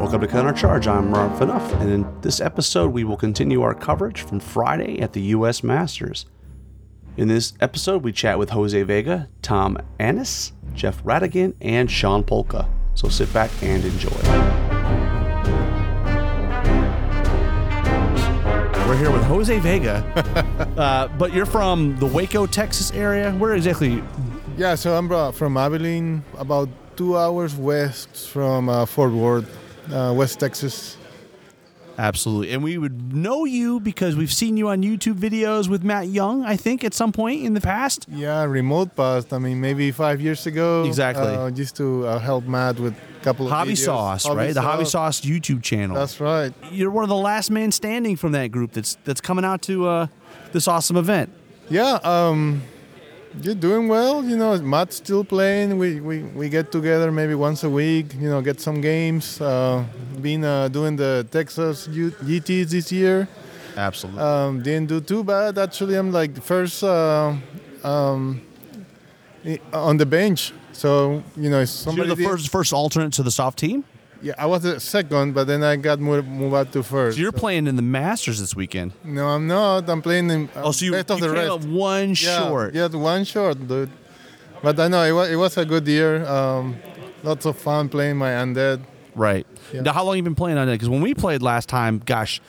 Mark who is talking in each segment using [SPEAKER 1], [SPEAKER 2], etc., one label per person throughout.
[SPEAKER 1] Welcome to Counter Charge. I'm Rob Fanuff, and in this episode, we will continue our coverage from Friday at the U.S. Masters. In this episode, we chat with Jose Vega, Tom Annis, Jeff Radigan, and Sean Polka. So sit back and enjoy.
[SPEAKER 2] We're here with Jose Vega, uh, but you're from the Waco, Texas area. Where exactly?
[SPEAKER 3] Yeah, so I'm uh, from Abilene, about two hours west from uh, Fort Worth, uh, West Texas.
[SPEAKER 2] Absolutely. And we would know you because we've seen you on YouTube videos with Matt Young, I think, at some point in the past.
[SPEAKER 3] Yeah, remote past. I mean, maybe five years ago.
[SPEAKER 2] Exactly.
[SPEAKER 3] Uh, just to uh, help Matt with a couple of
[SPEAKER 2] Hobby
[SPEAKER 3] videos.
[SPEAKER 2] Sauce, right? The Hobby Sauce YouTube channel.
[SPEAKER 3] That's right.
[SPEAKER 2] you're one of the last man standing from that group that's that's coming out to uh, this awesome event.
[SPEAKER 3] Yeah, um, you're doing well. You know, Matt's still playing. We, we, we get together maybe once a week, you know, get some games. Uh, been uh, doing the Texas U- GT this year.
[SPEAKER 2] Absolutely.
[SPEAKER 3] um, didn't do too bad actually. I'm like first uh, um, i- on the bench, so you know if
[SPEAKER 2] you're
[SPEAKER 3] somebody.
[SPEAKER 2] the
[SPEAKER 3] did-
[SPEAKER 2] first first alternate to the soft team.
[SPEAKER 3] Yeah, I was the second, but then I got moved, moved up to first.
[SPEAKER 2] So you're playing in the Masters this weekend.
[SPEAKER 3] no, I'm not. I'm playing in uh,
[SPEAKER 2] Oh, so you,
[SPEAKER 3] best of
[SPEAKER 2] you
[SPEAKER 3] the
[SPEAKER 2] came
[SPEAKER 3] rest.
[SPEAKER 2] up one
[SPEAKER 3] yeah,
[SPEAKER 2] short.
[SPEAKER 3] Yeah, one short, dude. But I know it was it was a good year. Um, lots of fun playing my undead.
[SPEAKER 2] Right.
[SPEAKER 3] Yeah.
[SPEAKER 2] Now, how long you been playing on it? Because when we played last time, gosh,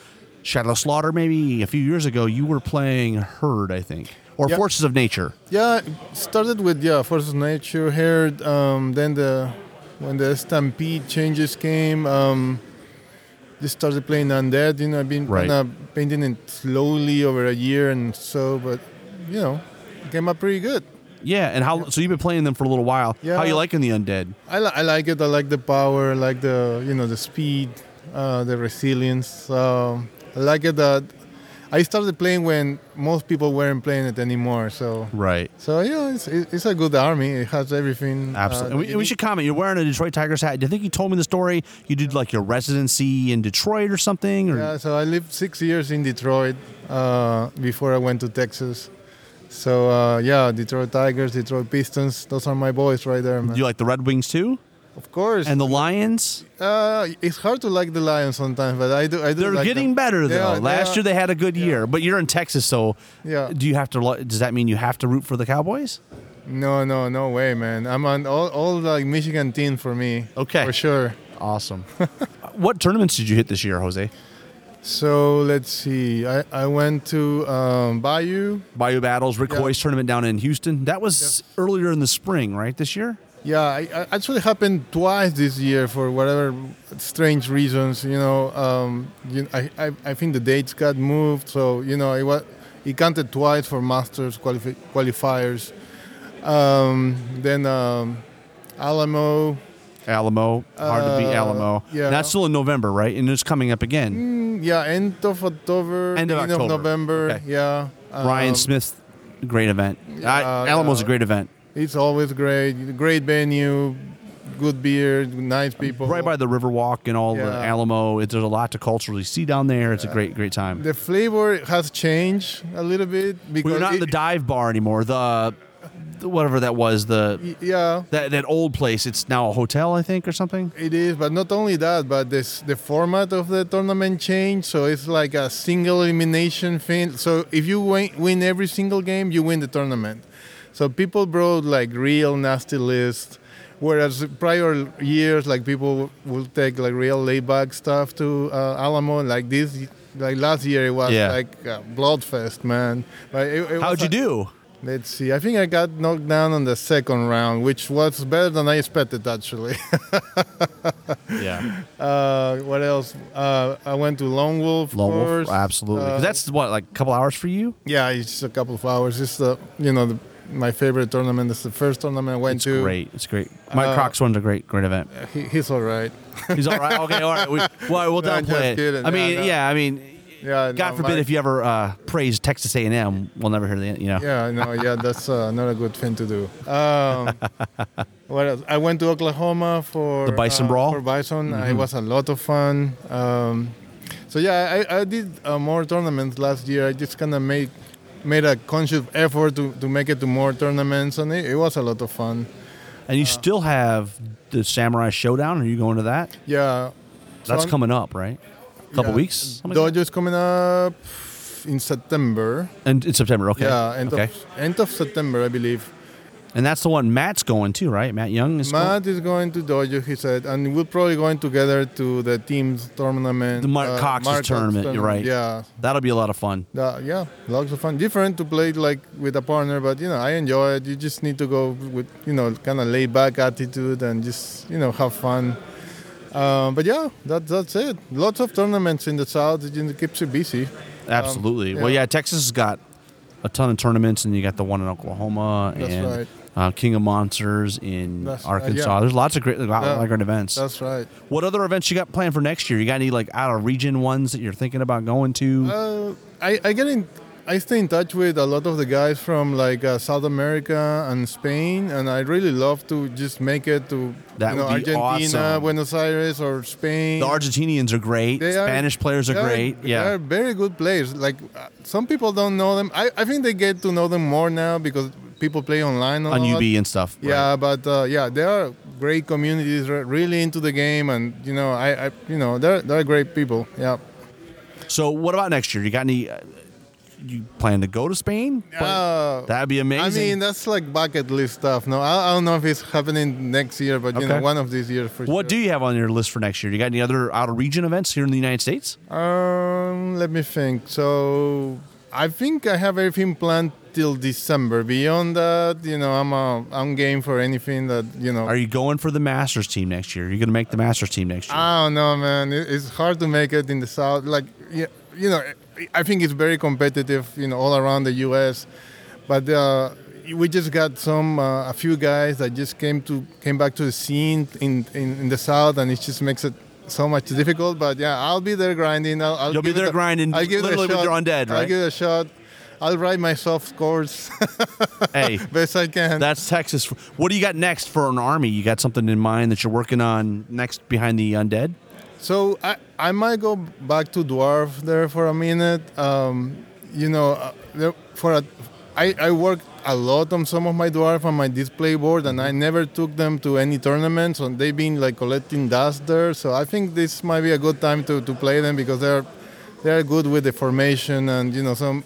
[SPEAKER 2] Shadow Slaughter, maybe a few years ago, you were playing Herd, I think, or
[SPEAKER 3] Yeah.
[SPEAKER 2] Forces of Nature.
[SPEAKER 3] Yeah, it started with yeah, Force of Nature, Herd. Um, then the when the Stampede changes came, um, just started playing Undead. You know, I've been
[SPEAKER 2] Right.
[SPEAKER 3] kinda painting it slowly over a year and so, but you know, it came up pretty good.
[SPEAKER 2] Yeah. And how? So you've been playing them for a little while.
[SPEAKER 3] Yeah.
[SPEAKER 2] How you liking the Undead?
[SPEAKER 3] I, li- I like it. I like the power. I like the you know the speed, uh, the resilience. Um, I like it that I started playing when most people weren't playing it anymore. So.
[SPEAKER 2] Right.
[SPEAKER 3] So yeah, it's, it- it's a good army. It has everything. uh,
[SPEAKER 2] Absolutely.
[SPEAKER 3] that
[SPEAKER 2] and we,
[SPEAKER 3] you
[SPEAKER 2] we
[SPEAKER 3] need.
[SPEAKER 2] should comment. You're wearing a Detroit Tigers hat. I think you told me the story. You did like your residency in Detroit or something. Or
[SPEAKER 3] Yeah, so I lived six years in Detroit uh, before I went to Texas. So uh, yeah, Detroit Tigers, Detroit Pistons, those are my boys right there, man.
[SPEAKER 2] you like the Red Wings too,
[SPEAKER 3] of course.
[SPEAKER 2] and
[SPEAKER 3] And
[SPEAKER 2] the Lions.
[SPEAKER 3] uh, it's hard to like the Lions sometimes, but I do. I do.
[SPEAKER 2] They're
[SPEAKER 3] like
[SPEAKER 2] getting
[SPEAKER 3] them.
[SPEAKER 2] better
[SPEAKER 3] They
[SPEAKER 2] though.
[SPEAKER 3] are- they
[SPEAKER 2] Last
[SPEAKER 3] are-
[SPEAKER 2] year they had a good year, but you're in Texas, so
[SPEAKER 3] Yeah.
[SPEAKER 2] Do you have to? li- Does that mean you have to root for the Cowboys?
[SPEAKER 3] No, no, no way, man. I'm on all, all like Michigan team for me.
[SPEAKER 2] Okay.
[SPEAKER 3] For sure.
[SPEAKER 2] Awesome. what tournaments did you hit this year, Jose?
[SPEAKER 3] So let's see. I, I went to um, Bayou.
[SPEAKER 2] Bayou Battles, Rick
[SPEAKER 3] Yeah.
[SPEAKER 2] Hoy's tournament down in Houston. That was earlier in the spring, right? This year?
[SPEAKER 3] Yeah, I, I actually happened twice this year for whatever strange reasons. You know, um, you, I, I, I think the dates got moved, so you know it was it counted twice for Masters qualifi- qualifiers. Um, then um, Alamo,
[SPEAKER 2] Alamo, hard to beat
[SPEAKER 3] Uh,
[SPEAKER 2] Alamo.
[SPEAKER 3] yeah.
[SPEAKER 2] And that's still in November, right? And it's coming up again.
[SPEAKER 3] mm, yeah, end of October,
[SPEAKER 2] End of
[SPEAKER 3] beginning
[SPEAKER 2] October,
[SPEAKER 3] November,
[SPEAKER 2] okay.
[SPEAKER 3] yeah.
[SPEAKER 2] Ryan
[SPEAKER 3] um,
[SPEAKER 2] Smith, great event. I,
[SPEAKER 3] yeah,
[SPEAKER 2] Alamo's
[SPEAKER 3] yeah.
[SPEAKER 2] a great event.
[SPEAKER 3] It's always great, great venue, good beer, nice people.
[SPEAKER 2] Right by the Riverwalk and all the
[SPEAKER 3] Yeah.
[SPEAKER 2] Alamo. It, there's a lot to culturally see down there. It's a great, great time.
[SPEAKER 3] the flavor has changed a little bit because
[SPEAKER 2] We were not in
[SPEAKER 3] it-
[SPEAKER 2] the dive bar anymore. The, the whatever that was, the
[SPEAKER 3] yeah.
[SPEAKER 2] that, that old place. It's now a hotel, I think, or something.
[SPEAKER 3] It is, but not only that, but this the format of the tournament changed, so it's like a single elimination thing. So if you win, win every single game, you win the tournament. So people brought like real nasty lists, whereas prior years, like people will take like real laid back stuff to uh, Alamo. Like this, like last year, it was
[SPEAKER 2] Yeah.
[SPEAKER 3] like a bloodfest, man. Like, it- it
[SPEAKER 2] How'd
[SPEAKER 3] was
[SPEAKER 2] you
[SPEAKER 3] a-
[SPEAKER 2] do?
[SPEAKER 3] Let's see. I think I got knocked down on the second round, which was better than I expected actually.
[SPEAKER 2] Yeah.
[SPEAKER 3] Uh, what else? Uh, I went to Lone Wolf. of
[SPEAKER 2] Lone Wolf,
[SPEAKER 3] course.
[SPEAKER 2] absolutely. 'Cause
[SPEAKER 3] Uh,
[SPEAKER 2] that's what like a couple hours for you.
[SPEAKER 3] yeah, it's just a couple of hours. It's the you know the my favorite tournament. It's the first tournament I went
[SPEAKER 2] It's
[SPEAKER 3] to.
[SPEAKER 2] great. It's great. Mike
[SPEAKER 3] Uh,
[SPEAKER 2] Crox one's a great, great event.
[SPEAKER 3] He, he's all right.
[SPEAKER 2] He's all right. Okay, all right. We, well, we'll
[SPEAKER 3] No, I'm just
[SPEAKER 2] downplay it.
[SPEAKER 3] kidding.
[SPEAKER 2] I mean,
[SPEAKER 3] No, no.
[SPEAKER 2] yeah. I mean,
[SPEAKER 3] Yeah.
[SPEAKER 2] God
[SPEAKER 3] no,
[SPEAKER 2] forbid
[SPEAKER 3] my-
[SPEAKER 2] if you ever uh, praise Texas A&M, we'll never hear the end. You know.
[SPEAKER 3] Yeah, I know. Yeah, that's uh, not a good thing to do. Um, what else? I went to Oklahoma for
[SPEAKER 2] The Bison
[SPEAKER 3] uh,
[SPEAKER 2] Brawl? Mm-hmm.
[SPEAKER 3] For Bison, it was a lot of fun. Um, so yeah, I, I did uh, more tournaments last year. I just kind of made made a conscious effort to, to make it to more tournaments, and it, it was a lot of fun.
[SPEAKER 2] And
[SPEAKER 3] uh,
[SPEAKER 2] you still have the Samurai Showdown. Are you going to that?
[SPEAKER 3] Yeah,
[SPEAKER 2] That's
[SPEAKER 3] So-
[SPEAKER 2] coming up, right? A couple
[SPEAKER 3] yeah.
[SPEAKER 2] weeks. something like that?
[SPEAKER 3] Dojo's coming up in September.
[SPEAKER 2] And in September. Okay.
[SPEAKER 3] Yeah, end
[SPEAKER 2] okay.
[SPEAKER 3] of end of September, I believe.
[SPEAKER 2] And that's the one Matt's going to, right? Matt Young is going?
[SPEAKER 3] Matt is going to Dojo, he said, and we're probably going together to the team's tournament. uh,
[SPEAKER 2] The Mark Cox's
[SPEAKER 3] Mark Cox's
[SPEAKER 2] tournament, you're right.
[SPEAKER 3] Yeah.
[SPEAKER 2] That'll be a lot of fun.
[SPEAKER 3] That- yeah, lots of fun. Different to play like with a partner, but you know, I enjoy it. You just need to go with you know, kind of laid back attitude and just you know have fun. Um, but yeah, that, that's it. Lots of tournaments in the south. It just keeps you busy.
[SPEAKER 2] Absolutely. Well,
[SPEAKER 3] Um, yeah.
[SPEAKER 2] yeah, Texas has got a ton of tournaments, and you got the one in Oklahoma
[SPEAKER 3] That's
[SPEAKER 2] and
[SPEAKER 3] right.
[SPEAKER 2] uh, King of Monsters in
[SPEAKER 3] That's- uh,
[SPEAKER 2] Arkansas.
[SPEAKER 3] yeah.
[SPEAKER 2] There's lots of great, a lot
[SPEAKER 3] Yeah.
[SPEAKER 2] of great events.
[SPEAKER 3] That's right.
[SPEAKER 2] what other events you got planned for next year? You got any like out of region ones that you're thinking about going to?
[SPEAKER 3] Uh, I, I get in, I stay in touch with a lot of the guys from like uh, South America and Spain, and I really love to just make it to
[SPEAKER 2] That
[SPEAKER 3] you know,
[SPEAKER 2] would be
[SPEAKER 3] Argentina,
[SPEAKER 2] awesome.
[SPEAKER 3] Buenos Aires, or Spain.
[SPEAKER 2] the Argentinians are great.
[SPEAKER 3] They are-
[SPEAKER 2] Spanish players are
[SPEAKER 3] they
[SPEAKER 2] great. yeah.
[SPEAKER 3] they're very good players. Like uh, some people don't know them. I, I think they get to know them more now because people play online a
[SPEAKER 2] on
[SPEAKER 3] lot.
[SPEAKER 2] UB and stuff. right.
[SPEAKER 3] Yeah, but uh, yeah, they are great communities, re- really into the game, and you know, I, I you know, they're they're great people. Yeah.
[SPEAKER 2] So what about next year? You got any? Uh, you plan to go to Spain? But
[SPEAKER 3] Uh,
[SPEAKER 2] that'd be amazing.
[SPEAKER 3] I mean, that's like bucket list stuff. No, I, I don't know if it's happening next year, but you know,
[SPEAKER 2] Okay.
[SPEAKER 3] one of these years for
[SPEAKER 2] what do
[SPEAKER 3] sure.
[SPEAKER 2] you have on your list for next year? You got any other out of region events here in the United States?
[SPEAKER 3] do? Um, let me think. So, I think I have everything planned till December. Beyond that, you know, I'm uh, I'm game for anything that you know.
[SPEAKER 2] Are you going for the Masters team next year? You're going to make the Masters team next year.
[SPEAKER 3] I don't know, man. It- It's hard to make it in the south. Like, yeah, you know, I think it's very competitive, you know, all around the U.S. But uh, we just got some uh, a few guys that just came to came back to the scene in, in in the south, and it just makes it so much difficult. But yeah, I'll be there grinding. I'll, I'll
[SPEAKER 2] You'll be
[SPEAKER 3] give it
[SPEAKER 2] there
[SPEAKER 3] a-
[SPEAKER 2] grinding
[SPEAKER 3] I'll give it a
[SPEAKER 2] literally with
[SPEAKER 3] shot.
[SPEAKER 2] your undead,
[SPEAKER 3] I'll
[SPEAKER 2] right?
[SPEAKER 3] give it a shot. I'll write my soft scores
[SPEAKER 2] hey,
[SPEAKER 3] best I can.
[SPEAKER 2] that's Texas. What do you got next for an army? You got something in mind that you're working on next behind the undead?
[SPEAKER 3] So I, I might go back to dwarf there for a minute. Um, you know, uh, there- for a, I, I worked a lot on some of my dwarf on my display board, and I never took them to any tournaments. And they've been like collecting dust there. So I think this might be a good time to, to play them because they're they're good with the formation and you know some,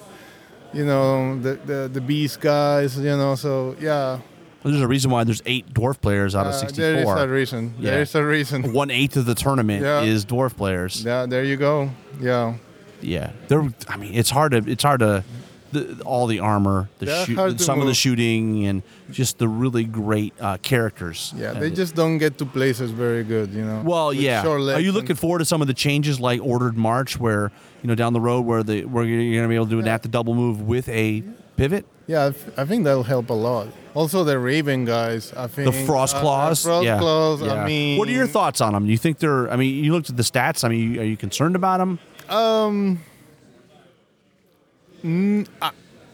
[SPEAKER 3] you know the the, the beast guys. You know, so yeah,
[SPEAKER 2] Well, there's a reason why there's eight dwarf players out of
[SPEAKER 3] uh,
[SPEAKER 2] 64.
[SPEAKER 3] there is a reason.
[SPEAKER 2] Yeah.
[SPEAKER 3] There is a reason.
[SPEAKER 2] One eighth of the tournament
[SPEAKER 3] Yeah.
[SPEAKER 2] is dwarf players.
[SPEAKER 3] Yeah, there you go. Yeah.
[SPEAKER 2] Yeah, there. I mean, it's hard to. It's hard to. The, all the armor, the
[SPEAKER 3] Yeah,
[SPEAKER 2] shoot,
[SPEAKER 3] hard to
[SPEAKER 2] some of the
[SPEAKER 3] move.
[SPEAKER 2] shooting, and just the really great uh, characters.
[SPEAKER 3] Yeah,
[SPEAKER 2] Uh,
[SPEAKER 3] they just don't get to places very good, you know.
[SPEAKER 2] Well,
[SPEAKER 3] with
[SPEAKER 2] yeah.
[SPEAKER 3] short
[SPEAKER 2] Are
[SPEAKER 3] legs
[SPEAKER 2] you
[SPEAKER 3] and-
[SPEAKER 2] looking forward to some of the changes like ordered march, where you know down the road where the where you're going to be able to do an at the double move with a pivot?
[SPEAKER 3] Yeah, I, f- I think that'll help a lot. Also, the Raven guys, I think.
[SPEAKER 2] The frost
[SPEAKER 3] uh,
[SPEAKER 2] claws,
[SPEAKER 3] frost
[SPEAKER 2] yeah.
[SPEAKER 3] claws,
[SPEAKER 2] Yeah.
[SPEAKER 3] I mean.
[SPEAKER 2] what are your thoughts on them? Do you think they're? I mean, you looked at the stats. I mean, you- are you concerned about them?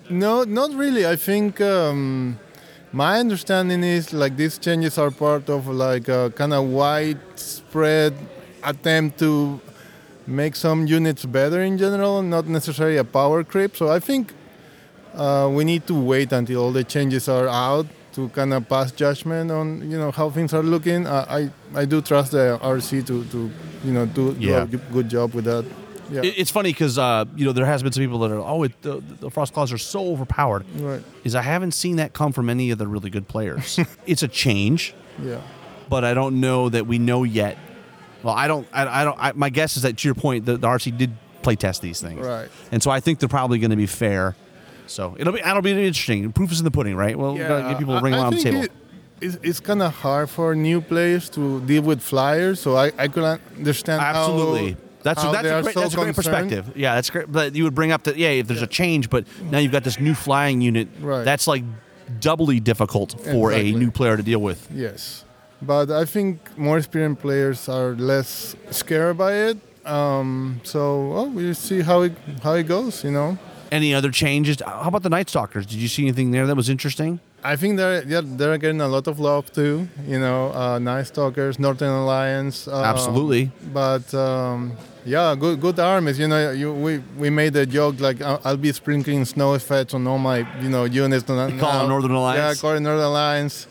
[SPEAKER 3] No, not really. I think um, my understanding is like these changes are part of like a kind of widespread attempt to make some units better in general, not necessarily a power creep. So I think uh, we need to wait until all the changes are out to kind of pass judgment on you know how things are looking. I I, I do trust the RC to to you know do,
[SPEAKER 2] Yeah.
[SPEAKER 3] do a good job with that. Yeah.
[SPEAKER 2] It- It's funny because uh, you know there has been some people that are oh it, the, the frost claws are so overpowered.
[SPEAKER 3] Right.
[SPEAKER 2] Is I haven't seen that come from any of the really good players. it's a change.
[SPEAKER 3] yeah.
[SPEAKER 2] but I don't know that we know yet. Well, I don't. I, I don't. I, my guess is that to your point, the, the RC did play test these things,
[SPEAKER 3] Right.
[SPEAKER 2] And so I think they're probably going to be fair. So it'll be. That'll be interesting. Proof is in the pudding, right? Well, we gotta get people to ring around the
[SPEAKER 3] think
[SPEAKER 2] table.
[SPEAKER 3] it- it's it's kind of hard for new players to deal with flyers, so I, I could understand how-
[SPEAKER 2] Absolutely. That's,
[SPEAKER 3] how
[SPEAKER 2] that's,
[SPEAKER 3] they
[SPEAKER 2] a
[SPEAKER 3] are
[SPEAKER 2] great,
[SPEAKER 3] so
[SPEAKER 2] that's a great
[SPEAKER 3] concerned.
[SPEAKER 2] perspective. Yeah, that's great. But you would bring up that, yeah, if there's a change, but now you've got this new flying unit.
[SPEAKER 3] Right.
[SPEAKER 2] That's like doubly difficult for
[SPEAKER 3] Exactly.
[SPEAKER 2] a new player to deal with.
[SPEAKER 3] Yes, but I think more experienced players are less scared by it. Um, so well, we'll see how it how it goes. You know,
[SPEAKER 2] Any other changes? How about the Night Stalkers? Did you see anything there that was interesting?
[SPEAKER 3] I think they're yeah, they're getting a lot of love too. You know, uh, Night Stalkers, Northern Alliance. Uh,
[SPEAKER 2] Absolutely.
[SPEAKER 3] But um, yeah, good good armies. You know, you, we we made a joke like I'll, I'll be sprinkling snow effects on all my you know units. Call
[SPEAKER 2] it Northern Alliance?
[SPEAKER 3] Yeah, call it Northern Alliance.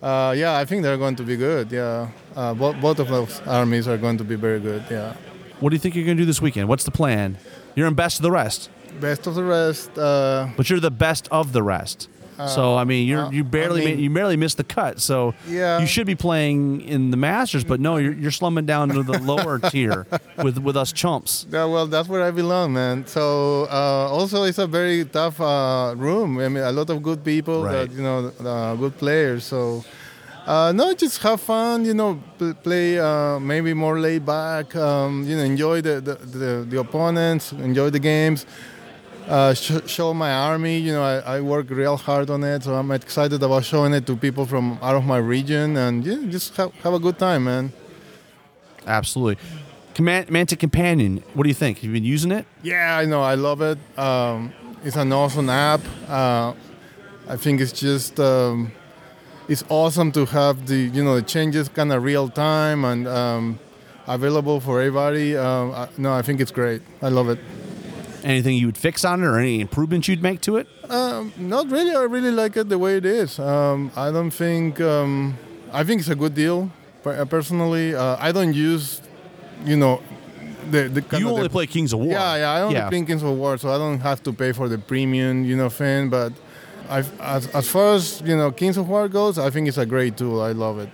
[SPEAKER 3] Uh, yeah, I think they're going to be good. Yeah, uh, both, both of those armies are going to be very good. Yeah.
[SPEAKER 2] What do you think you're going to do this weekend? What's the plan? You're in best of the rest,
[SPEAKER 3] Best of the rest. Uh,
[SPEAKER 2] but you're the best of the rest. so I mean, you're
[SPEAKER 3] uh,
[SPEAKER 2] you barely
[SPEAKER 3] I mean-
[SPEAKER 2] ma- you barely missed the cut. So
[SPEAKER 3] Yeah.
[SPEAKER 2] you should be playing in the Masters, but no, you're, you're slumming down to the lower tier with with us chumps.
[SPEAKER 3] Yeah, well, that's where I belong, man. So uh, also, it's a very tough uh, room. I mean, a lot of good people,
[SPEAKER 2] Right.
[SPEAKER 3] that, you know, uh, good players. So uh, no, just have fun. You know, pl- play uh, maybe more laid back. Um, you know, enjoy the the, the the opponents, enjoy the games. Uh, sh- show my army. You know, I, I work real hard on it, so I'm excited about showing it to people from out of my region, and yeah, just have, have a good time, man.
[SPEAKER 2] Absolutely. Command, Mantic Companion. What do you think? You've been using it?
[SPEAKER 3] Yeah, I know. I love it. Um, it's an awesome app. Uh, I think it's just um, it's awesome to have the you know the changes kind of real time and um, available for everybody. Um, I, no, I think it's great. I love it.
[SPEAKER 2] Anything you would fix on it, or any improvements you'd make to it?
[SPEAKER 3] Not really. I really like it the way it is. Um, I don't think. Um, I think it's a good deal. per- uh, Personally, uh, I don't use, you know, the the kind
[SPEAKER 2] You
[SPEAKER 3] of
[SPEAKER 2] only
[SPEAKER 3] the-
[SPEAKER 2] play Kings of War.
[SPEAKER 3] Yeah, yeah. I only
[SPEAKER 2] Yeah.
[SPEAKER 3] play Kings of War, so I don't have to pay for the premium, you know, thing. But i as, as far as you know, Kings of War goes, I think it's a great tool. I love it.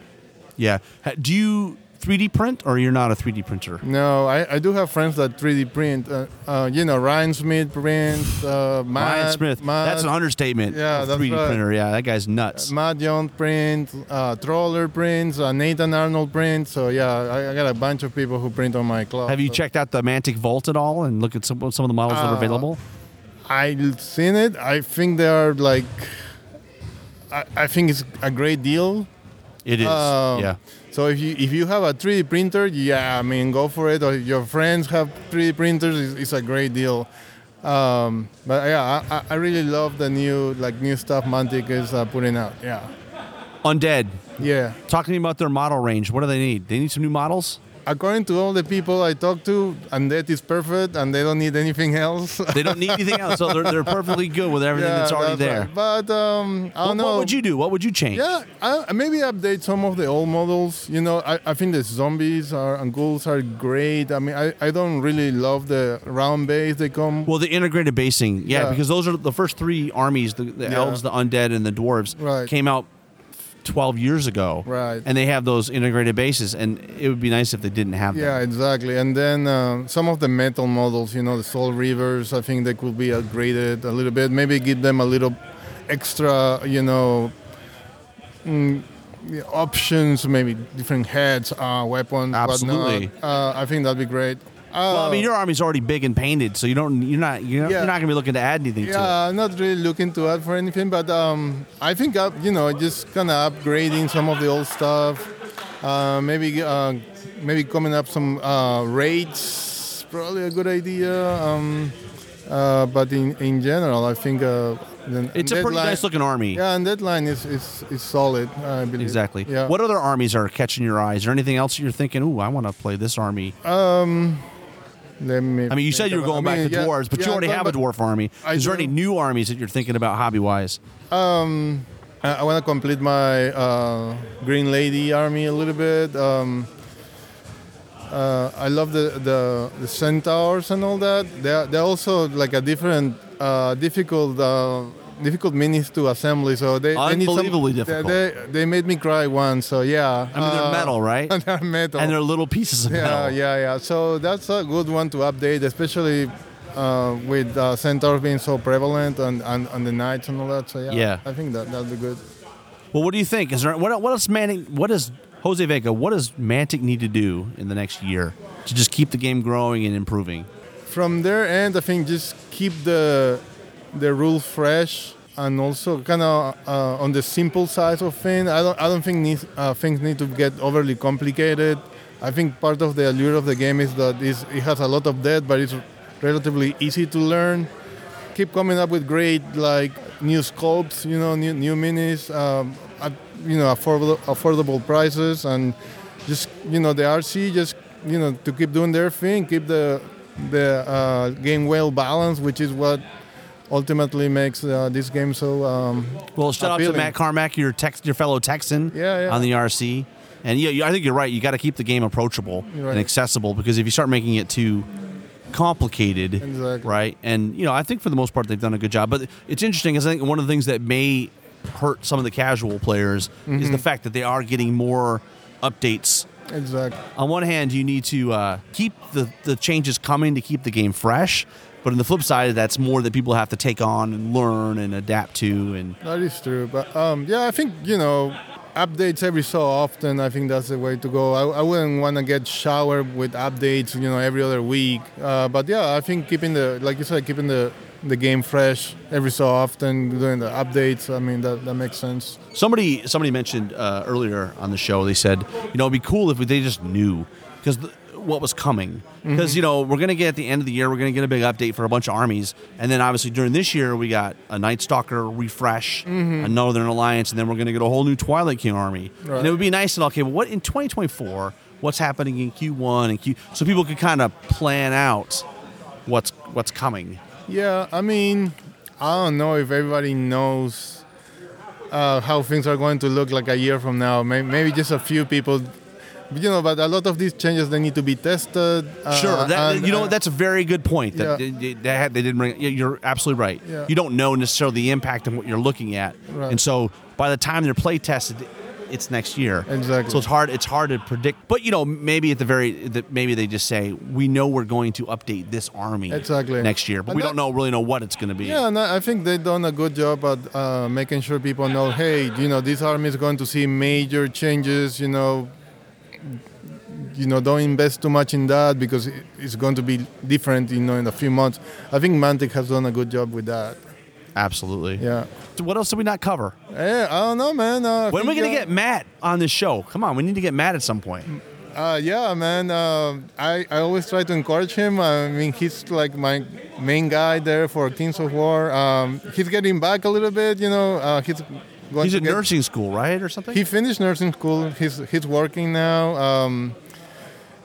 [SPEAKER 2] Yeah. Ha- Do you 3D print, or you're not a 3D printer?
[SPEAKER 3] No, I, I do have friends that 3D print. Uh, uh, you know, Ryan Smith prints. Uh, Matt,
[SPEAKER 2] Ryan Smith.
[SPEAKER 3] Matt,
[SPEAKER 2] that's an understatement.
[SPEAKER 3] Yeah,
[SPEAKER 2] of
[SPEAKER 3] that's
[SPEAKER 2] 3D
[SPEAKER 3] right.
[SPEAKER 2] printer. Yeah, that guy's nuts.
[SPEAKER 3] Matt Young prints. Uh, Troller prints. Uh, Nathan Arnold prints. So yeah, I, I got a bunch of people who print on my club.
[SPEAKER 2] Have you
[SPEAKER 3] so.
[SPEAKER 2] checked out the Mantic Vault at all and look at some some of the models that are
[SPEAKER 3] Uh,
[SPEAKER 2] available?
[SPEAKER 3] I've seen it. I think they are like. I, I think it's a great deal.
[SPEAKER 2] It is.
[SPEAKER 3] Um,
[SPEAKER 2] yeah.
[SPEAKER 3] So if you if you have a 3D printer, yeah, I mean go for it. Or if your friends have 3D printers, it's, it's a great deal. Um, but yeah, I- I, I really love the new like new stuff Mantic is uh, putting out. Yeah,
[SPEAKER 2] Undead.
[SPEAKER 3] yeah.
[SPEAKER 2] Talk to me about their model range. What do they need? They need some new models.
[SPEAKER 3] According to all the people I talk to, and that is perfect, and they don't need anything else.
[SPEAKER 2] They don't need anything else, so they're, they're perfectly good with everything that's already there.
[SPEAKER 3] But um, I
[SPEAKER 2] What,
[SPEAKER 3] don't know.
[SPEAKER 2] what would you do? What would you change?
[SPEAKER 3] Yeah, I, I maybe update some of the old models. You know, I, I think the zombies are, and ghouls are great. I mean, I, I don't really love the round base they come.
[SPEAKER 2] Well, the integrated basing, yeah,
[SPEAKER 3] Yeah.
[SPEAKER 2] because those are the first three armies: the, the
[SPEAKER 3] Yeah.
[SPEAKER 2] elves, the undead, and the dwarves
[SPEAKER 3] Right.
[SPEAKER 2] came out twelve years ago,
[SPEAKER 3] Right.
[SPEAKER 2] And they have those integrated bases, and it would be nice if they didn't have
[SPEAKER 3] yeah,
[SPEAKER 2] them.
[SPEAKER 3] exactly. And then uh, some of the metal models, you know, the Soul Reavers, I think they could be upgraded a little bit. Maybe give them a little extra, you know, mm, yeah, options, maybe different heads, uh, weapons,
[SPEAKER 2] Absolutely.
[SPEAKER 3] whatnot. Uh, I think that'd be great. Uh,
[SPEAKER 2] Well, I mean, your army's already big and painted, so you don't, you're not, you're, not-
[SPEAKER 3] Yeah.
[SPEAKER 2] you're not going to be looking to add anything to
[SPEAKER 3] Yeah, I'm not really looking to add for anything, but um, I think up, you know, just kind of upgrading some of the old stuff. Uh, maybe uh, maybe coming up some uh, rates, probably a good idea. Um, uh, but in, in general, I think uh, the-
[SPEAKER 2] it. It's a pretty
[SPEAKER 3] deadline-
[SPEAKER 2] nice looking army.
[SPEAKER 3] Yeah, and deadline is is, is solid. I believe.
[SPEAKER 2] Exactly.
[SPEAKER 3] Yeah.
[SPEAKER 2] What other armies are catching your eyes, or anything else you're thinking? Ooh, I want to play this army.
[SPEAKER 3] Let me
[SPEAKER 2] I mean, you said
[SPEAKER 3] think
[SPEAKER 2] you were
[SPEAKER 3] about-
[SPEAKER 2] going
[SPEAKER 3] I mean,
[SPEAKER 2] back to
[SPEAKER 3] yeah,
[SPEAKER 2] dwarves, but you
[SPEAKER 3] yeah,
[SPEAKER 2] already
[SPEAKER 3] I'm
[SPEAKER 2] have a
[SPEAKER 3] talking about-
[SPEAKER 2] dwarf army.
[SPEAKER 3] I
[SPEAKER 2] Is there
[SPEAKER 3] do.
[SPEAKER 2] any new armies that you're thinking about hobby wise?
[SPEAKER 3] Um, I, I want to complete my uh, Green Lady army a little bit. Um, uh, I love the, the the centaurs and all that. They're they're also like a different uh, difficult. Uh, Difficult minis to assembly, so they they need some-
[SPEAKER 2] Unbelievably
[SPEAKER 3] they-
[SPEAKER 2] difficult.
[SPEAKER 3] They, they made me cry once, so yeah.
[SPEAKER 2] I mean, they're metal, right?
[SPEAKER 3] And they're metal.
[SPEAKER 2] And they're little pieces of
[SPEAKER 3] Yeah,
[SPEAKER 2] metal.
[SPEAKER 3] yeah, yeah. So that's a good one to update, especially uh, with uh, centaurs being so prevalent and, and, and the knights and all that. So yeah,
[SPEAKER 2] Yeah.
[SPEAKER 3] I think that that'd be good.
[SPEAKER 2] Well, what do you think? Is there what, what else Mantic? What does Jose Vega? What does Mantic need to do in the next year to just keep the game growing and improving?
[SPEAKER 3] From their end, I think just keep the the rule fresh. and also kind of uh, on the simple side of things. I don't, I don't think needs, uh, things need to get overly complicated. I think part of the allure of the game is that it's, it has a lot of depth, but it's relatively easy to learn. Keep coming up with great like new scopes, you know, new, new minis, um, at, you know, affordable affordable prices, and just you know the RC just you know to keep doing their thing, keep the the uh, game well balanced, which is what ultimately makes uh, this game so. Um,
[SPEAKER 2] Well, shout out to
[SPEAKER 3] appealing.
[SPEAKER 2] Matt Carmack, your Tex, your fellow Texan,
[SPEAKER 3] Yeah, yeah.
[SPEAKER 2] on the RC. And yeah, you- I think you're right. You got to keep the game approachable
[SPEAKER 3] You're right.
[SPEAKER 2] and accessible because if you start making it too complicated,
[SPEAKER 3] Exactly.
[SPEAKER 2] right? And you know, I think for the most part they've done a good job. But it's interesting because I think one of the things that may hurt some of the casual players
[SPEAKER 3] Mm-hmm.
[SPEAKER 2] is the fact that they are getting more updates
[SPEAKER 3] Exactly.
[SPEAKER 2] on one hand, you need to uh, keep the, the changes coming to keep the game fresh. But on the flip side, that's more that people have to take on and learn and adapt to. And
[SPEAKER 3] That is true, but um, yeah, I think you know updates every so often. I think that's the way to go. I, I wouldn't want to get showered with updates, you know, every other week. Uh, but yeah, I think keeping the like you said, keeping the the game fresh every so often, doing the updates. I mean, that that makes sense.
[SPEAKER 2] somebody somebody mentioned uh, earlier on the show, they said, you know, it'd be cool if they just knew because what was coming. Because you know, we're gonna get at the end of the year, we're gonna get a big update for a bunch of armies, and then obviously during this year, we got a Night Stalker refresh, a Northern Alliance, and then we're gonna get a whole new Twilight King army. And it would be nice to know, okay, well, what in 2024? What's happening in Q1 and Q, so people could kind of plan out what's what's coming.
[SPEAKER 3] Yeah, I mean, I don't know if everybody knows uh, how things are going to look like a year from now. May- Maybe just a few people, you know. But a lot of these changes they need to be tested. Uh,
[SPEAKER 2] Sure, that,
[SPEAKER 3] and-
[SPEAKER 2] you know
[SPEAKER 3] and-
[SPEAKER 2] that's a very good point. That
[SPEAKER 3] Yeah.
[SPEAKER 2] they, they- they had, they didn't bring. yeah, You're absolutely right.
[SPEAKER 3] Yeah.
[SPEAKER 2] You don't know necessarily the impact of what you're looking at,
[SPEAKER 3] Right.
[SPEAKER 2] and so by the time they're play tested, it's next year.
[SPEAKER 3] Exactly.
[SPEAKER 2] So it's hard. It's hard to predict. But you know, maybe at the very, that maybe they just say we know we're going to update this army
[SPEAKER 3] Exactly.
[SPEAKER 2] next year, but
[SPEAKER 3] And
[SPEAKER 2] we
[SPEAKER 3] that-
[SPEAKER 2] don't know really know what it's going to be.
[SPEAKER 3] Yeah, and I I think they've done a good job at uh, making sure people know, hey, you know, this army is going to see major changes. You know, you know, don't invest too much in that because it- it's going to be different. You know, in a few months. I think Mantic has done a good job with that.
[SPEAKER 2] Absolutely.
[SPEAKER 3] Yeah.
[SPEAKER 2] So What else did we not cover?
[SPEAKER 3] Eh, I don't know, man. Uh, I
[SPEAKER 2] When are we
[SPEAKER 3] think,
[SPEAKER 2] going to
[SPEAKER 3] uh,
[SPEAKER 2] get Matt on this show? Come on, we need to get Matt at some point.
[SPEAKER 3] Uh, yeah, man. Um I, I always try to encourage him. I mean, he's like my main guy there for Kings of War. Um, he's getting back a little bit, you know. Uh, he's going
[SPEAKER 2] He's
[SPEAKER 3] to
[SPEAKER 2] at
[SPEAKER 3] get-
[SPEAKER 2] nursing school, right, or something?
[SPEAKER 3] He finished nursing school. He's he's working now. Um,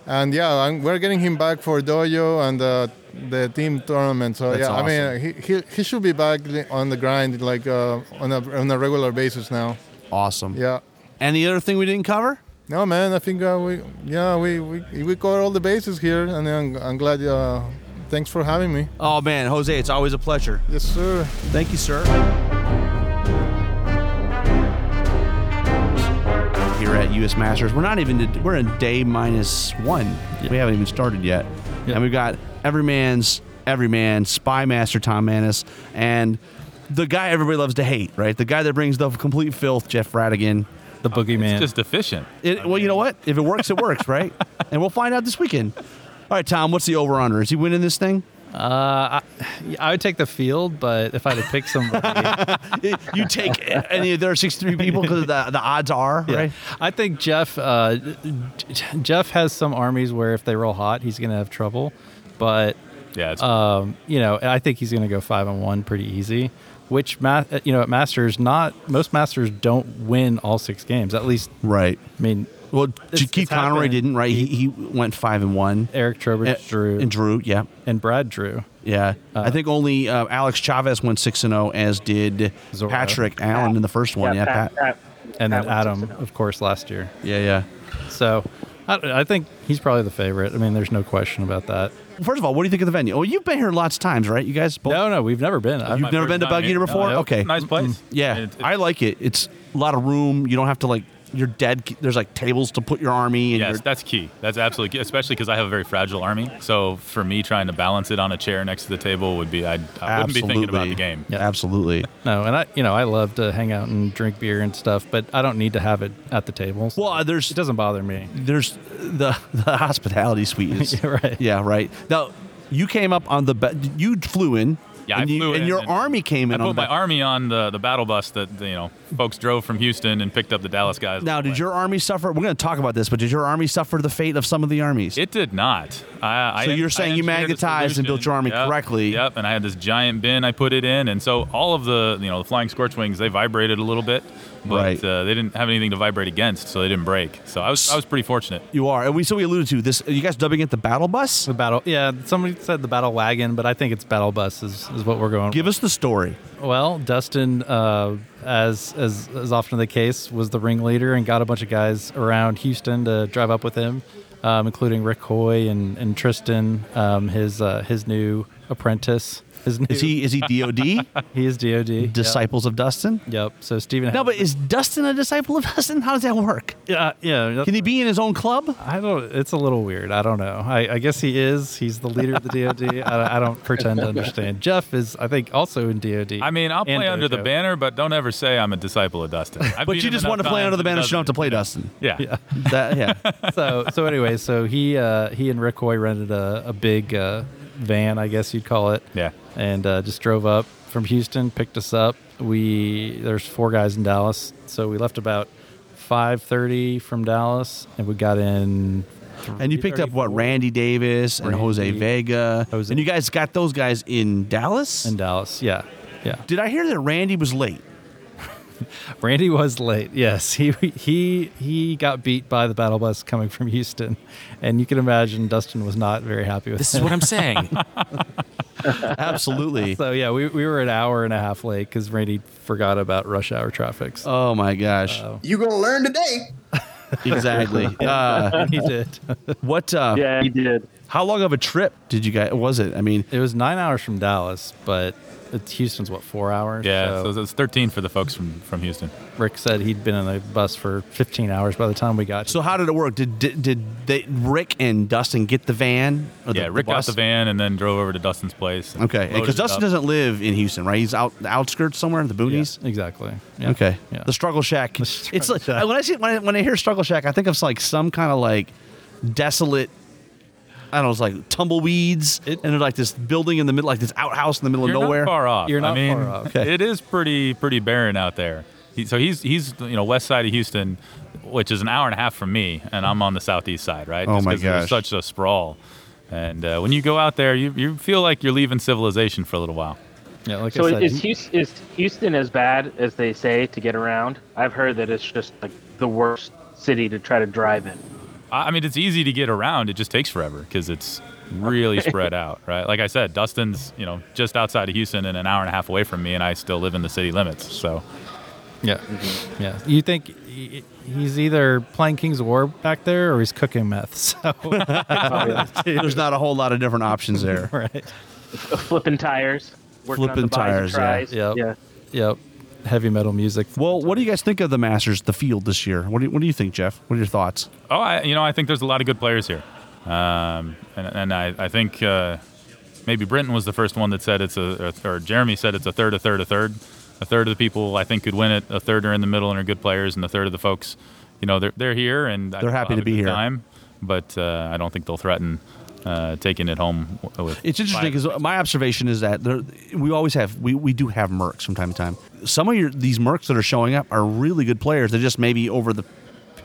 [SPEAKER 3] and yeah, and we're getting him back for dojo and uh, the team tournament. So
[SPEAKER 2] That's
[SPEAKER 3] yeah, I
[SPEAKER 2] awesome.
[SPEAKER 3] mean, he, he he should be back li- on the grind like uh, on a on a regular basis now.
[SPEAKER 2] awesome.
[SPEAKER 3] Yeah.
[SPEAKER 2] And the other thing we didn't cover?
[SPEAKER 3] No, man. I think uh, we yeah we, we we covered all the bases here, and I'm, I'm glad. Uh, thanks for having me.
[SPEAKER 2] Oh man, Jose, it's always a pleasure.
[SPEAKER 3] Yes, sir.
[SPEAKER 2] Thank you, sir. Here at US Masters, we're not even we're in day minus one. We haven't even started yet, and we've got Everyman's Everyman Spy Master Tom Manis and the guy everybody loves to hate, right? The guy that brings the complete filth, Jeff Radigan.
[SPEAKER 4] The boogeyman.
[SPEAKER 5] Just efficient.
[SPEAKER 2] It, well, you know what? If it works, it works, right? And we'll find out this weekend. All right, Tom, what's the over under? Is he winning this thing?
[SPEAKER 4] I would take the field, but if I had to pick somebody,
[SPEAKER 2] you take any of their 63 people because the, the odds are, right?
[SPEAKER 4] I think Jeff. Uh, Jeff has some armies where if they roll hot, he's going to have trouble. But
[SPEAKER 5] Yeah, it's
[SPEAKER 4] um, you know, I think he's going to go five and one pretty easy. Which ma- you know, at Masters, not most Masters don't win all six games. At least,
[SPEAKER 2] Right.
[SPEAKER 4] I mean,
[SPEAKER 2] Well,
[SPEAKER 4] It's-
[SPEAKER 2] Keith
[SPEAKER 4] it's
[SPEAKER 2] Conroy
[SPEAKER 4] happened.
[SPEAKER 2] didn't, right? He, he went 5 and 1.
[SPEAKER 4] Eric Trowbridge
[SPEAKER 2] Eh,
[SPEAKER 4] drew
[SPEAKER 2] And
[SPEAKER 4] and,
[SPEAKER 2] Drew, yeah.
[SPEAKER 4] Brad drew.
[SPEAKER 2] Yeah. I think only uh, Alex Chavez went 6 and 0, as did
[SPEAKER 4] Zorro.
[SPEAKER 2] Patrick Allen in the first one. Yeah, Pat.
[SPEAKER 4] and then
[SPEAKER 6] Pat
[SPEAKER 4] Adam, of course, last year.
[SPEAKER 2] Yeah, yeah.
[SPEAKER 4] So I, I think he's probably the favorite. I mean, there's no question about that.
[SPEAKER 2] First of all, what do you think of the venue? Oh, you've been here lots of times, right? You guys both?
[SPEAKER 4] No, no, we've never been. I've-
[SPEAKER 2] You've
[SPEAKER 5] my
[SPEAKER 2] never
[SPEAKER 5] first
[SPEAKER 2] been to
[SPEAKER 5] time
[SPEAKER 2] Bug
[SPEAKER 5] here.
[SPEAKER 2] Eater before?
[SPEAKER 4] No.
[SPEAKER 2] Okay. Mm-hmm.
[SPEAKER 5] nice place.
[SPEAKER 2] Yeah,
[SPEAKER 5] It- it-
[SPEAKER 2] I like it. It's a lot of room. You don't have to like you're dead. There's like tables to put your army. And
[SPEAKER 5] yes,
[SPEAKER 2] your-
[SPEAKER 5] that's key. That's absolutely key, especially because I have a very fragile army. So for me, trying to balance it on a chair next to the table would be, I'd, I wouldn't be thinking about
[SPEAKER 2] Absolutely.
[SPEAKER 5] the game.
[SPEAKER 4] Yeah.
[SPEAKER 2] Absolutely.
[SPEAKER 4] No, and I, you know, I love to hang out and drink beer and stuff, but I don't need to have it at the table. so
[SPEAKER 2] Well, Mm. uh, there's-
[SPEAKER 4] it doesn't bother me.
[SPEAKER 2] There's the the hospitality suite. Is,
[SPEAKER 4] Yeah, right.
[SPEAKER 2] Yeah, right. Now you came up on the be- you flew in
[SPEAKER 5] Yeah,
[SPEAKER 2] and,
[SPEAKER 5] I
[SPEAKER 2] you-
[SPEAKER 5] flew
[SPEAKER 2] and
[SPEAKER 5] in
[SPEAKER 2] your
[SPEAKER 5] and-
[SPEAKER 2] army came
[SPEAKER 5] I
[SPEAKER 2] in.
[SPEAKER 5] put
[SPEAKER 2] on the
[SPEAKER 5] my
[SPEAKER 2] back.
[SPEAKER 5] army on the, the battle bus that you know folks drove from Houston and picked up the Dallas guys.
[SPEAKER 2] Now, did
[SPEAKER 5] Like,
[SPEAKER 2] your army suffer? We're going to talk about this, but did your army suffer the fate of some of the armies?
[SPEAKER 5] It did not. I, I
[SPEAKER 2] So
[SPEAKER 5] en-
[SPEAKER 2] you're
[SPEAKER 5] I
[SPEAKER 2] saying you
[SPEAKER 5] engineered the
[SPEAKER 2] magnetized and built your army
[SPEAKER 5] solution. Yep,
[SPEAKER 2] correctly.
[SPEAKER 5] Yep. And I had this giant bin I put it in, and so all of the you know the flying scorch wings they vibrated a little bit, but
[SPEAKER 2] Right.
[SPEAKER 5] uh, they didn't have anything to vibrate against, so they didn't break. So I was I was pretty fortunate.
[SPEAKER 2] you are, and we so we alluded to this. Are you guys dubbing it the battle bus?
[SPEAKER 4] The battle, yeah. Somebody said the battle wagon, but I think it's battle bus is, is what we're going.
[SPEAKER 2] Give us the story.
[SPEAKER 4] Well, Dustin, uh, as as as often the case, was the ringleader and got a bunch of guys around Houston to drive up with him, um, including Rick Hoy and and Tristan, um, his uh, his new apprentice. His new,
[SPEAKER 2] Is he is he DOD
[SPEAKER 4] he is DOD
[SPEAKER 2] disciples of Dustin?
[SPEAKER 4] Yep. yep. So Stephen.
[SPEAKER 2] No, but uh, is Dustin a disciple of Dustin? How does that work?
[SPEAKER 4] yeah, yeah.
[SPEAKER 2] Can he be in his own club?
[SPEAKER 4] I don't. It's a little weird. I don't know. I, I guess he is. He's the leader of the DoD. I, I don't pretend to understand. Jeff is, I think, also in DoD.
[SPEAKER 5] I mean, I'll
[SPEAKER 4] and
[SPEAKER 5] play under the
[SPEAKER 4] Dojo.
[SPEAKER 5] banner, but don't ever say I'm a disciple of Dustin. I've
[SPEAKER 2] But
[SPEAKER 5] beat
[SPEAKER 2] you
[SPEAKER 5] him
[SPEAKER 2] just
[SPEAKER 5] enough
[SPEAKER 2] want to play
[SPEAKER 5] times
[SPEAKER 2] under the
[SPEAKER 5] that
[SPEAKER 2] banner, so you don't have to play
[SPEAKER 5] doesn't-
[SPEAKER 2] Dustin.
[SPEAKER 5] Yeah.
[SPEAKER 4] Yeah.
[SPEAKER 2] That, yeah.
[SPEAKER 4] so so anyway, so he uh, he and Rick Hoy rented a, a big uh, van, I guess you'd call it.
[SPEAKER 5] Yeah.
[SPEAKER 4] And uh, just drove up from Houston, picked us up. We there's four guys in Dallas, so we left about five thirty from Dallas, and we got in.
[SPEAKER 2] And you picked up what
[SPEAKER 4] 3:34
[SPEAKER 2] Randy Davis and Jose
[SPEAKER 4] Randy,
[SPEAKER 2] Vega,
[SPEAKER 4] Jose-
[SPEAKER 2] and you guys got those guys in Dallas.
[SPEAKER 4] in Dallas. Yeah, yeah.
[SPEAKER 2] Did I hear that Randy was late?
[SPEAKER 4] Randy was late. Yes, he he he got beat by the battle bus coming from Houston, and you can imagine Dustin was not very happy with.
[SPEAKER 6] This
[SPEAKER 4] that.
[SPEAKER 6] is what I'm saying.
[SPEAKER 2] Absolutely.
[SPEAKER 4] So yeah, we, we were an hour and a half late because Randy forgot about rush hour traffic. So
[SPEAKER 2] Oh my gosh!
[SPEAKER 7] You gonna learn today?
[SPEAKER 2] Exactly. Uh,
[SPEAKER 4] he did.
[SPEAKER 2] what? Uh,
[SPEAKER 8] Yeah, he did.
[SPEAKER 2] How long of a trip did you guys? Was it? I mean,
[SPEAKER 4] It was nine hours from Dallas, but it's Houston's what four hours.
[SPEAKER 5] Yeah,
[SPEAKER 4] So
[SPEAKER 5] so it's 13 for the folks from, from Houston.
[SPEAKER 4] Rick said he'd been in the bus for 15 hours by the time we got.
[SPEAKER 2] so how did it work? Did did, did they, Rick and Dustin get the van? Or the-
[SPEAKER 5] yeah,
[SPEAKER 2] the
[SPEAKER 5] Rick got
[SPEAKER 2] bus?
[SPEAKER 5] the van and then drove over to Dustin's place. and
[SPEAKER 2] Okay,
[SPEAKER 5] loaded
[SPEAKER 2] because
[SPEAKER 5] it
[SPEAKER 2] Dustin
[SPEAKER 5] up.
[SPEAKER 2] doesn't live in Houston, right? He's out the outskirts somewhere in the
[SPEAKER 4] Yeah,
[SPEAKER 2] boonies.
[SPEAKER 4] exactly. Yeah.
[SPEAKER 2] Okay.
[SPEAKER 4] Yeah.
[SPEAKER 2] The struggle shack.
[SPEAKER 4] Struggle
[SPEAKER 2] it's like
[SPEAKER 4] Shack.
[SPEAKER 2] when I see when I, when I hear struggle shack, I think of like some kind of like desolate. I don't know, it's like tumbleweeds,
[SPEAKER 4] It-
[SPEAKER 2] and they're like this building in the middle, like this outhouse in the middle
[SPEAKER 5] You're
[SPEAKER 2] of nowhere.
[SPEAKER 5] Not far off.
[SPEAKER 4] You're
[SPEAKER 5] I
[SPEAKER 4] not
[SPEAKER 5] mean,
[SPEAKER 4] far off.
[SPEAKER 2] Okay.
[SPEAKER 5] It is pretty pretty barren out there. He, so he's he's you know west side of Houston, which is an hour and a half from me, and I'm on the southeast side, right?
[SPEAKER 2] Oh, my
[SPEAKER 5] 'cause
[SPEAKER 2] gosh.
[SPEAKER 5] there's such a sprawl. And uh, when you go out there, you, you feel like you're leaving civilization for a little while.
[SPEAKER 4] Yeah. Like
[SPEAKER 8] So
[SPEAKER 4] I said,
[SPEAKER 8] is Houston, is Houston as bad as they say to get around? I've heard that it's just like the worst city to try to drive in.
[SPEAKER 5] I I mean, it's easy to get around. It just takes forever because it's really spread out, right? Like I said, Dustin's you know just outside of Houston and an hour and a half away from me, and I still live in the city limits. So
[SPEAKER 4] yeah, yeah. You think he- he's either playing King's War back there or he's cooking meth. So
[SPEAKER 2] There's not a whole lot of different options there.
[SPEAKER 4] right.
[SPEAKER 8] Flipping tires. working on
[SPEAKER 2] Flipping
[SPEAKER 8] the
[SPEAKER 2] tires,
[SPEAKER 8] buys and
[SPEAKER 2] yeah.
[SPEAKER 8] tries.
[SPEAKER 4] Yep.
[SPEAKER 8] Yeah.
[SPEAKER 4] Yep. Heavy metal music.
[SPEAKER 2] Well, what do you guys think of the Masters, the field this year? What do you, what do you think, Jeff? What are your thoughts?
[SPEAKER 5] Oh, I, you know, I think there's a lot of good players here, um, and, and I, I think uh, maybe Brinton was the first one that said it's a, or Jeremy said it's a third, a third, a third. A third of the people I think could win it. A third are in the middle and are good players, and a third of the folks, you know, they're they're here and I
[SPEAKER 2] They're
[SPEAKER 5] think
[SPEAKER 2] happy
[SPEAKER 5] they'll
[SPEAKER 2] to be
[SPEAKER 5] have a good
[SPEAKER 2] here.
[SPEAKER 5] Time, but uh, I don't think they'll threaten uh, taking it home. w- With
[SPEAKER 2] It's interesting
[SPEAKER 5] five.
[SPEAKER 2] because my observation is that there, we always have we, we do have mercs from time to time. Some of your these mercs that are showing up are really good players. They're just maybe over the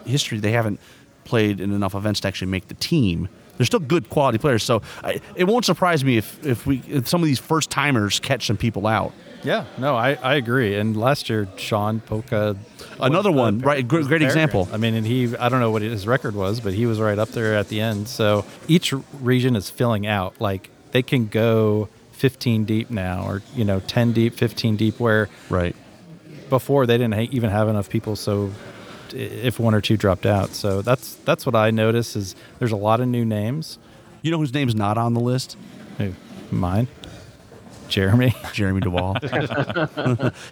[SPEAKER 2] history they haven't played in enough events to actually make the team. They're still good quality players, so I, it won't surprise me if if we if some of these first timers catch some people out.
[SPEAKER 4] Yeah, no, I, I agree. And last year, Sean Polka,
[SPEAKER 2] Another
[SPEAKER 4] was
[SPEAKER 2] one,
[SPEAKER 4] the-
[SPEAKER 2] right, gr-
[SPEAKER 4] was the
[SPEAKER 2] great
[SPEAKER 4] Peregrine.
[SPEAKER 2] example.
[SPEAKER 4] I mean, and he, I don't know what his record was, but he was right up there at the end. So each region is filling out. Like they can go 15 deep now, or you know, 10 deep, 15 deep. Where
[SPEAKER 2] Right.
[SPEAKER 4] before they didn't ha- even have enough people, so i- if one or two dropped out, so that's that's what I notice is there's a lot of new names.
[SPEAKER 2] You know whose name's not on the list?
[SPEAKER 4] Who? Mine, Jeremy.
[SPEAKER 2] Jeremy Duvall.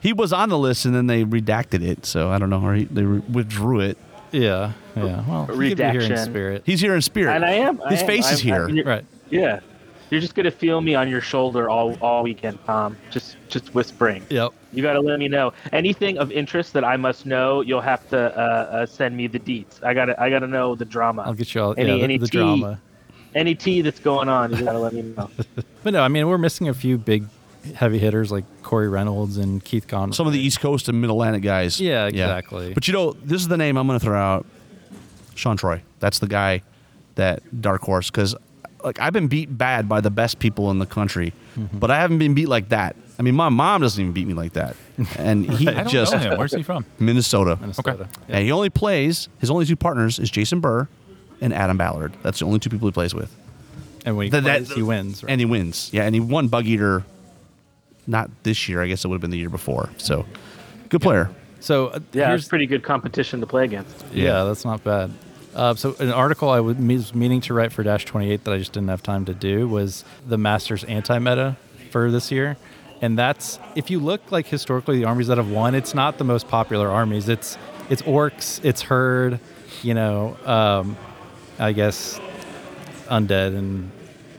[SPEAKER 2] he was on the list, and then they redacted it. So I don't know, or he, they re- withdrew it.
[SPEAKER 4] yeah, yeah. Well, he could be here in
[SPEAKER 8] Redaction.
[SPEAKER 4] spirit.
[SPEAKER 2] He's here in spirit.
[SPEAKER 8] And I am. I
[SPEAKER 2] His
[SPEAKER 8] am.
[SPEAKER 2] face
[SPEAKER 8] I'm-
[SPEAKER 2] is here.
[SPEAKER 8] I'm- you're-
[SPEAKER 4] Right.
[SPEAKER 8] Yeah. You're just gonna feel me on your shoulder all all weekend, Tom. Just just whispering.
[SPEAKER 4] Yep.
[SPEAKER 8] You got to let me know anything of interest that I must know. You'll have to uh, uh, send me the deets. I got to I got to know the drama.
[SPEAKER 4] I'll get you all
[SPEAKER 8] any
[SPEAKER 4] yeah, the-
[SPEAKER 8] any
[SPEAKER 4] the
[SPEAKER 8] tea,
[SPEAKER 4] drama.
[SPEAKER 8] any tea that's going on. You got to let me know.
[SPEAKER 4] But no, I mean we're missing a few big heavy hitters like Corey Reynolds and Keith Conroy.
[SPEAKER 2] Some of the East Coast and Mid Atlantic guys.
[SPEAKER 4] Yeah, exactly.
[SPEAKER 2] But you know, this is the name I'm going to throw out. Sean Troy. That's the guy that dark horse because like I've been beat bad by the best people in the country,
[SPEAKER 5] Mm-hmm.
[SPEAKER 2] but I haven't been beat like that. I mean, my mom doesn't even beat me like that, and he
[SPEAKER 5] I don't
[SPEAKER 2] just
[SPEAKER 5] know him. Where's he from?
[SPEAKER 2] Minnesota.
[SPEAKER 4] Minnesota. Yeah.
[SPEAKER 2] And he only plays. His only two partners is Jason Burr and Adam Ballard. That's the only two people he plays with.
[SPEAKER 4] And when he,
[SPEAKER 2] Th- that-
[SPEAKER 4] plays, he wins. Right?
[SPEAKER 2] And he wins. Yeah, and he won Bug Eater not this year. I guess it would have been the year before. So good player.
[SPEAKER 4] so uh,
[SPEAKER 8] Yeah,
[SPEAKER 4] here's
[SPEAKER 8] it's pretty good competition to play against.
[SPEAKER 4] Yeah, that's not bad. Uh, so, an article I was was meaning to write for Dash 28 that I just didn't have time to do was the Masters anti meta for this year. And that's, if you look like historically, the armies that have won, it's not the most popular armies. It's it's orcs, it's herd, you know, um, I guess undead and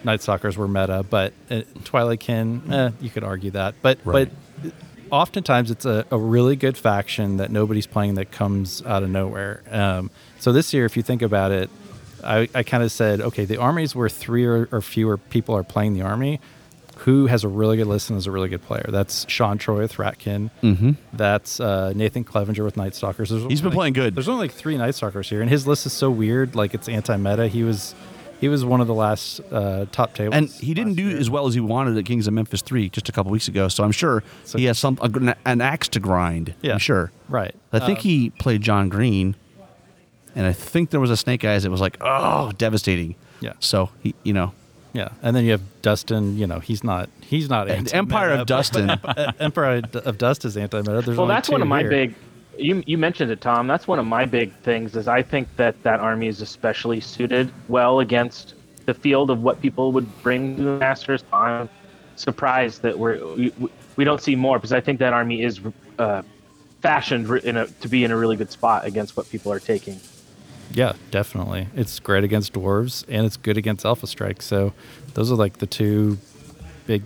[SPEAKER 4] night stalkers were meta, but uh, Twilight Kin, eh, you could argue that. But,
[SPEAKER 2] Right.
[SPEAKER 4] but oftentimes it's a, a really good faction that nobody's playing that comes out of nowhere. Um, so this year, if you think about it, I, I kind of said, okay, the armies where three or, or fewer people are playing the army, who has a really good list and is a really good player? That's Sean Troy with Ratkin. Mm-hmm. That's uh, Nathan Clevenger with Night Stalkers. There's
[SPEAKER 2] He's been
[SPEAKER 4] only-
[SPEAKER 2] playing good.
[SPEAKER 4] There's only like three Night Stalkers here, and his list is so weird. Like it's anti-meta. He was, he was one of the last uh, top tables,
[SPEAKER 2] And he didn't do as well as he wanted at Kings of Memphis 3 just a couple weeks ago. So I'm sure he has some a, gr- an axe to grind.
[SPEAKER 4] Yeah.
[SPEAKER 2] I'm sure.
[SPEAKER 4] right. Uh,
[SPEAKER 2] I think he played John Green, and I think there was a Snake Eyes that was like, oh, devastating.
[SPEAKER 4] Yeah.
[SPEAKER 2] So, he, you know,
[SPEAKER 4] Yeah, and then you have Dustin. You know, he's not. He's not.
[SPEAKER 2] the Empire of Dustin.
[SPEAKER 4] Empire of Dust is anti-meta. There's
[SPEAKER 8] Well,
[SPEAKER 4] only
[SPEAKER 8] that's
[SPEAKER 4] two
[SPEAKER 8] one of my
[SPEAKER 4] here.
[SPEAKER 8] big. You you mentioned it, Tom. That's one of my big things. Is I think that that army is especially suited well against the field of what people would bring to the Masters. I'm surprised that we're we, we- we don't see more because I think that army is uh, fashioned re- in a, to be in a really good spot against what people are taking.
[SPEAKER 4] Yeah, definitely. It's great against dwarves, and it's good against Alpha Strike. So, those are like the two big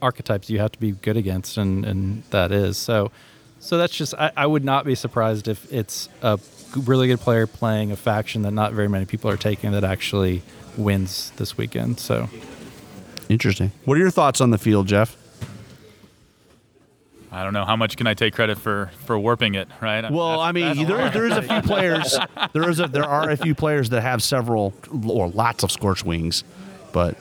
[SPEAKER 4] archetypes you have to be good against, and and that is so. So that's just I, I would not be surprised if it's a g- really good player playing a faction that not very many people are taking that actually wins this weekend. So
[SPEAKER 2] interesting. What are your thoughts on the field, Jeff?
[SPEAKER 5] I don't know. How much can I take credit for for warping it? Right.
[SPEAKER 2] Well, I mean, there, there is a few players. There is a, there are a few players that have several or lots of scorch wings, but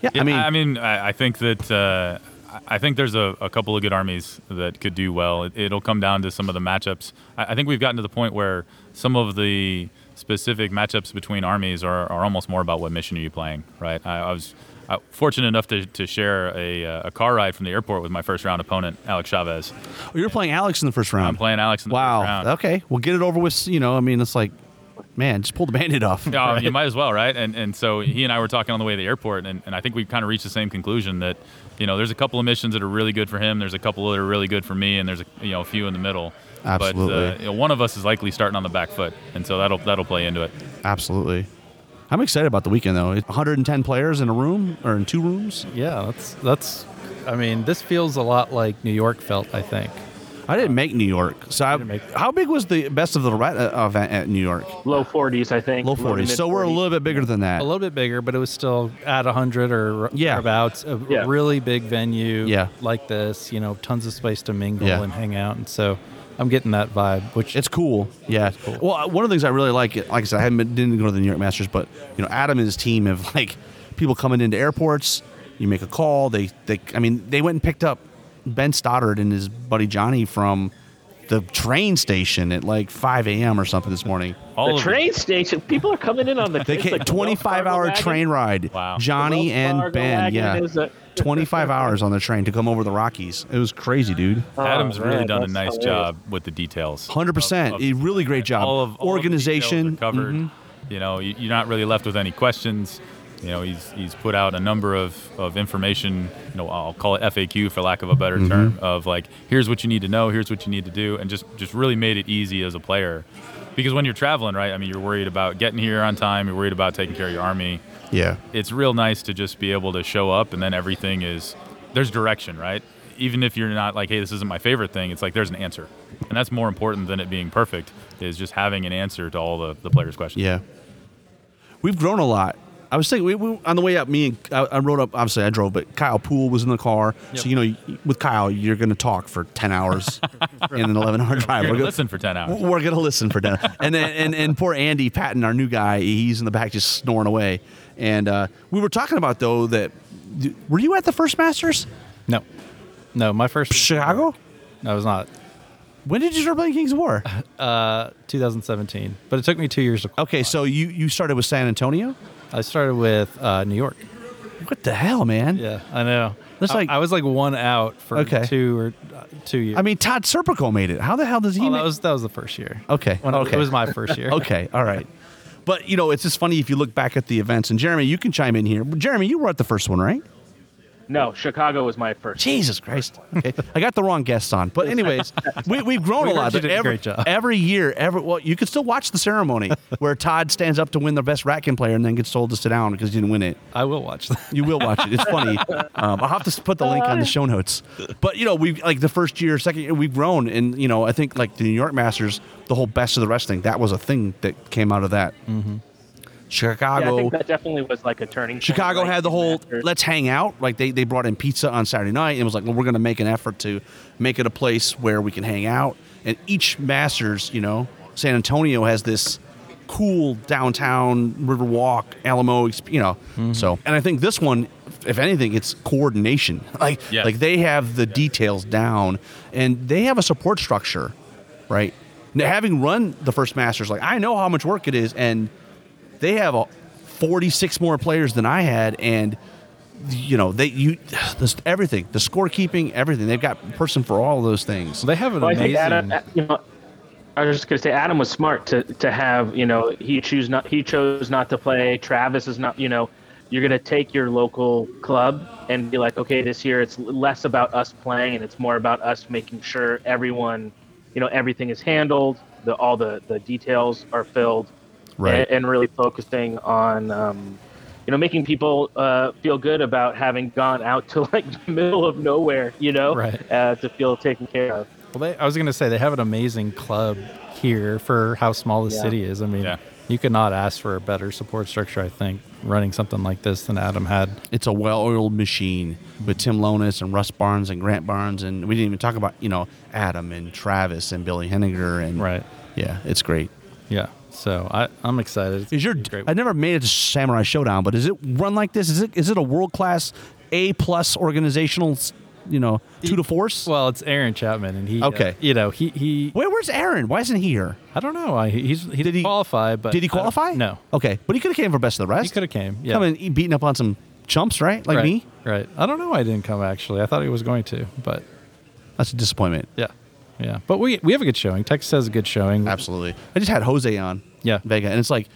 [SPEAKER 2] yeah, I mean,
[SPEAKER 5] I mean, I, I think that uh, I- I think there's a, a couple of good armies that could do well. It, it'll come down to some of the matchups. I, I think we've gotten to the point where some of the specific matchups between armies are, are almost more about what mission are you playing, right? I, I was uh fortunate enough to, to share a, uh, a car ride from the airport with my first round opponent, Alex Chavez.
[SPEAKER 2] you're playing Alex in the first round.
[SPEAKER 5] I'm playing Alex in the
[SPEAKER 2] wow.
[SPEAKER 5] first round.
[SPEAKER 2] Okay. Well, get it over with. You know, I mean, it's like, man, just pull the bandit off.
[SPEAKER 5] Yeah, Um, you might as well, right? And and so he and I were talking on the way to the airport, and, and I think we kind of reached the same conclusion that, you know, there's a couple of missions that are really good for him, there's a couple that are really good for me, and there's a you know a few in the middle. But uh,
[SPEAKER 2] Absolutely.
[SPEAKER 5] you know, one of us is likely starting on the back foot, and so that'll that'll play into it.
[SPEAKER 2] Absolutely. I'm excited about the weekend though. It's 110 players in a room or in two rooms.
[SPEAKER 4] yeah, that's that's. I mean, this feels a lot like New York felt. I think.
[SPEAKER 2] I didn't make New York. So, I,
[SPEAKER 4] make-
[SPEAKER 2] how big was the best of the rat uh, event at New York?
[SPEAKER 8] Low 40s, I think.
[SPEAKER 2] Low
[SPEAKER 8] to
[SPEAKER 2] 40s. So we're a
[SPEAKER 8] mid-40s.
[SPEAKER 2] little bit bigger than that.
[SPEAKER 4] a little bit bigger, but it was still at 100 or
[SPEAKER 2] Yeah.
[SPEAKER 4] about a
[SPEAKER 8] Yeah.
[SPEAKER 4] really big venue
[SPEAKER 2] Yeah.
[SPEAKER 4] like this, you know, tons of space to mingle
[SPEAKER 2] Yeah.
[SPEAKER 4] and hang out. And so I'm getting that vibe, which
[SPEAKER 2] It's cool. Yeah. Well, uh, one of the things I really like, it like I said, I haven't been, didn't go to the New York Masters, but you know, Adam and his team have like people coming into airports. You make a call. They, they, I mean, they went and picked up Ben Stoddard and his buddy Johnny from the train station at like 5 a.m. or something this morning.
[SPEAKER 5] All
[SPEAKER 8] The
[SPEAKER 5] of
[SPEAKER 8] train station. People are coming in on the.
[SPEAKER 2] They
[SPEAKER 8] Oh, it's
[SPEAKER 2] came,
[SPEAKER 8] like the Wells
[SPEAKER 2] 25
[SPEAKER 8] Fargo
[SPEAKER 2] hour
[SPEAKER 8] wagon.
[SPEAKER 2] train ride.
[SPEAKER 5] Wow.
[SPEAKER 2] Johnny
[SPEAKER 8] The Wells
[SPEAKER 2] and
[SPEAKER 8] Fargo
[SPEAKER 2] Ben.
[SPEAKER 8] wagon
[SPEAKER 2] Yeah.
[SPEAKER 8] is a-
[SPEAKER 2] 25 hours on the train to come over the Rockies. It was crazy, dude.
[SPEAKER 8] Oh,
[SPEAKER 5] Adam's really
[SPEAKER 8] man,
[SPEAKER 5] done a
[SPEAKER 8] that's
[SPEAKER 5] nice
[SPEAKER 8] hilarious.
[SPEAKER 5] job with the details.
[SPEAKER 2] 100%.
[SPEAKER 5] Of- of-
[SPEAKER 2] a really great job.
[SPEAKER 5] All of all of the details are
[SPEAKER 2] organization. Mm-hmm.
[SPEAKER 5] covered. You know, you, you're not really left with any questions. You know, he's he's put out a number of, of information. You know, I'll call it FAQ for lack of a better
[SPEAKER 2] Mm-hmm.
[SPEAKER 5] term. Of like, here's what you need to know, here's what you need to do, and just just really made it easy as a player. Because when you're traveling, right? I mean, you're worried about getting here on time. You're worried about taking care of your army
[SPEAKER 2] Mm-hmm. Yeah.
[SPEAKER 5] it's real nice to just be able to show up and then everything is there's direction, right? Even if you're not like, hey, this isn't my favorite thing, it's like there's an answer. And that's more important than it being perfect, is just having an answer to all the, the players' questions.
[SPEAKER 2] Yeah. We've grown a lot I was thinking we, we, on the way up. Me and I, I rode up. Obviously, I drove, but Kyle Poole was in the car.
[SPEAKER 4] Yep.
[SPEAKER 2] So you know, you- with Kyle, you're going to talk for ten hours in an eleven-hour drive.
[SPEAKER 5] You're
[SPEAKER 2] We're
[SPEAKER 5] gonna
[SPEAKER 2] go-
[SPEAKER 5] listen for 10 hours.
[SPEAKER 2] We're gonna listen for ten. and then and and poor Andy Patton, our new guy, he's in the back just snoring away. And uh, we were talking about though that were you at the first Masters,
[SPEAKER 4] No, no, my first
[SPEAKER 2] Chicago?
[SPEAKER 4] No, it was not.
[SPEAKER 2] When did you start playing Kings of War?
[SPEAKER 4] Uh, 2017, but it took me two years to.
[SPEAKER 2] Okay, so you you started with San Antonio.
[SPEAKER 4] I started with uh, New York.
[SPEAKER 2] What the hell, man?
[SPEAKER 4] Yeah, I know.
[SPEAKER 2] That's
[SPEAKER 4] I,
[SPEAKER 2] like-
[SPEAKER 4] I was like one out for
[SPEAKER 2] Okay.
[SPEAKER 4] two or uh, two years.
[SPEAKER 2] I mean, Todd Serpico made it. How the hell does he?
[SPEAKER 4] Oh,
[SPEAKER 2] make
[SPEAKER 4] that was that was the first year.
[SPEAKER 2] Okay,
[SPEAKER 4] When I-
[SPEAKER 2] okay.
[SPEAKER 4] it was my first year.
[SPEAKER 2] Okay, all right. But you know, it's just funny if you look back at the events. And Jeremy, you can chime in here. Jeremy, you were at the first one, right?
[SPEAKER 8] No, Chicago was my first.
[SPEAKER 2] Jesus Christ! Okay, I got the wrong guests on. But anyways, we, we've grown
[SPEAKER 4] We
[SPEAKER 2] a lot.
[SPEAKER 4] heard you did a
[SPEAKER 2] every,
[SPEAKER 4] great job.
[SPEAKER 2] every year, every well, you can still watch the ceremony where Todd stands up to win the best Ratkin player and then gets told to sit down because he didn't win it.
[SPEAKER 4] I will watch that.
[SPEAKER 2] You will watch it. It's funny. Um, I'll have to s- put the link on the show notes. But you know, we like the first year, second year, we've grown, and you know, I think like the New York Masters, the whole best of the rest thing, that was a thing that came out of that. Mm-hmm.
[SPEAKER 8] Yeah, I
[SPEAKER 2] Chicago,
[SPEAKER 8] think that definitely was like a turning. point,
[SPEAKER 2] Chicago
[SPEAKER 8] like,
[SPEAKER 2] had the whole
[SPEAKER 8] after-
[SPEAKER 2] let's hang out. Like they, they brought in pizza on Saturday night and was like, well, we're going to make an effort to make it a place where we can hang out. And each Masters, you know, San Antonio has this cool downtown Riverwalk, Alamo, exp- you know. So, and I think this one, if anything, it's coordination. Like,
[SPEAKER 5] Yes.
[SPEAKER 2] like they have the details down and they have a support structure, right? Now, having run the first Masters, like I know how much work it is and they have a 46 more players than I had, and you know they you this, everything the scorekeeping everything they've got person for all those things.
[SPEAKER 4] They have an
[SPEAKER 8] Well, I think
[SPEAKER 4] amazing.
[SPEAKER 8] Adam, you know, I was just gonna say Adam was smart to to have you know he choose not he chose not to play. Travis is not you know you're gonna take your local club and be like okay this year it's less about us playing and it's more about us making sure everyone you know everything is handled the all the the details are filled and, and really focusing on um, you know making people uh, feel good about having gone out to like the middle of nowhere you know
[SPEAKER 4] Right.
[SPEAKER 8] uh, to feel taken care of
[SPEAKER 4] well, they, I was gonna say they have an amazing club here for how small the
[SPEAKER 8] Yeah.
[SPEAKER 4] city is. I mean,
[SPEAKER 5] Yeah.
[SPEAKER 4] you could not ask for a better support structure. I think running something like this than Adam had.
[SPEAKER 2] It's a well-oiled machine with Tim Lonis and Russ Barnes and Grant Barnes, and we didn't even talk about you know Adam and Travis and Billy Henninger and
[SPEAKER 4] Right.
[SPEAKER 2] Yeah, it's great.
[SPEAKER 4] Yeah. So I I'm excited. It's
[SPEAKER 2] Is your
[SPEAKER 4] gonna be a
[SPEAKER 2] I never made it to Samurai Showdown, but is it run like this? Is it is it a world-class A plus organizational you know two to force?
[SPEAKER 4] Well, it's Aaron Chapman, and he uh,
[SPEAKER 2] Okay.
[SPEAKER 4] you know, he he.
[SPEAKER 2] Where, where's Aaron? Why isn't he here?
[SPEAKER 4] I don't know. I, he's he didn't
[SPEAKER 2] he-
[SPEAKER 4] qualify, but
[SPEAKER 2] Did he
[SPEAKER 4] Uh, I don't-
[SPEAKER 2] qualify?
[SPEAKER 4] No,
[SPEAKER 2] Okay, but he could have came for best of the rest.
[SPEAKER 4] he could have came. Yeah,
[SPEAKER 2] Come in, he beating up on some chumps, right? Like
[SPEAKER 4] right,
[SPEAKER 2] me.
[SPEAKER 4] Right. I don't know. why I didn't come actually. I thought he was going to, but
[SPEAKER 2] That's a disappointment.
[SPEAKER 4] yeah, yeah. But we we have a good showing. Texas has a good showing.
[SPEAKER 2] Absolutely. I just had Jose on.
[SPEAKER 4] Yeah.
[SPEAKER 2] Vega, and it's like,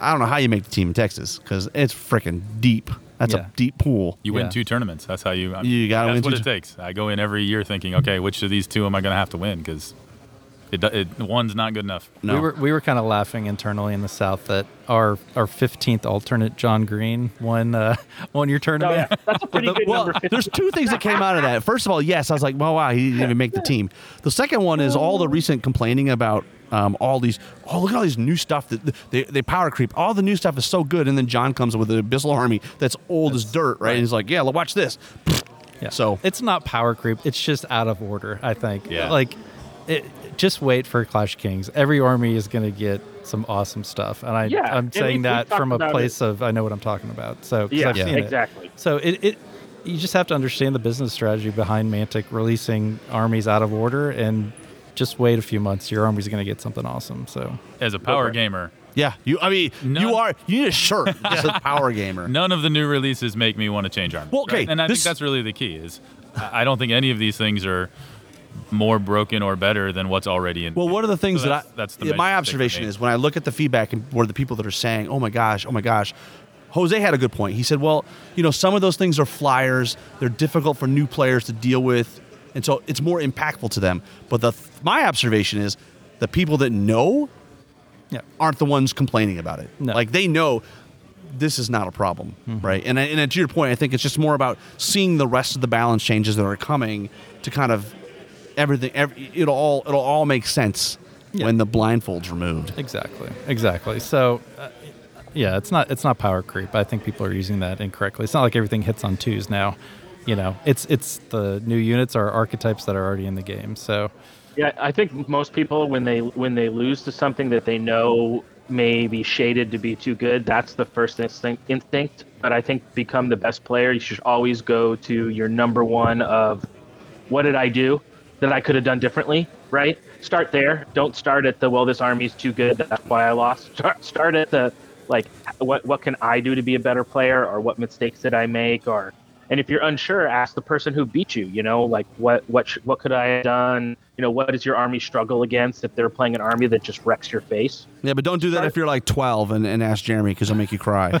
[SPEAKER 2] I don't know how you make the team in Texas because it's freaking deep. That's
[SPEAKER 4] Yeah.
[SPEAKER 2] a deep pool.
[SPEAKER 5] You win
[SPEAKER 4] Yeah.
[SPEAKER 5] two tournaments. That's how you.
[SPEAKER 2] You gotta
[SPEAKER 5] that's
[SPEAKER 2] win
[SPEAKER 5] what
[SPEAKER 2] two
[SPEAKER 5] it
[SPEAKER 2] t-
[SPEAKER 5] takes. I go in every year thinking, okay, which of these two am I going to have to win? Because it, do- it one's not good enough.
[SPEAKER 2] No.
[SPEAKER 4] We were we were kind of laughing internally in the South that our our fifteenth alternate John Green won uh, won your
[SPEAKER 8] Oh,
[SPEAKER 4] tournament.
[SPEAKER 8] yeah. That's a pretty good
[SPEAKER 2] well,
[SPEAKER 8] number. 50.
[SPEAKER 2] there's two things that came out of that. First of all, yes, I was like, well, wow, he didn't even make the team. The second one is all the recent complaining about um, all these, oh, look at all these new stuff that they, they power creep. All the new stuff is so good. And then John comes with an Abyssal Army that's old as dirt, right? And he's like, yeah, look, watch this.
[SPEAKER 4] Yeah.
[SPEAKER 2] So-
[SPEAKER 4] it's not power creep. It's just out of order. I think.
[SPEAKER 5] Yeah.
[SPEAKER 4] Like, it, just wait for Clash of Kings. Every army is going to get some awesome stuff, and I
[SPEAKER 8] Yeah,
[SPEAKER 4] I'm
[SPEAKER 8] and
[SPEAKER 4] saying
[SPEAKER 8] we've-
[SPEAKER 4] that
[SPEAKER 8] we've talked
[SPEAKER 4] from a
[SPEAKER 8] about
[SPEAKER 4] place of I know what I'm talking about. So 'cause
[SPEAKER 8] Yeah,
[SPEAKER 4] I've
[SPEAKER 8] Yeah.
[SPEAKER 4] seen it.
[SPEAKER 8] exactly.
[SPEAKER 4] So it it you just have to understand the business strategy behind Mantic releasing armies out of order and. Just wait a few months. Your army's going to get something awesome. So
[SPEAKER 5] As a power gamer,
[SPEAKER 2] Yeah, you. I mean,
[SPEAKER 5] None-
[SPEAKER 2] you are. You need a shirt. that says power gamer.
[SPEAKER 5] none of the new releases make me want to change armies.
[SPEAKER 2] Well, okay,
[SPEAKER 5] And I
[SPEAKER 2] this-
[SPEAKER 5] think that's really the key. Is I I don't think any of these things are more broken or better than what's already in.
[SPEAKER 2] Well, one of the things
[SPEAKER 5] So
[SPEAKER 2] that I,
[SPEAKER 5] that's- that's the
[SPEAKER 2] yeah,
[SPEAKER 5] measure
[SPEAKER 2] my
[SPEAKER 5] to take for
[SPEAKER 2] observation
[SPEAKER 5] me.
[SPEAKER 2] is when I look at the feedback and where the people that are saying, "Oh my gosh, oh my gosh," Jose had a good point. He said, "Well, you know, some of those things are flyers. They're difficult for new players to deal with, and so it's more impactful to them." But the my observation is the people that know
[SPEAKER 4] yeah,
[SPEAKER 2] aren't the ones complaining about it.
[SPEAKER 4] No.
[SPEAKER 2] Like they know this is not a problem, right? And I- and to your point, I think it's just more about seeing the rest of the balance changes that are coming to kind of everything. Every, it'll all it'll all make sense
[SPEAKER 4] Yeah.
[SPEAKER 2] when the blindfold's removed.
[SPEAKER 4] Exactly. Exactly. So uh, yeah, it's not it's not power creep. I think people are using that incorrectly. It's not like everything hits on twos now. You know, it's it's the new units are archetypes that are already in the game. So
[SPEAKER 8] Yeah, I think most people when they when they lose to something that they know may be shaded to be too good, that's the first instinct. Instinct, but I think become the best player. You should always go to your number one of what did I do that I could have done differently, right? Start there. Don't start at the well. This army's too good. That's why I lost. Start, start at the like what what can I do to be a better player, or what mistakes did I make, or and if you're unsure, ask the person who beat you. You know, like what what sh- what could I have done? You know, what does your army struggle against if they're playing an army that just wrecks your face?
[SPEAKER 2] Yeah, but don't do that if you're like 12 and, and ask Jeremy because he'll make you cry.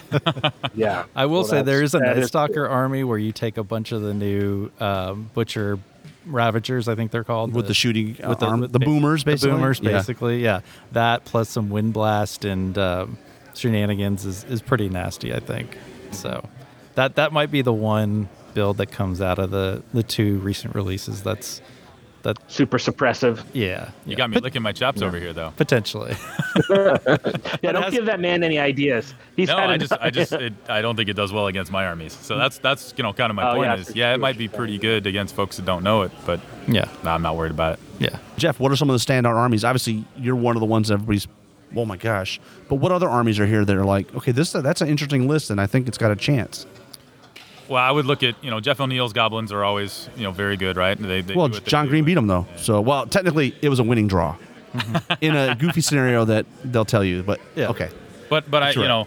[SPEAKER 8] Yeah,
[SPEAKER 4] I will
[SPEAKER 8] Well,
[SPEAKER 4] say there
[SPEAKER 8] that's-
[SPEAKER 4] is a
[SPEAKER 8] that
[SPEAKER 4] Night Stalker army where you take a bunch of the new um, Butcher Ravagers, I think they're called,
[SPEAKER 2] With the shooting, uh, arm- the
[SPEAKER 4] ba-
[SPEAKER 2] boomers, basically?
[SPEAKER 4] The boomers,
[SPEAKER 2] Yeah.
[SPEAKER 4] basically, yeah. That plus some wind blast and um, shenanigans is, is pretty nasty, I think. So that that might be the one build that comes out of the the two recent releases. That's that,
[SPEAKER 8] super suppressive.
[SPEAKER 4] yeah, yeah.
[SPEAKER 5] You got me licking my chops over here, though.
[SPEAKER 4] potentially.
[SPEAKER 8] Yeah, don't
[SPEAKER 4] has-
[SPEAKER 8] give that man any ideas. He's
[SPEAKER 5] No,
[SPEAKER 8] had
[SPEAKER 5] I
[SPEAKER 8] enough.
[SPEAKER 5] just, I just, it, I don't think it does well against my armies. So that's, that's, you know, kind of my
[SPEAKER 8] Oh,
[SPEAKER 5] point
[SPEAKER 8] yeah,
[SPEAKER 5] is,
[SPEAKER 8] for
[SPEAKER 5] yeah, it
[SPEAKER 8] sure,
[SPEAKER 5] might be
[SPEAKER 8] for
[SPEAKER 5] pretty good against folks that don't know it, but
[SPEAKER 4] yeah,
[SPEAKER 5] nah, I'm not worried about it.
[SPEAKER 4] yeah.
[SPEAKER 2] Jeff, what are some of the standout armies? Obviously, you're one of the ones everybody's. Oh my gosh! But what other armies are here that are like, okay, this that's an interesting list, and I think it's got a chance.
[SPEAKER 5] Well, I would look at, you know, Jeff O'Neill's goblins are always, you know, very good, right? They, they
[SPEAKER 2] Well,
[SPEAKER 5] do what they
[SPEAKER 2] John
[SPEAKER 5] do,
[SPEAKER 2] Green
[SPEAKER 5] but-
[SPEAKER 2] beat him though, so well, technically it was a winning draw in a goofy scenario that they'll tell you. But
[SPEAKER 4] Yeah.
[SPEAKER 2] okay,
[SPEAKER 5] But but I
[SPEAKER 2] right.
[SPEAKER 5] you know,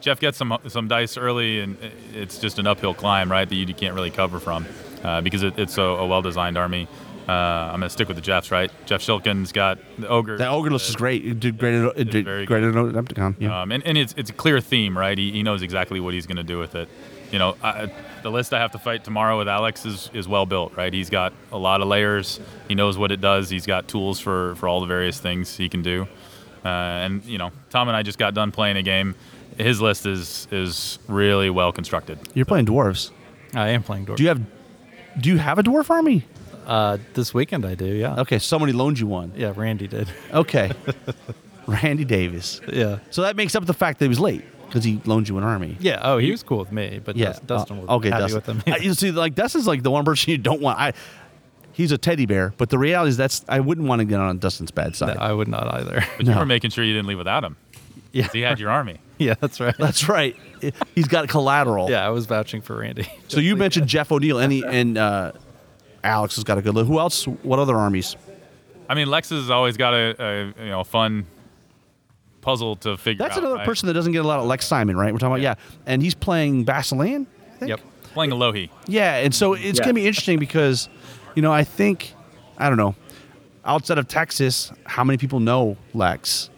[SPEAKER 5] Jeff gets some some dice early, and i- it's just an uphill climb, right? That you can't really cover from uh, because it, it's a, a well designed army. Uh, I'm gonna stick with the Jeffs, right? Jeff Shilkin's got the ogre.
[SPEAKER 2] that ogre list is great. It did great. It, did
[SPEAKER 5] very
[SPEAKER 2] great at Adepticon. Yeah.
[SPEAKER 5] Um, and, and it's it's a clear theme, right? He, he knows exactly what he's going to do with it. You know, I, the list I have to fight tomorrow with Alex is, is well built, right? He's got a lot of layers. He knows what it does. He's got tools for, for all the various things he can do. Uh, and you know, Tom and I just got done playing a game. His list is is really well constructed.
[SPEAKER 2] You're playing dwarves.
[SPEAKER 4] I am playing Dwarf.
[SPEAKER 2] Do you have Do you have a dwarf army?
[SPEAKER 4] uh, this weekend I do, yeah.
[SPEAKER 2] Okay, somebody loaned you one.
[SPEAKER 4] Yeah, Randy did.
[SPEAKER 2] Okay, Randy Davis.
[SPEAKER 4] yeah.
[SPEAKER 2] So that makes up the fact that he was late because he loaned you an army.
[SPEAKER 4] Yeah. Oh, he was cool with me, but
[SPEAKER 2] Yeah.
[SPEAKER 4] Dust- Dustin was
[SPEAKER 2] Uh, okay,
[SPEAKER 4] happy
[SPEAKER 2] Dustin.
[SPEAKER 4] with him.
[SPEAKER 2] I- you see, like Dustin's like the one person you don't want. I, he's a teddy bear, but the reality is that's I wouldn't want to get on Dustin's bad
[SPEAKER 4] No,
[SPEAKER 2] side.
[SPEAKER 4] I would not either.
[SPEAKER 5] But you
[SPEAKER 2] No.
[SPEAKER 5] were making sure you didn't leave without him. 'cause
[SPEAKER 4] yeah.
[SPEAKER 5] He had your army.
[SPEAKER 4] Yeah, that's right.
[SPEAKER 2] that's right. I- He's got collateral.
[SPEAKER 4] Yeah, I was vouching for Randy.
[SPEAKER 2] So you mentioned Jeff O'Neill, and he, and uh, Alex has got a good look. Who else? What other armies?
[SPEAKER 5] I mean, Lex has always got a, a you know fun puzzle to figure
[SPEAKER 2] That's
[SPEAKER 5] out.
[SPEAKER 2] another
[SPEAKER 5] right?
[SPEAKER 2] person that doesn't get a lot of Lex Simon, right? We're talking about yeah, and he's playing Basilan. I think?
[SPEAKER 4] Yep.
[SPEAKER 5] playing a Lohi.
[SPEAKER 2] Yeah, and so it's
[SPEAKER 8] Yeah.
[SPEAKER 2] going to be interesting because, you know, I think, I don't know, outside of Texas, how many people know Lex?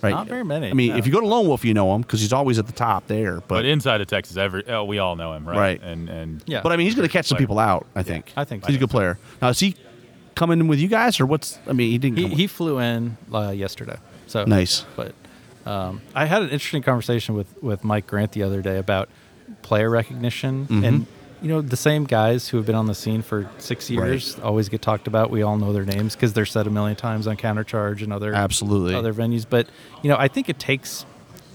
[SPEAKER 2] Right?
[SPEAKER 4] Not very many,
[SPEAKER 2] I mean,
[SPEAKER 4] no.
[SPEAKER 2] if you go to Lone Wolf, you know him because he's always at the top there. But
[SPEAKER 5] But
[SPEAKER 2] but,
[SPEAKER 5] inside of Texas, every oh, we all know him, right?
[SPEAKER 2] Right.
[SPEAKER 5] And and
[SPEAKER 4] Yeah.
[SPEAKER 2] I mean, he's going to catch some
[SPEAKER 5] Player.
[SPEAKER 2] people out. I think.
[SPEAKER 4] I think
[SPEAKER 2] he's
[SPEAKER 4] so.
[SPEAKER 2] a good player. Now is he coming in with you guys or what's? I mean, he didn't.
[SPEAKER 4] he,
[SPEAKER 2] come
[SPEAKER 4] he flew in uh, yesterday. So
[SPEAKER 2] Nice.
[SPEAKER 4] But um, I had an interesting conversation with with Mike Grant the other day about player recognition
[SPEAKER 2] Mm-hmm.
[SPEAKER 4] and. You know, the same guys who have been on the scene for six years always get talked about. We all know their names because they're said a million times on Countercharge and other
[SPEAKER 2] Absolutely.
[SPEAKER 4] other venues. But you know, I think it takes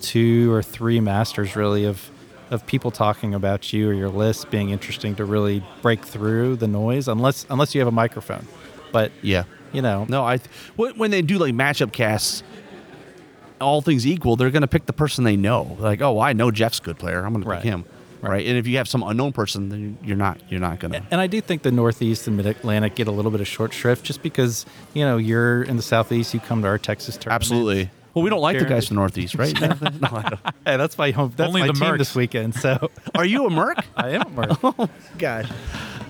[SPEAKER 4] two or three masters really of of people talking about you or your list being interesting to really break through the noise, unless unless you have a microphone. But
[SPEAKER 2] yeah.
[SPEAKER 4] you know,
[SPEAKER 2] No, I. Th- when when they do like matchup casts, all things equal, they're going to pick the person they know. Like, oh, I know Jeff's a good player. I'm going to
[SPEAKER 4] Right.
[SPEAKER 2] pick him. Right.
[SPEAKER 4] Right.
[SPEAKER 2] And if you have some unknown person, then you're not. You're not going to.
[SPEAKER 4] And I do think the Northeast and Mid Atlantic get a little bit of short shrift just because, you know, you're in the Southeast, you come to our Texas tournament.
[SPEAKER 2] Absolutely. Well, we don't like the
[SPEAKER 4] Jeremy.
[SPEAKER 2] guys from the Northeast, right? No, I don't.
[SPEAKER 4] Hey, that's my home. That's
[SPEAKER 5] Only
[SPEAKER 4] my
[SPEAKER 5] the
[SPEAKER 4] team
[SPEAKER 5] Mercs.
[SPEAKER 4] this weekend. So
[SPEAKER 2] Are you a Merc?
[SPEAKER 4] I am a Merc.
[SPEAKER 2] Gosh.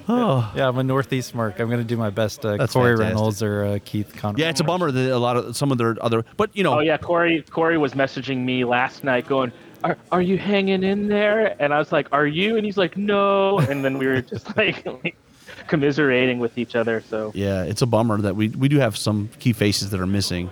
[SPEAKER 4] Oh. yeah, I'm a Northeast Merc. I'm going to do my best. Uh,
[SPEAKER 2] That's
[SPEAKER 4] Corey
[SPEAKER 2] fantastic.
[SPEAKER 4] Reynolds or uh, Keith Conrad.
[SPEAKER 2] Yeah, it's a bummer that a lot of some of their other, but you know,
[SPEAKER 8] Oh yeah, Corey. Corey was messaging me last night, going, "Are are you hanging in there?" And I was like, "Are you?" And he's like, "No." And then we were just like, commiserating with each other. So
[SPEAKER 2] yeah, it's a bummer that we we do have some key faces that are missing.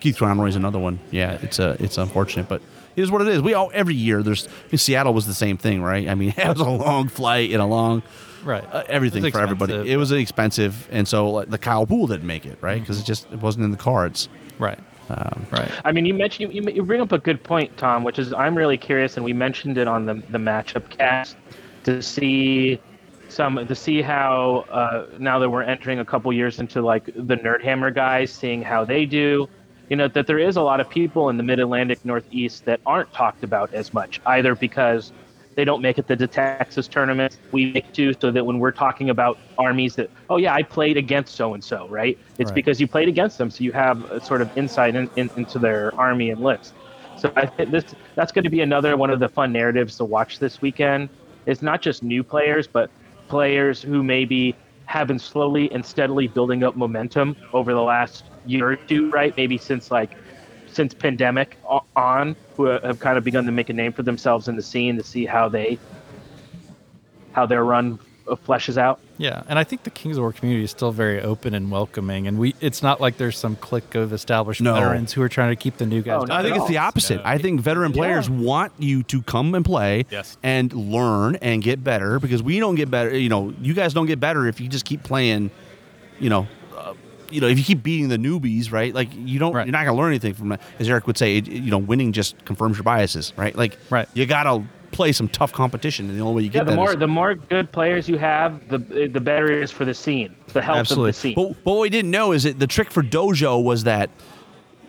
[SPEAKER 2] Keith Conroy is another one. Yeah, it's a it's unfortunate, but it is what it is. We all every year there's Seattle was the same thing, right? I mean, it was a long flight and a long
[SPEAKER 4] Right.
[SPEAKER 2] uh, everything
[SPEAKER 4] It's
[SPEAKER 2] for everybody.
[SPEAKER 4] expensive.
[SPEAKER 2] It was expensive, and so like, the Kyle Pool didn't make it, right? Because it just it wasn't in the cards.
[SPEAKER 4] Right.
[SPEAKER 2] Um,
[SPEAKER 4] Right.
[SPEAKER 8] I mean, you mentioned you, you bring up a good point, Tom, which is I'm really curious, and we mentioned it on the the matchup cast to see some to see how uh, now that we're entering a couple years into like the Nerd Hammer guys, seeing how they do. You know that there is a lot of people in the Mid Atlantic Northeast that aren't talked about as much either because they don't make it to the Texas tournaments we make too, so that when we're talking about armies that oh yeah I played against so and so right it's
[SPEAKER 4] Right.
[SPEAKER 8] because you played against them so you have a sort of insight in, in, into their army and list so I think this that's going to be another one of the fun narratives to watch this weekend it's not just new players but players who maybe have been slowly and steadily building up momentum over the last year or two right maybe since like since pandemic o- on who have kind of begun to make a name for themselves in the scene to see how they how their run uh, fleshes out
[SPEAKER 4] Yeah, and I think the Kings of War community is still very open and welcoming, and we—it's not like there's some clique of established
[SPEAKER 2] No.
[SPEAKER 4] veterans who are trying to keep the new guys.
[SPEAKER 8] Oh, no.
[SPEAKER 4] down.
[SPEAKER 2] I think
[SPEAKER 8] at
[SPEAKER 2] it's the
[SPEAKER 8] all.
[SPEAKER 2] opposite. I think veteran players want you to come and play
[SPEAKER 5] Yes.
[SPEAKER 2] and learn and get better because we don't get better. You know, you guys don't get better if you just keep playing. You know, uh, you know if you keep beating the newbies, right? Like you don't,
[SPEAKER 4] Right.
[SPEAKER 2] you're not gonna learn anything from that. As Eric would say, it, you know, winning just confirms your biases, right? Like,
[SPEAKER 4] Right.
[SPEAKER 2] You gotta play some tough competition, and the only way you
[SPEAKER 8] yeah,
[SPEAKER 2] get that
[SPEAKER 8] the
[SPEAKER 2] is
[SPEAKER 8] more the more good players you have the the better it is for the scene the health of the scene
[SPEAKER 2] But, but what we didn't know is that the trick for Dojo was that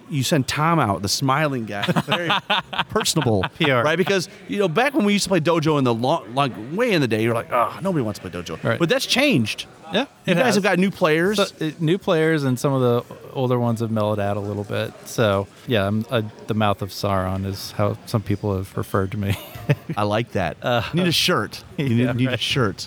[SPEAKER 2] you send Tom out, the smiling guy, very personable,
[SPEAKER 4] PR.
[SPEAKER 2] right? Because you know, back when we used to play Dojo in the long, like way in the day, you're like, oh, nobody wants to play Dojo,
[SPEAKER 4] Right.
[SPEAKER 2] but that's changed.
[SPEAKER 4] yeah,
[SPEAKER 2] You
[SPEAKER 4] it
[SPEAKER 2] guys
[SPEAKER 4] has.
[SPEAKER 2] have got new players.
[SPEAKER 4] So, uh, new players, and some of the older ones have mellowed out a little bit. So yeah, I'm, uh, the mouth of Sauron is how some people have referred to me.
[SPEAKER 2] I like that. you need a shirt. You need,
[SPEAKER 4] Uh, yeah,
[SPEAKER 2] need a shirt.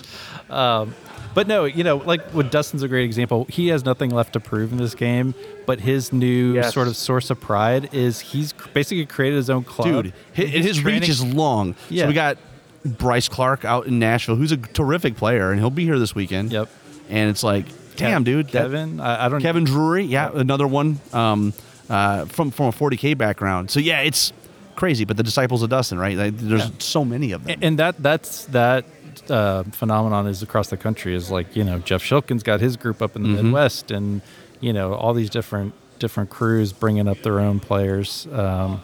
[SPEAKER 4] But no, you know, like with Dustin's a great example. He has nothing left to prove in this game, but his new
[SPEAKER 8] Yes.
[SPEAKER 4] sort of source of pride is he's cr- basically created his own club.
[SPEAKER 2] Dude, his,
[SPEAKER 4] He's
[SPEAKER 2] his reach
[SPEAKER 4] training-
[SPEAKER 2] is long. So
[SPEAKER 4] Yeah.
[SPEAKER 2] we got Bryce Clark out in Nashville, who's a terrific player, and he'll be here this weekend.
[SPEAKER 4] Yep.
[SPEAKER 2] And it's like, damn, dude, that-
[SPEAKER 4] Kevin. I, I don't.
[SPEAKER 2] Kevin Drury, yeah, another one um, uh, from from a 40k background. So yeah, it's crazy. But the disciples of Dustin, right? Like, there's
[SPEAKER 4] Yeah.
[SPEAKER 2] so many of them.
[SPEAKER 4] and that that's that uh, phenomenon is across the country is like you know jeff shilkin's got his group up in the
[SPEAKER 2] Mm-hmm.
[SPEAKER 4] midwest and you know all these different different crews bringing up their own players um,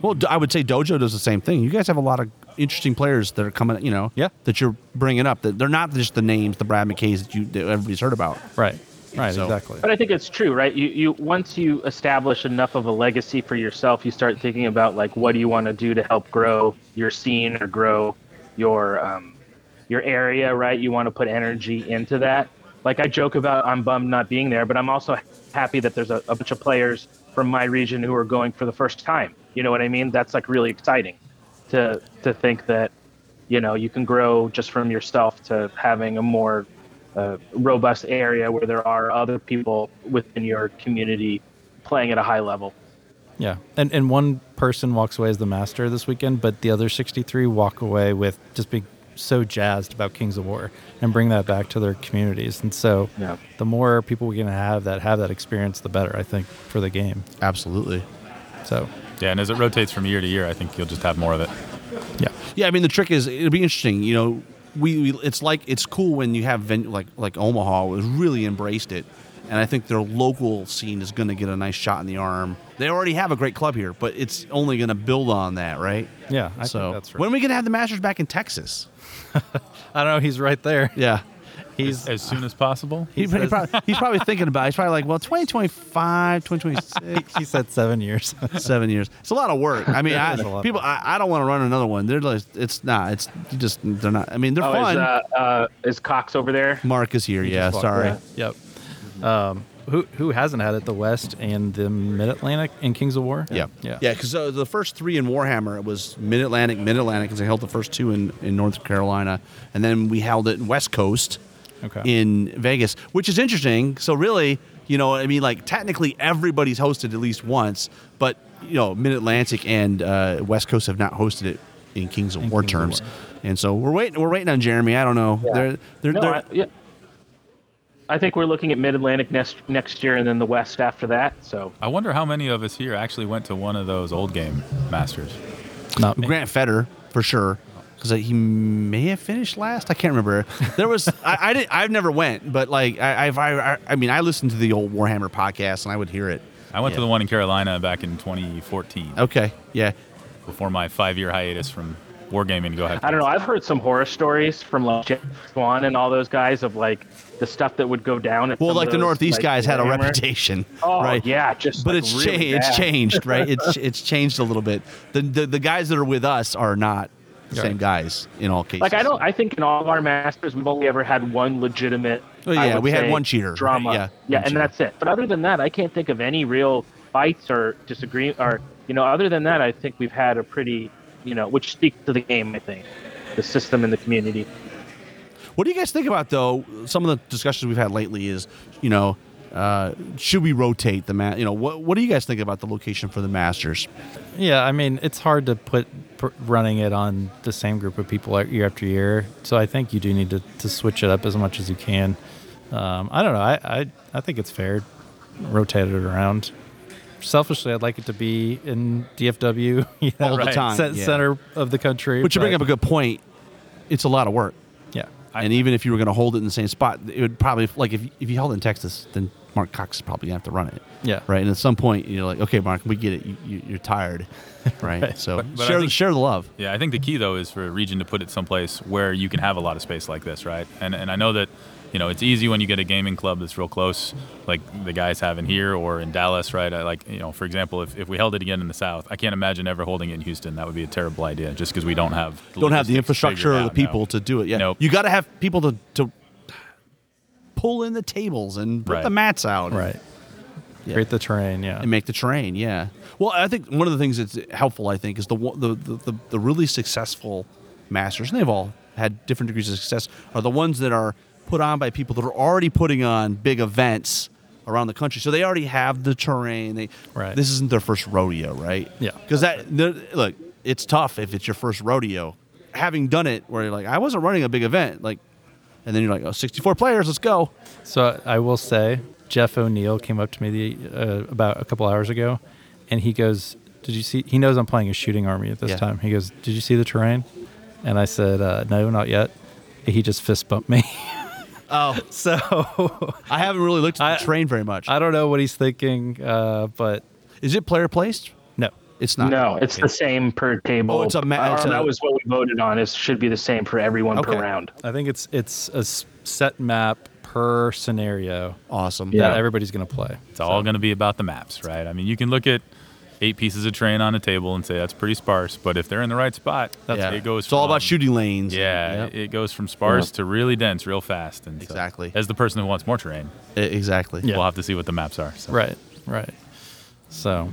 [SPEAKER 2] well, d- I would say Dojo does the same thing. You guys have a lot of interesting players that are coming. You know,
[SPEAKER 4] Yeah.
[SPEAKER 2] that you're bringing up. That they're not just the names, the Brad McKays that you that everybody's heard about.
[SPEAKER 4] right right
[SPEAKER 2] So-
[SPEAKER 4] exactly
[SPEAKER 8] But I think it's true, right? You you once you establish enough of a legacy for yourself, you start thinking about like what do you want to do to help grow your scene or grow your um, your area, right? You want to put energy into that. Like I joke about I'm bummed not being there, but I'm also happy that there's a, a bunch of players from my region who are going for the first time. You know what I mean? That's like really exciting to to think that you know you can grow just from yourself to having a more uh, robust area where there are other people within your community playing at a high level.
[SPEAKER 4] yeah and and one person walks away as the master this weekend but the other 63 walk away with just being so jazzed about kings of war and bring that back to their communities and so
[SPEAKER 8] Yeah.
[SPEAKER 4] the more people we can have that have that experience the better i think for the game
[SPEAKER 2] Absolutely.
[SPEAKER 4] so
[SPEAKER 5] Yeah, and as it rotates from year to year, I think you'll just have more of it.
[SPEAKER 4] yeah
[SPEAKER 2] Yeah, I mean the trick is it'll be interesting. You know, we, we it's like it's cool when you have ven- like like Omaha has really embraced it, and I think their local scene is going to get a nice shot in the arm. They already have a great club here, but it's only going to build on that, right?
[SPEAKER 4] yeah i
[SPEAKER 2] so
[SPEAKER 4] think that's right
[SPEAKER 2] when are we going to have the Masters back in Texas?
[SPEAKER 4] i don't know he's right there
[SPEAKER 2] Yeah.
[SPEAKER 4] He's
[SPEAKER 5] As soon as possible.
[SPEAKER 2] He, he probably, he's probably thinking about it. He's probably like, well, 2025, 2026,
[SPEAKER 4] he said seven years.
[SPEAKER 2] seven years. It's a lot of work. I mean, I,
[SPEAKER 4] is a lot of
[SPEAKER 2] people, I, I don't want to run another one. They're like, it's not, it's you just, they're not, I mean, they're
[SPEAKER 8] Oh,
[SPEAKER 2] fun.
[SPEAKER 8] is, uh, uh, is Cox over there?
[SPEAKER 2] Mark is here. Yeah,
[SPEAKER 4] Fuck,
[SPEAKER 2] sorry.
[SPEAKER 4] yeah. Yep. Um, who who hasn't had it? The West and the Mid Atlantic in Kings of War.
[SPEAKER 2] Yeah,
[SPEAKER 4] yeah,
[SPEAKER 2] yeah. Because uh, the first three in Warhammer it was Mid Atlantic, Mid Atlantic, because they held the first two in, in North Carolina, and then we held it in West Coast,
[SPEAKER 4] Okay.
[SPEAKER 2] in Vegas, which is interesting. So really, you know, I mean, like technically everybody's hosted at least once, but you know, Mid Atlantic and uh, West Coast have not hosted it in Kings of
[SPEAKER 4] In
[SPEAKER 2] War
[SPEAKER 4] Kings of
[SPEAKER 2] terms,
[SPEAKER 4] War.
[SPEAKER 2] and so we're waiting. We're waiting on Jeremy. I don't know. They're they're,
[SPEAKER 8] No,
[SPEAKER 2] they're
[SPEAKER 8] I, yeah. I think we're looking at Mid Atlantic next next year, and then the West after that. So
[SPEAKER 5] I wonder how many of us here actually went to one of those old game masters.
[SPEAKER 4] Not me.
[SPEAKER 2] Grant Fetter for sure because he may have finished last. I can't remember. There was I, I didn't. I've never went, but like I, I've I, I mean I listened to the old Warhammer podcast and I would hear it,
[SPEAKER 5] I went to
[SPEAKER 2] Yeah. Oh.
[SPEAKER 5] the one in Carolina back in 2014
[SPEAKER 2] Okay. Yeah.
[SPEAKER 5] before my five-year hiatus from wargaming to go have.
[SPEAKER 8] I don't know. I've heard some horror stories from like Jeff Swan and all those guys of like the stuff that would go down. At
[SPEAKER 2] Well,
[SPEAKER 8] some of
[SPEAKER 2] like the
[SPEAKER 8] those,
[SPEAKER 2] Northeast
[SPEAKER 8] like,
[SPEAKER 2] guys had a
[SPEAKER 8] Warhammer.
[SPEAKER 2] reputation,
[SPEAKER 8] Oh
[SPEAKER 2] right?
[SPEAKER 8] yeah, just
[SPEAKER 2] But
[SPEAKER 8] like,
[SPEAKER 2] it's
[SPEAKER 8] really
[SPEAKER 2] cha- it's
[SPEAKER 8] bad.
[SPEAKER 2] changed, right? It's it's changed a little bit. The the, the guys that are with us are not the same guys in all cases.
[SPEAKER 8] Like I don't. I think in all of our masters, we've only ever had one legitimate.
[SPEAKER 2] Oh,
[SPEAKER 8] I
[SPEAKER 2] yeah,
[SPEAKER 8] would
[SPEAKER 2] we had
[SPEAKER 8] say,
[SPEAKER 2] one cheater, right?
[SPEAKER 8] Drama.
[SPEAKER 2] Yeah,
[SPEAKER 8] yeah,
[SPEAKER 2] one
[SPEAKER 8] and
[SPEAKER 2] cheater.
[SPEAKER 8] that's it. But other than that, I can't think of any real fights or disagree or you know. Other than that, I think we've had a pretty you know, which speaks to the game. I think the system and the community.
[SPEAKER 2] What do you guys think about though? Some of the discussions we've had lately is, you know, uh, should we rotate the ma You know, what what do you guys think about the location for the Masters?
[SPEAKER 4] Yeah, I mean, it's hard to put pr- running it on the same group of people like, year after year. So I think you do need to, to switch it up as much as you can. Um, I don't know. I, I, I think it's fair. Rotate it around. Selfishly, I'd like it to be in DFW, you know,
[SPEAKER 2] All the
[SPEAKER 5] Right.
[SPEAKER 2] time,
[SPEAKER 4] cen-
[SPEAKER 2] yeah.
[SPEAKER 4] center of the country.
[SPEAKER 2] But you bring up
[SPEAKER 4] but-
[SPEAKER 2] a good point. It's a lot of work,
[SPEAKER 4] yeah.
[SPEAKER 2] and even if you were going to hold it in the same spot, it would probably like if if you held it in Texas, then Mark Cox is probably going to have to run it.
[SPEAKER 4] Yeah.
[SPEAKER 2] Right. And at some point, you're like, okay, Mark, we get it. You, you, you're tired, right? So
[SPEAKER 5] But- but I
[SPEAKER 2] share
[SPEAKER 5] think-
[SPEAKER 2] share the love.
[SPEAKER 5] Yeah, I think the key though is for a region to put it someplace where you can have a lot of space like this, right? And and I know that you know it's easy when you get a gaming club that's real close, like the guys have in here or in Dallas, right? I, like you know, for example, if, if we held it again in the South, I can't imagine ever holding it in Houston. That would be a terrible idea, just because we don't have
[SPEAKER 2] Don't have the
[SPEAKER 5] logistics
[SPEAKER 2] infrastructure or
[SPEAKER 5] figured
[SPEAKER 2] the
[SPEAKER 5] out, no.
[SPEAKER 2] people to do it. Yeah.
[SPEAKER 5] Nope.
[SPEAKER 2] You got to have people to to pull in the tables and put
[SPEAKER 5] Right.
[SPEAKER 2] the mats out.
[SPEAKER 4] Right. Create the terrain. Yeah.
[SPEAKER 2] and make the train. Yeah. Well, I think one of the things that's helpful, I think, is the one- the the, the, the really successful masters, and they've all had different degrees of success, are the ones that are put on by people that are already putting on big events around the country. So they already have the terrain. They
[SPEAKER 4] Right.
[SPEAKER 2] This isn't their first rodeo, right?
[SPEAKER 4] Yeah.
[SPEAKER 2] Because that the- look, it's tough if it's your first rodeo. Having done it, where you're like, I wasn't running a big event, like, and then you're like, oh, 64 players, let's go.
[SPEAKER 4] So I will say, Jeff O'Neill came up to me the, uh, about a couple hours ago, and he goes, "Did you see?" He knows I'm playing a shooting army at this
[SPEAKER 2] Yeah.
[SPEAKER 4] time. He goes, "Did you see the terrain?" And I said, uh, "No, not yet." He just fist bumped me.
[SPEAKER 2] Oh,
[SPEAKER 4] so
[SPEAKER 2] I haven't really looked at the
[SPEAKER 4] I-
[SPEAKER 2] train very much.
[SPEAKER 4] I don't know what he's thinking, uh, but
[SPEAKER 2] Is it player placed?
[SPEAKER 4] no.
[SPEAKER 2] It's not.
[SPEAKER 8] no, it's the same per table.
[SPEAKER 2] Uh, Oh, it's a ma- it's
[SPEAKER 8] Um,
[SPEAKER 2] a-
[SPEAKER 8] that was what we voted on. It should be the same for everyone
[SPEAKER 2] Okay.
[SPEAKER 8] per round.
[SPEAKER 4] I think it's it's a s- set map per scenario
[SPEAKER 2] Awesome.
[SPEAKER 4] that
[SPEAKER 8] Yeah.
[SPEAKER 4] everybody's going to play.
[SPEAKER 5] It's all going to be about the maps, right? I mean, you can look at eight pieces of terrain on a table and say that's pretty sparse, but if they're in the right spot,
[SPEAKER 2] yeah.
[SPEAKER 5] it goes.
[SPEAKER 2] It's all about
[SPEAKER 5] from-
[SPEAKER 2] shooting lanes.
[SPEAKER 5] Yeah,
[SPEAKER 2] Yep.
[SPEAKER 5] it- it goes from sparse to really dense, real fast. And so,
[SPEAKER 2] Exactly.
[SPEAKER 5] as the person who wants more terrain,
[SPEAKER 2] E- exactly.
[SPEAKER 4] Yeah.
[SPEAKER 5] we'll have to see what the maps are. So.
[SPEAKER 4] Right, right. So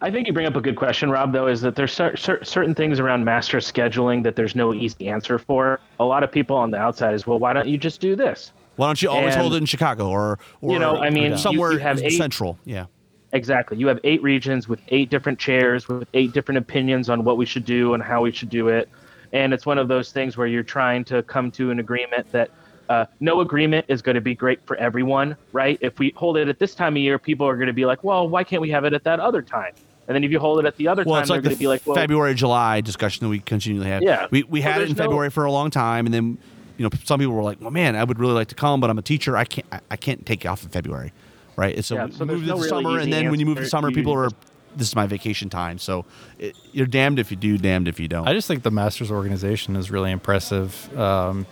[SPEAKER 8] I think you bring up a good question, Rob. Though, is that there's cer- cer- certain things around master scheduling that there's no easy answer for. A lot of people on the outside is, well, why don't you just do this?
[SPEAKER 2] Why don't you always
[SPEAKER 8] And-
[SPEAKER 2] hold it in Chicago or, or
[SPEAKER 8] You know, I mean, you-
[SPEAKER 2] somewhere
[SPEAKER 8] you have eight-
[SPEAKER 2] central? Yeah.
[SPEAKER 8] Exactly. You have eight regions with eight different chairs with eight different opinions on what we should do and how we should do it. And it's one of those things where you're trying to come to an agreement that uh, no agreement is going to be great for everyone, right? If we hold it at this time of year, people are going to be like, well, why can't we have it at that other time? And then if you hold it at the other
[SPEAKER 2] Well,
[SPEAKER 8] time,
[SPEAKER 2] it's
[SPEAKER 8] they're
[SPEAKER 2] like the
[SPEAKER 8] going to be like, well,
[SPEAKER 2] February July discussion that we continually have.
[SPEAKER 8] Yeah.
[SPEAKER 2] We we
[SPEAKER 8] So
[SPEAKER 2] had it in
[SPEAKER 8] there's no-
[SPEAKER 2] February for a long time, and then you know some people were like, "Well, man, I would really like to come, but I'm a teacher. I can't I, I can't take off in February, right?" And so
[SPEAKER 8] Yeah,
[SPEAKER 2] we
[SPEAKER 8] so
[SPEAKER 2] moved
[SPEAKER 8] there's
[SPEAKER 2] it to
[SPEAKER 8] no really
[SPEAKER 2] summer, and
[SPEAKER 8] easy
[SPEAKER 2] then when you move to
[SPEAKER 8] answer.
[SPEAKER 2] summer,
[SPEAKER 8] You
[SPEAKER 2] people are
[SPEAKER 8] just-
[SPEAKER 2] this is my vacation time, so it, you're damned if you do, damned if you don't.
[SPEAKER 4] I just think the Masters organization is really impressive. Um,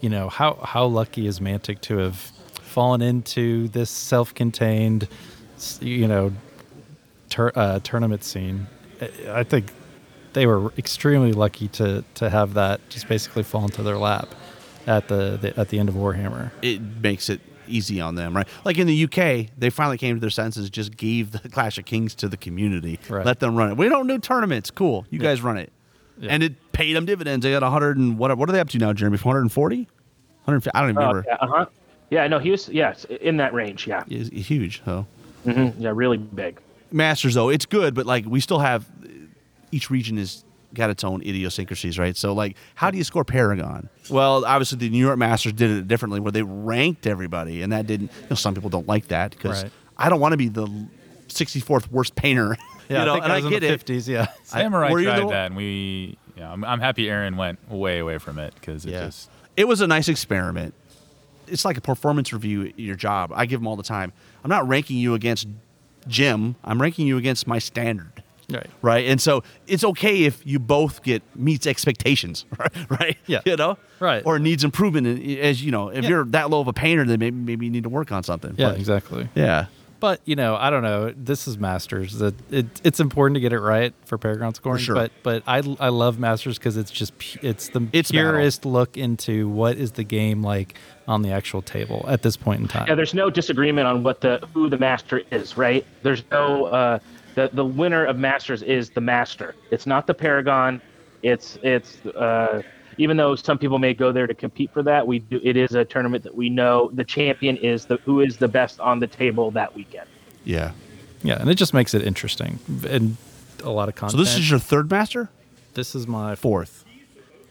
[SPEAKER 4] you know how how lucky is Mantic to have fallen into this self-contained, s- you know, tur- uh, tournament scene. I- I think they were extremely lucky to to have that just basically fall into their lap at the, the at the end of Warhammer.
[SPEAKER 2] it makes it easy on them, right? Like in the UK, they finally came to their senses, just gave the Clash of Kings to the community,
[SPEAKER 4] Right.
[SPEAKER 2] let them run it. We don't do tournaments, cool. You guys run it,
[SPEAKER 4] Yeah.
[SPEAKER 2] and it paid them dividends. They got 100 and what? What are they up to now, Jeremy? 440, 150? I don't even
[SPEAKER 8] Oh,
[SPEAKER 2] remember.
[SPEAKER 8] yeah, uh-huh. Yeah, no, he was, yes, in that range. Yeah.
[SPEAKER 2] It's huge, though.
[SPEAKER 8] Yeah, really big.
[SPEAKER 2] Masters though, it's good, but like we still have each region is got its own idiosyncrasies, right? So like how do you score Paragon? Well, obviously the New York Masters did it differently where they ranked everybody and that didn't you know some people don't like that because
[SPEAKER 4] Right.
[SPEAKER 2] I don't want to be the 64th worst painter. you know,
[SPEAKER 4] I think
[SPEAKER 2] and
[SPEAKER 4] I
[SPEAKER 2] I
[SPEAKER 4] was
[SPEAKER 2] get
[SPEAKER 4] in the
[SPEAKER 2] it.
[SPEAKER 4] 50s. Yeah,
[SPEAKER 5] Samurai
[SPEAKER 2] were you
[SPEAKER 5] tried
[SPEAKER 2] the-
[SPEAKER 5] that, and we. Yeah, I'm, I'm happy Aaron went way away from it because it
[SPEAKER 2] Yeah.
[SPEAKER 5] just.
[SPEAKER 2] It was a nice experiment. It's like a performance review at your job. I give them all the time. I'm not ranking you against Jim, I'm ranking you against my standard.
[SPEAKER 4] Right.
[SPEAKER 2] Right. And so it's okay if you both get meets expectations, right? right?
[SPEAKER 4] Yeah.
[SPEAKER 2] You know?
[SPEAKER 4] Right.
[SPEAKER 2] Or needs improvement in- as you know, if
[SPEAKER 4] Yeah.
[SPEAKER 2] you're that low of a painter, then maybe, maybe you need to work on something.
[SPEAKER 4] Yeah,
[SPEAKER 2] But-
[SPEAKER 4] exactly.
[SPEAKER 2] Yeah.
[SPEAKER 4] But you know, I don't know. This is Masters. That it, it's important to get it right for Paragon scoring.
[SPEAKER 2] sure.
[SPEAKER 4] But but I I love Masters because it's just pu- it's the
[SPEAKER 2] It's battle.
[SPEAKER 4] purest look into what is the game like on the actual table at this point in time.
[SPEAKER 8] Yeah, there's no disagreement on what the who the master is, right? There's no uh, the the winner of masters is the master. It's not the paragon. It's it's uh, even though some people may go there to compete for that, we do. It is a tournament that we know the champion is the who is the best on the table that weekend.
[SPEAKER 2] Yeah.
[SPEAKER 4] Yeah, and it just makes it interesting and a lot of
[SPEAKER 2] So
[SPEAKER 4] content.
[SPEAKER 2] this is your third master?
[SPEAKER 4] this is my four.
[SPEAKER 2] Fourth.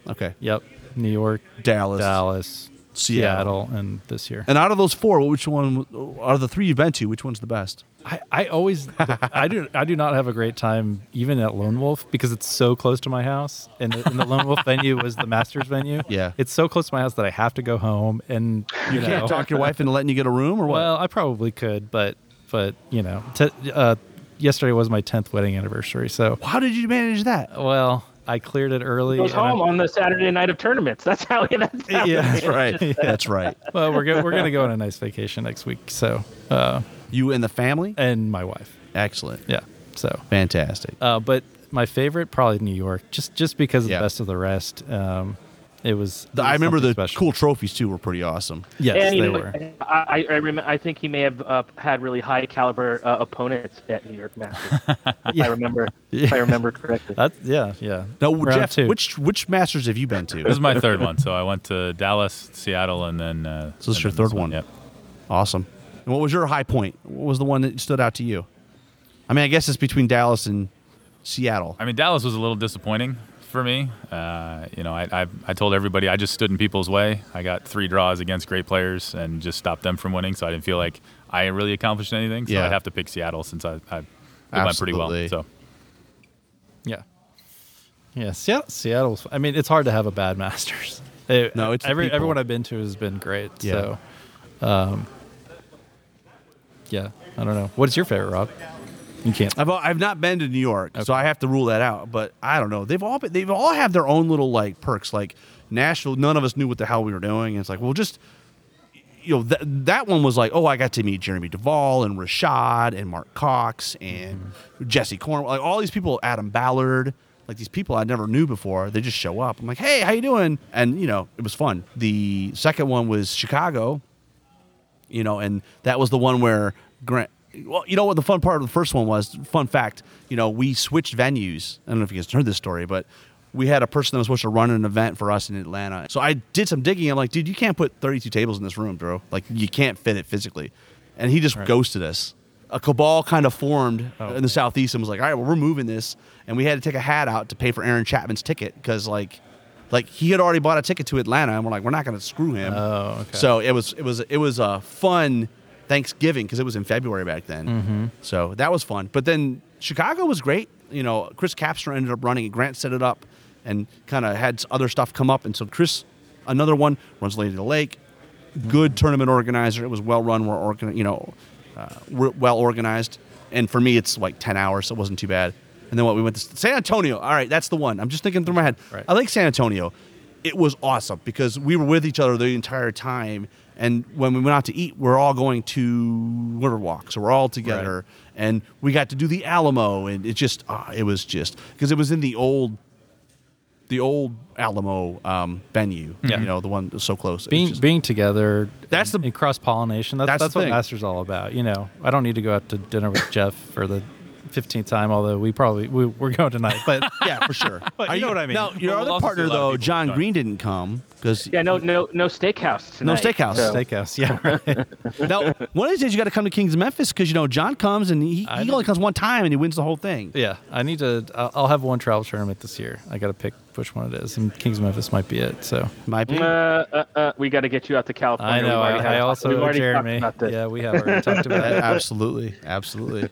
[SPEAKER 2] Okay.
[SPEAKER 4] Yep, New York,
[SPEAKER 2] Dallas.
[SPEAKER 4] Dallas,
[SPEAKER 2] Seattle.
[SPEAKER 4] Seattle, and this year.
[SPEAKER 2] And out of those four, which one out of the three you've been to, which one's the best?
[SPEAKER 4] I, I always I do I do not have a great time even at Lone Wolf because it's so close to my house and the, and the Lone Wolf venue was the Masters venue.
[SPEAKER 2] Yeah.
[SPEAKER 4] it's so close to my house that I have to go home and you, know,
[SPEAKER 2] Can't talk your wife into letting you get a room or what?
[SPEAKER 4] Well, I probably could, but but you know, t- uh, yesterday was my tenth wedding anniversary, so
[SPEAKER 2] How did you manage that?
[SPEAKER 4] well I cleared it early.
[SPEAKER 8] Goes
[SPEAKER 4] and I'm-
[SPEAKER 8] home on the Saturday night of tournaments. That's how. That's how
[SPEAKER 2] Yeah, that's right. That's right.
[SPEAKER 4] well, we're go- we're gonna go on a nice vacation next week. So uh,
[SPEAKER 2] You and the family?
[SPEAKER 4] and my wife,
[SPEAKER 2] Excellent.
[SPEAKER 4] yeah. So
[SPEAKER 2] Fantastic.
[SPEAKER 4] Uh, but my favorite, probably New York, just just because of
[SPEAKER 2] Yeah.
[SPEAKER 4] the best of the rest. Um, it was. it
[SPEAKER 2] The- I
[SPEAKER 4] was
[SPEAKER 2] remember
[SPEAKER 4] something
[SPEAKER 2] the
[SPEAKER 4] special.
[SPEAKER 2] cool trophies too were pretty awesome.
[SPEAKER 4] Yes,
[SPEAKER 8] and you
[SPEAKER 4] they
[SPEAKER 8] know,
[SPEAKER 4] were.
[SPEAKER 8] I I, rem- I think he may have uh, had really high caliber uh, opponents at New York Masters. if I
[SPEAKER 4] Yeah. Uh,
[SPEAKER 8] remember, if I remember correctly.
[SPEAKER 4] That, yeah, yeah.
[SPEAKER 2] Now,
[SPEAKER 4] Round
[SPEAKER 2] Jeff,
[SPEAKER 4] two.
[SPEAKER 2] which which masters have you been
[SPEAKER 5] This
[SPEAKER 2] to?
[SPEAKER 5] is my third one. So I went to Dallas, Seattle, and then. Uh,
[SPEAKER 2] So this is
[SPEAKER 5] and
[SPEAKER 2] your
[SPEAKER 5] then
[SPEAKER 2] third one.
[SPEAKER 5] Yep.
[SPEAKER 2] awesome. And what was your high point? What was the one that stood out to you? I mean, I guess it's between Dallas and Seattle.
[SPEAKER 5] I mean, Dallas was a little disappointing for me. Uh, you know, I, I, I told everybody I just stood in people's way. I got three draws against great players and just stopped them from winning. So I didn't feel like I really accomplished anything. So
[SPEAKER 2] Yeah.
[SPEAKER 5] I'd have to pick Seattle since I, I it went pretty well.
[SPEAKER 2] Absolutely.
[SPEAKER 5] So
[SPEAKER 4] yeah, yeah. Seattle, Seattle's. I mean, it's hard to have a bad Masters. It-
[SPEAKER 2] No, it's the
[SPEAKER 4] every,
[SPEAKER 2] people.
[SPEAKER 4] everyone I've been to has been great.
[SPEAKER 2] Yeah.
[SPEAKER 4] So, um, yeah. I don't know. What's your favorite, Rob? You can't.
[SPEAKER 2] I've I've not been to New York, so I have to rule that out. But I don't know. They've all been, they've all have their own little like perks. Like Nashville, none of us knew what the hell we were doing. And it's like, well, just you know that that one was like, oh, I got to meet Jeremy Duvall and Rashad and Mark Cox and Jesse Cornwell, like all these people, Adam Ballard, like these people I never knew before. They just show up. I'm like, hey, how you doing? And you know, it was fun. The second one was Chicago, you know, and that was the one where Grant. Well, you know what the fun part of the first one was? Fun fact, you know, we switched venues. I don't know if you guys heard this story, but we had a person that was supposed to run an event for us in Atlanta. So I did some digging. I'm like, dude, you can't put 32 tables in this room, bro. Like, you can't fit it physically. And he just ghosted us. A cabal kind of formed in the southeast and was like, all right, well, we're moving this. And we had to take a hat out to pay for Aaron Chapman's ticket because, like, like he had already bought a ticket to Atlanta, and we're like, we're not going to screw him.
[SPEAKER 4] Oh, okay.
[SPEAKER 2] So it was it was it was a fun Thanksgiving because it was in February back then.
[SPEAKER 4] Mm-hmm.
[SPEAKER 2] So that was fun. But then Chicago was great. You know, Chris Capster ended up running, and Grant set it up, and kind of had other stuff come up. And so Chris, another one, runs Lady of the Lake. Good tournament organizer. It was well run. We're organ, you know, uh, we're well organized. And for me, it's like ten hours, so it wasn't too bad. And then what we went to San Antonio. All right, that's the one. I'm just thinking through my head.
[SPEAKER 4] Right.
[SPEAKER 2] I like San Antonio it was awesome because we were with each other the entire time. And when we went out to eat, we're all going to Riverwalk, so we're all together. And we got to do the Alamo, and it just ah, it was just because it was in the old, the old Alamo um, venue.
[SPEAKER 4] Yeah.
[SPEAKER 2] you know the one that was so close. It was
[SPEAKER 4] being
[SPEAKER 2] just-
[SPEAKER 4] being together
[SPEAKER 2] That's the-
[SPEAKER 4] cross pollination that's,
[SPEAKER 2] that's the
[SPEAKER 4] that's, what
[SPEAKER 2] thing.
[SPEAKER 4] masters all about you know i don't need to go out to dinner with jeff for the 15th time although we probably we, we're going tonight but
[SPEAKER 2] yeah, for sure.
[SPEAKER 4] But
[SPEAKER 2] Are
[SPEAKER 4] you know what I mean.
[SPEAKER 2] Now your
[SPEAKER 5] We'll
[SPEAKER 2] other
[SPEAKER 5] also see a
[SPEAKER 2] partner
[SPEAKER 5] lot of
[SPEAKER 2] though,
[SPEAKER 5] people
[SPEAKER 2] John
[SPEAKER 5] done.
[SPEAKER 2] Green, didn't come because
[SPEAKER 8] Yeah, no, no, no steakhouse.
[SPEAKER 2] No
[SPEAKER 8] Tonight,
[SPEAKER 2] steakhouse.
[SPEAKER 8] so-
[SPEAKER 4] steakhouse yeah right.
[SPEAKER 2] now one of these days you got to come to Kings of Memphis because you know John comes and he,
[SPEAKER 4] I
[SPEAKER 2] he
[SPEAKER 4] know.
[SPEAKER 2] only comes one time and he wins the whole thing.
[SPEAKER 4] yeah i need to I'll, I'll have one travel tournament this year i gotta pick which one it is and kings of memphis might be it so
[SPEAKER 2] My opinion.
[SPEAKER 8] Uh, uh, uh, we got to get you out to California.
[SPEAKER 4] i know
[SPEAKER 8] We've
[SPEAKER 4] i,
[SPEAKER 8] already had-
[SPEAKER 4] I
[SPEAKER 8] we've
[SPEAKER 4] also owe
[SPEAKER 8] already talked
[SPEAKER 4] jeremy
[SPEAKER 8] about this.
[SPEAKER 4] yeah we have already talked about it
[SPEAKER 2] absolutely, absolutely.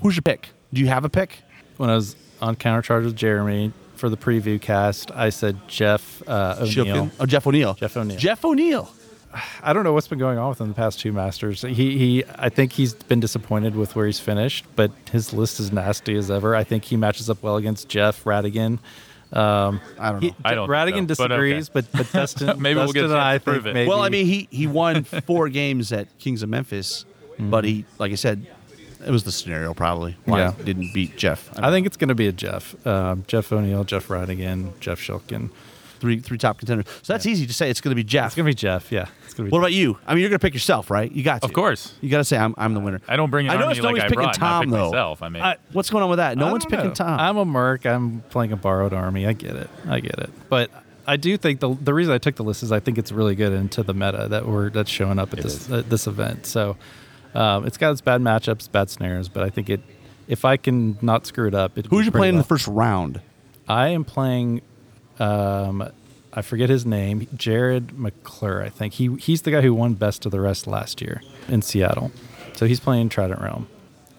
[SPEAKER 2] Who's your pick? Do you have a pick?
[SPEAKER 4] when i was on countercharge with jeremy for the preview cast i said jeff uh, o'neill
[SPEAKER 2] Oh, Jeff O'Neill.
[SPEAKER 4] Jeff O'Neal.
[SPEAKER 2] Jeff O'Neill.
[SPEAKER 4] I don't know what's been going on with him the past two Masters. He, he, I think he's been disappointed with where he's finished, but his list is nasty as ever. I think he matches up well against Jeff Radigan. Um,
[SPEAKER 2] I don't know.
[SPEAKER 4] he-
[SPEAKER 5] I don't
[SPEAKER 4] Radigan
[SPEAKER 5] think so, but okay.
[SPEAKER 4] disagrees, but, but, Dustin,
[SPEAKER 5] Maybe we'll
[SPEAKER 4] Dustin
[SPEAKER 5] get a
[SPEAKER 4] and
[SPEAKER 5] chance
[SPEAKER 4] I
[SPEAKER 5] to
[SPEAKER 4] think
[SPEAKER 5] prove it.
[SPEAKER 4] maybe.
[SPEAKER 2] Well, I mean, he he won four games at Kings of Memphis,
[SPEAKER 4] Mm-hmm.
[SPEAKER 2] but he, like I said, it was the scenario probably why
[SPEAKER 4] Yeah.
[SPEAKER 2] he didn't beat Jeff. I
[SPEAKER 4] I think it's going to be a Jeff, um, Jeff O'Neill, Jeff Radigan, Jeff Shilkin.
[SPEAKER 2] three three top contenders. So that's easy to say. It's going to be Jeff.
[SPEAKER 4] It's going to be Jeff. Yeah, it's going to be.
[SPEAKER 2] what about you? I mean, you're going to pick yourself, right? You got to.
[SPEAKER 5] Of course.
[SPEAKER 2] You got to say I'm I'm the winner.
[SPEAKER 5] I don't bring an
[SPEAKER 2] I
[SPEAKER 5] army
[SPEAKER 2] noticed
[SPEAKER 5] like
[SPEAKER 2] nobody's
[SPEAKER 5] I
[SPEAKER 2] picking
[SPEAKER 5] brought. and I
[SPEAKER 2] Tom
[SPEAKER 5] pick
[SPEAKER 2] though.
[SPEAKER 5] myself. I mean,
[SPEAKER 4] I-
[SPEAKER 2] What's going on with that? No
[SPEAKER 4] I
[SPEAKER 2] one's
[SPEAKER 4] don't
[SPEAKER 2] picking
[SPEAKER 4] know.
[SPEAKER 2] Tom.
[SPEAKER 4] I'm a merc. I'm playing a borrowed army. I get it. I get it. But I do think the the reason I took the list is I think it's really good into the meta that we're that's showing up at this uh, this event. So um, it's got its bad matchups, bad snares, but I think it. If I can not screw it up, it
[SPEAKER 2] Who's you playing in the first round?
[SPEAKER 4] I am playing. Um, I forget his name. Jared McClure, I think he he's the guy who won Best of the Rest last year in Seattle. So he's playing Trident Realm.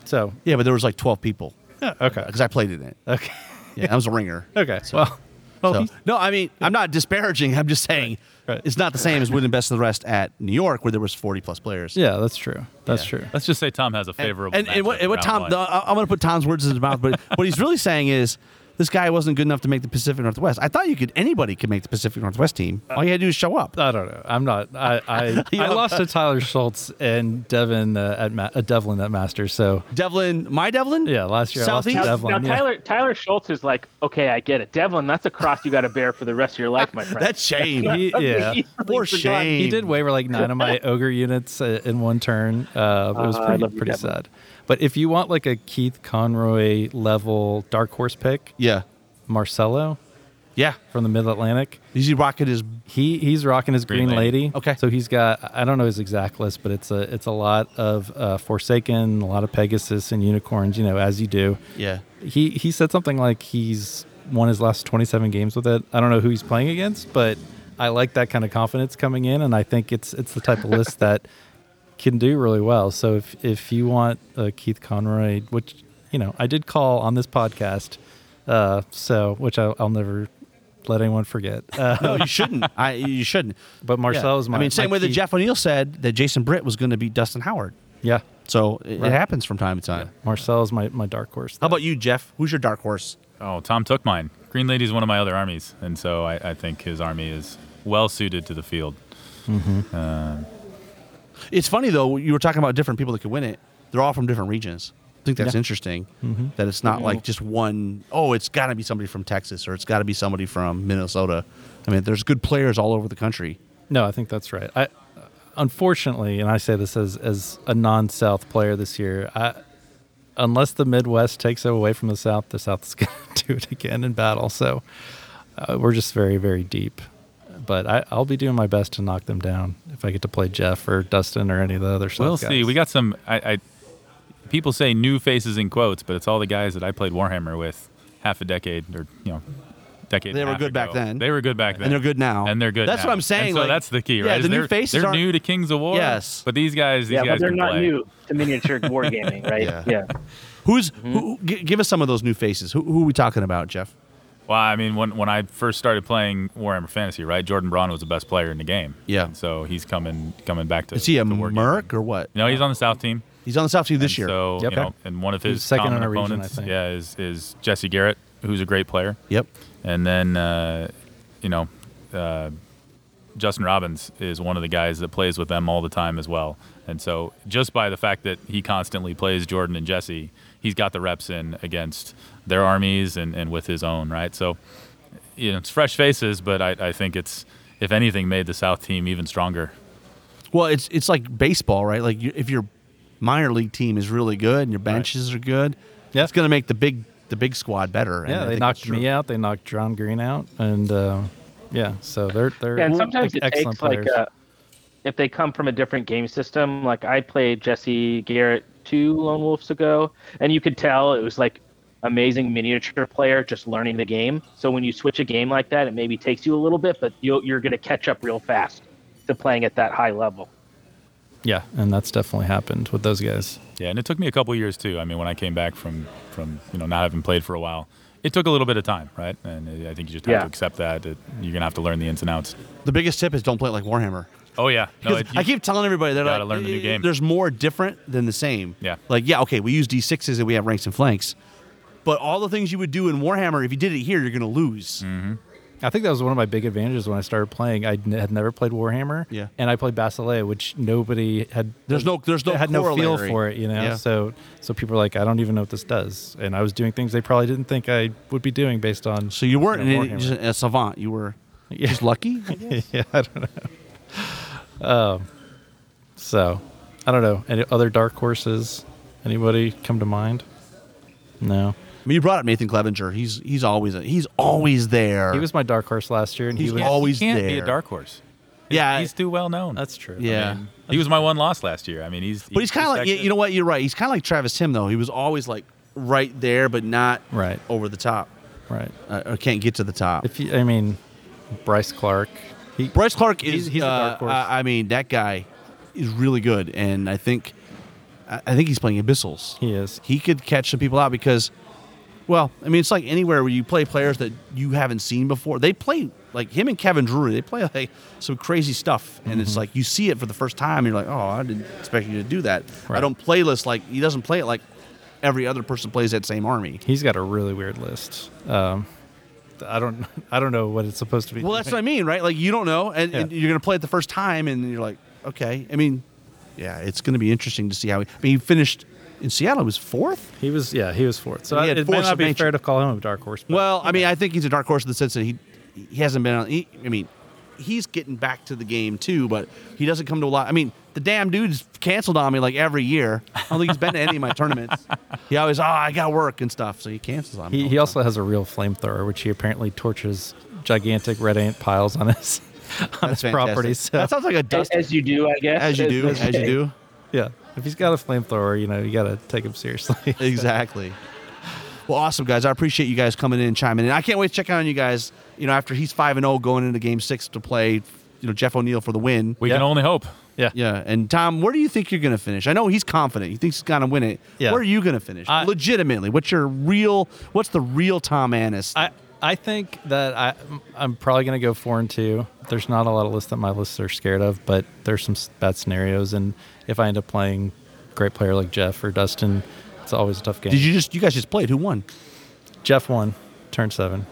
[SPEAKER 4] So
[SPEAKER 2] Yeah, but there was like 12 people
[SPEAKER 4] okay,
[SPEAKER 2] because I played in it.
[SPEAKER 4] okay,
[SPEAKER 2] Yeah, I was a ringer.
[SPEAKER 4] okay. well, well,
[SPEAKER 2] So-
[SPEAKER 4] he's-
[SPEAKER 2] no, I mean I'm not disparaging. I'm just saying
[SPEAKER 4] Oh, Right.
[SPEAKER 2] it's not the same as winning best of the rest at New York, where there was 40 plus players.
[SPEAKER 4] Yeah, that's true. That's true.
[SPEAKER 5] let's just say Tom has a
[SPEAKER 2] And-
[SPEAKER 5] favorable.
[SPEAKER 2] And, and what,
[SPEAKER 5] matchup
[SPEAKER 2] and what
[SPEAKER 5] round
[SPEAKER 2] Tom,
[SPEAKER 5] one.
[SPEAKER 2] no, I- I'm going to put Tom's words in his mouth, but what he's really saying is this guy wasn't good enough to make the Pacific Northwest. I thought you could anybody could make the Pacific Northwest team. All you had to do is show up.
[SPEAKER 4] I don't know. I'm not. I I, I lost to Tyler Schultz and Devin uh, at Ma- uh, Devlin at Masters. So
[SPEAKER 2] Devlin, my Devlin,
[SPEAKER 4] yeah, last year I lost to
[SPEAKER 2] Southeast.
[SPEAKER 8] Now,
[SPEAKER 4] Devlin.
[SPEAKER 8] now
[SPEAKER 4] yeah.
[SPEAKER 8] Tyler Tyler Schultz is like, okay, I get it. Devlin, that's a cross you got to bear for the rest of your life, my friend.
[SPEAKER 2] That's shame.
[SPEAKER 4] He- yeah.
[SPEAKER 8] He's really
[SPEAKER 2] For
[SPEAKER 8] forgotten.
[SPEAKER 2] shame.
[SPEAKER 4] He did waver like nine of my ogre units uh, in one turn. Uh, it was
[SPEAKER 8] Ah, I
[SPEAKER 4] pretty
[SPEAKER 8] love you,
[SPEAKER 4] pretty
[SPEAKER 8] Devlin.
[SPEAKER 4] sad. But if you want like a Keith Conroy level dark horse pick,
[SPEAKER 2] Yeah,
[SPEAKER 4] Marcelo
[SPEAKER 2] yeah.
[SPEAKER 4] from the Mid Atlantic,
[SPEAKER 2] He's rocking his
[SPEAKER 4] He he's rocking his green,
[SPEAKER 5] Green
[SPEAKER 4] lady.
[SPEAKER 5] Lady.
[SPEAKER 2] Okay.
[SPEAKER 4] So he's got I don't know his exact list, but it's a it's a lot of uh, Forsaken, a lot of Pegasus and unicorns. You know, as you do.
[SPEAKER 2] yeah.
[SPEAKER 4] He he said something like he's won his last 27 games with it. I don't know who he's playing against, but I like that kind of confidence coming in, and I think it's it's the type of list that can do really well. So if if you want uh, Keith Conroy, which you know I did call on this podcast, uh, so which I, I'll never let anyone forget. Uh,
[SPEAKER 2] No, you shouldn't. I you shouldn't.
[SPEAKER 4] but Marcel's
[SPEAKER 2] Yeah.
[SPEAKER 4] my.
[SPEAKER 2] I mean, same
[SPEAKER 4] my
[SPEAKER 2] way that
[SPEAKER 4] key-
[SPEAKER 2] Jeff O'Neill said that Jason Britt was going to beat Dustin Howard.
[SPEAKER 4] Yeah,
[SPEAKER 2] So it, it happens from time to time.
[SPEAKER 4] Marcel's my my dark horse.
[SPEAKER 2] How about you, Jeff? Who's your dark horse?
[SPEAKER 5] Oh, Tom took mine. Green Lady's one of my other armies, and so I, I think his army is well suited to the field.
[SPEAKER 2] It's funny though. You were talking about different people that could win it. They're all from different regions. I think that's
[SPEAKER 4] Yeah. Mm-hmm.
[SPEAKER 2] interesting. That it's not like just one. Oh, it's got to be somebody from Texas or it's got to be somebody from Minnesota. I mean, there's good players all over the country.
[SPEAKER 4] No, I think that's right. I unfortunately, and I say this as as a non-South player this year, I, unless the Midwest takes it away from the South, the South is going to do it again in battle. So uh, we're just very very deep. But I, I'll be doing my best to knock them down if I get to play Jeff or Dustin or any of the other. South
[SPEAKER 5] We'll
[SPEAKER 4] guys.
[SPEAKER 5] see. We got some. I, I people say new faces in quotes, but it's all the guys that I played Warhammer with half a decade or you know. Decade
[SPEAKER 2] They
[SPEAKER 5] and a
[SPEAKER 2] were
[SPEAKER 5] half
[SPEAKER 2] good back
[SPEAKER 5] ago.
[SPEAKER 2] then.
[SPEAKER 5] They were good back then,
[SPEAKER 2] they're good now.
[SPEAKER 5] and they're good.
[SPEAKER 2] That's
[SPEAKER 5] now.
[SPEAKER 2] what I'm saying,
[SPEAKER 5] And so
[SPEAKER 2] like-
[SPEAKER 5] that's the key,
[SPEAKER 2] yeah,
[SPEAKER 5] right?
[SPEAKER 2] the
[SPEAKER 5] is
[SPEAKER 2] new
[SPEAKER 5] they're,
[SPEAKER 2] faces
[SPEAKER 5] They're
[SPEAKER 2] aren't-
[SPEAKER 5] new to Kings of War.
[SPEAKER 2] Yes.
[SPEAKER 5] but these guys, these
[SPEAKER 8] Yeah,
[SPEAKER 5] guys
[SPEAKER 8] but they're
[SPEAKER 5] can
[SPEAKER 8] not
[SPEAKER 5] play.
[SPEAKER 8] new to miniature wargaming, right?
[SPEAKER 2] Yeah.
[SPEAKER 8] Yeah.
[SPEAKER 2] Who's
[SPEAKER 5] Mm-hmm.
[SPEAKER 2] who, g- give us some of those new faces? Who, who are we talking about, Jeff?
[SPEAKER 5] Well, I mean, when when I first started playing Warhammer Fantasy, right? Jordan Braun was the best player in the game.
[SPEAKER 2] Yeah.
[SPEAKER 5] And so he's coming coming back to.
[SPEAKER 2] Is he a
[SPEAKER 5] to Wargaming.
[SPEAKER 2] merc or what?
[SPEAKER 5] No, he's on the South team.
[SPEAKER 2] He's on the South team this
[SPEAKER 5] And
[SPEAKER 2] year.
[SPEAKER 5] So
[SPEAKER 4] Yep.
[SPEAKER 5] you know, and one of his
[SPEAKER 4] He's second
[SPEAKER 5] common
[SPEAKER 4] in our region,
[SPEAKER 5] opponents,
[SPEAKER 4] I think.
[SPEAKER 5] yeah, is is Jesse Garrett, who's a great player,
[SPEAKER 2] Yep.
[SPEAKER 5] and then uh, you know, uh, Justin Robbins is one of the guys that plays with them all the time as well. And so just by the fact that he constantly plays Jordan and Jesse, he's got the reps in against their armies and and with his own, right? So you know, it's fresh faces, but I, I think it's if anything made the South team even stronger.
[SPEAKER 2] Well, it's it's like baseball, right? Like you, if your minor league team is really good and your benches are good,
[SPEAKER 4] Yeah.
[SPEAKER 2] it's going to make the big the big squad better.
[SPEAKER 4] Yeah, they knocked me out. They knocked John Green out, and uh, yeah, so they're they're
[SPEAKER 8] Yeah, and sometimes it
[SPEAKER 4] excellent
[SPEAKER 8] takes
[SPEAKER 4] players.
[SPEAKER 8] like uh if they come from a different game system. Like I played Jesse Garrett two Lone Wolves ago, and you could tell it was like amazing miniature player just learning the game. So when you switch a game like that, it maybe takes you a little bit, but you'll, you're going to catch up real fast to playing at that high level.
[SPEAKER 4] yeah, and that's definitely happened with those guys.
[SPEAKER 5] Yeah, and it took me a couple years too. I mean, when I came back from from you know not having played for a while, it took a little bit of time, right? And I I think you just have
[SPEAKER 8] Yeah.
[SPEAKER 5] to accept that, that you're gonna have to learn the ins and outs.
[SPEAKER 2] The biggest tip is don't play it like Warhammer.
[SPEAKER 5] Oh yeah, no,
[SPEAKER 2] 'Cause
[SPEAKER 5] it-
[SPEAKER 2] I keep telling everybody they're
[SPEAKER 5] gotta
[SPEAKER 2] like,
[SPEAKER 5] learn the new
[SPEAKER 2] "Eh,
[SPEAKER 5] game."
[SPEAKER 2] There's more different than the same.
[SPEAKER 5] Yeah.
[SPEAKER 2] Like yeah, okay, we use d sixes and we have ranks and flanks, but all the things you would do in Warhammer, if you did it here, you're gonna lose.
[SPEAKER 4] I think that was one of my big advantages when I started playing. I n- had never played Warhammer,
[SPEAKER 2] Yeah.
[SPEAKER 4] and I played Basileia, which nobody had.
[SPEAKER 2] There's no- there's no
[SPEAKER 4] had no feel
[SPEAKER 2] corollary.
[SPEAKER 4] for it, you know.
[SPEAKER 2] Yeah.
[SPEAKER 4] So so people were like, I don't even know what this does, and I was doing things they probably didn't think I would be doing based on.
[SPEAKER 2] So you weren't
[SPEAKER 4] know,
[SPEAKER 2] an-
[SPEAKER 4] Warhammer.
[SPEAKER 2] just a, savant. You were
[SPEAKER 4] Yeah.
[SPEAKER 2] just lucky. I guess.
[SPEAKER 4] yeah, I don't know. Um, so I don't know. Any other dark horses? Anybody come to mind? No.
[SPEAKER 2] I mean, you brought up Nathan Clevenger. He's he's always he's always there.
[SPEAKER 4] He was my dark horse last year, and he
[SPEAKER 2] He's
[SPEAKER 4] was
[SPEAKER 2] all- always
[SPEAKER 5] he can't be
[SPEAKER 2] there.
[SPEAKER 5] a dark horse.
[SPEAKER 2] yeah.
[SPEAKER 5] He's too well known.
[SPEAKER 4] That's true.
[SPEAKER 2] yeah.
[SPEAKER 5] he was my one loss last year. I mean, he's
[SPEAKER 2] But he's kind of like you, you know what you're right. He's kind of like Travis Tim though. He was always like right there, but not
[SPEAKER 4] Right.
[SPEAKER 2] over the top
[SPEAKER 4] Right.
[SPEAKER 2] uh, or can't get to the top.
[SPEAKER 4] If you, I mean, Bryce Clark. He,
[SPEAKER 2] Bryce Clark is
[SPEAKER 4] He's- he's a dark
[SPEAKER 2] uh,
[SPEAKER 4] horse.
[SPEAKER 2] I, I mean that guy is really good, and I think I I think he's playing Abyssals.
[SPEAKER 4] He is.
[SPEAKER 2] He could catch some people out because, well, I mean it's like anywhere where you play players that you haven't seen before. They play like him and Kevin Drury. They play like some crazy stuff, and it's like you see it for the first time. And you're like, oh, I didn't expect you to do that. I
[SPEAKER 4] Right.
[SPEAKER 2] don't play lists like he doesn't play it like every other person plays that same army.
[SPEAKER 4] He's got a really weird list. Um, I don't. I don't know what it's supposed to be.
[SPEAKER 2] Well, that's what I mean, right? Like you don't know, and, and
[SPEAKER 4] Yeah.
[SPEAKER 2] you're going to play it the first time, and you're like, okay. I mean, yeah, it's going to be interesting to see how. He, I mean, he finished in Seattle. He was fourth.
[SPEAKER 4] he was. Yeah, he was fourth. So
[SPEAKER 2] He had
[SPEAKER 4] it may
[SPEAKER 2] force
[SPEAKER 4] not
[SPEAKER 2] of
[SPEAKER 4] be
[SPEAKER 2] nature.
[SPEAKER 4] fair to call him a dark horse. But
[SPEAKER 2] Well, I mean, I think he's a dark horse in the sense that he he hasn't been on. He, I mean, he's getting back to the game too, but he doesn't come to a lot. I mean, the damn dude's canceled on me like every year. I don't think he's been to any of my tournaments. He always, oh, I got work and stuff, so he cancels on me.
[SPEAKER 4] he,
[SPEAKER 2] all
[SPEAKER 4] he
[SPEAKER 2] the
[SPEAKER 4] also has a real flamethrower, which he apparently torches gigantic red ant piles on his on
[SPEAKER 2] time.
[SPEAKER 4] his
[SPEAKER 2] That's
[SPEAKER 4] property.
[SPEAKER 2] fantastic.
[SPEAKER 4] So
[SPEAKER 2] That sounds like a
[SPEAKER 8] As,
[SPEAKER 2] dust.
[SPEAKER 8] as you do, I guess.
[SPEAKER 2] As you do, as you do.
[SPEAKER 4] yeah, if he's got a flamethrower, you know you got to take him seriously.
[SPEAKER 2] exactly. Well, awesome guys. I appreciate you guys coming in and chiming in. I can't wait to check on you guys. You know, after he's five and zero going into Game Six to play, you know, Jeff O'Neill for the win.
[SPEAKER 5] We
[SPEAKER 4] Yeah.
[SPEAKER 5] can only hope.
[SPEAKER 4] yeah.
[SPEAKER 2] Yeah, and Tom, where do you think you're going to finish? I know he's confident. He thinks he's going to win it.
[SPEAKER 4] Yeah.
[SPEAKER 2] Where are you going to finish?
[SPEAKER 4] I-
[SPEAKER 2] Legitimately, what's your real? What's the real Tom Annis?
[SPEAKER 4] I I think that I I'm probably gonna go four and two. There's not a lot of lists that my lists are scared of, but there's some s- bad scenarios, and if I end up playing a great player like Jeff or Dustin, it's always a tough game.
[SPEAKER 2] Did you just? You guys just played. Who won?
[SPEAKER 4] Jeff won, turn seven.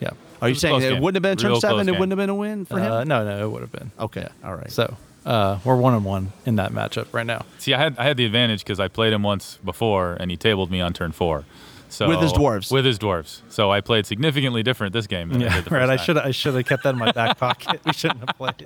[SPEAKER 4] Yeah.
[SPEAKER 2] Are you
[SPEAKER 5] was a
[SPEAKER 2] saying
[SPEAKER 5] close
[SPEAKER 2] it
[SPEAKER 5] game.
[SPEAKER 2] wouldn't have been a turn
[SPEAKER 5] Real close
[SPEAKER 2] seven? It
[SPEAKER 5] game.
[SPEAKER 2] wouldn't have been a win for
[SPEAKER 4] Uh,
[SPEAKER 2] him.
[SPEAKER 4] no, no, it would have been.
[SPEAKER 2] Okay, all right.
[SPEAKER 4] So uh, we're one and one in that matchup right now.
[SPEAKER 5] See, I had I had the advantage because I played him once before, and he tabled me on turn four. So
[SPEAKER 2] With his dwarves.
[SPEAKER 5] With his dwarves. So I played significantly different this game than I
[SPEAKER 4] Yeah,
[SPEAKER 5] did the
[SPEAKER 4] right.
[SPEAKER 5] first
[SPEAKER 4] I
[SPEAKER 5] time.
[SPEAKER 4] should I should have kept that in my back pocket. We shouldn't have played.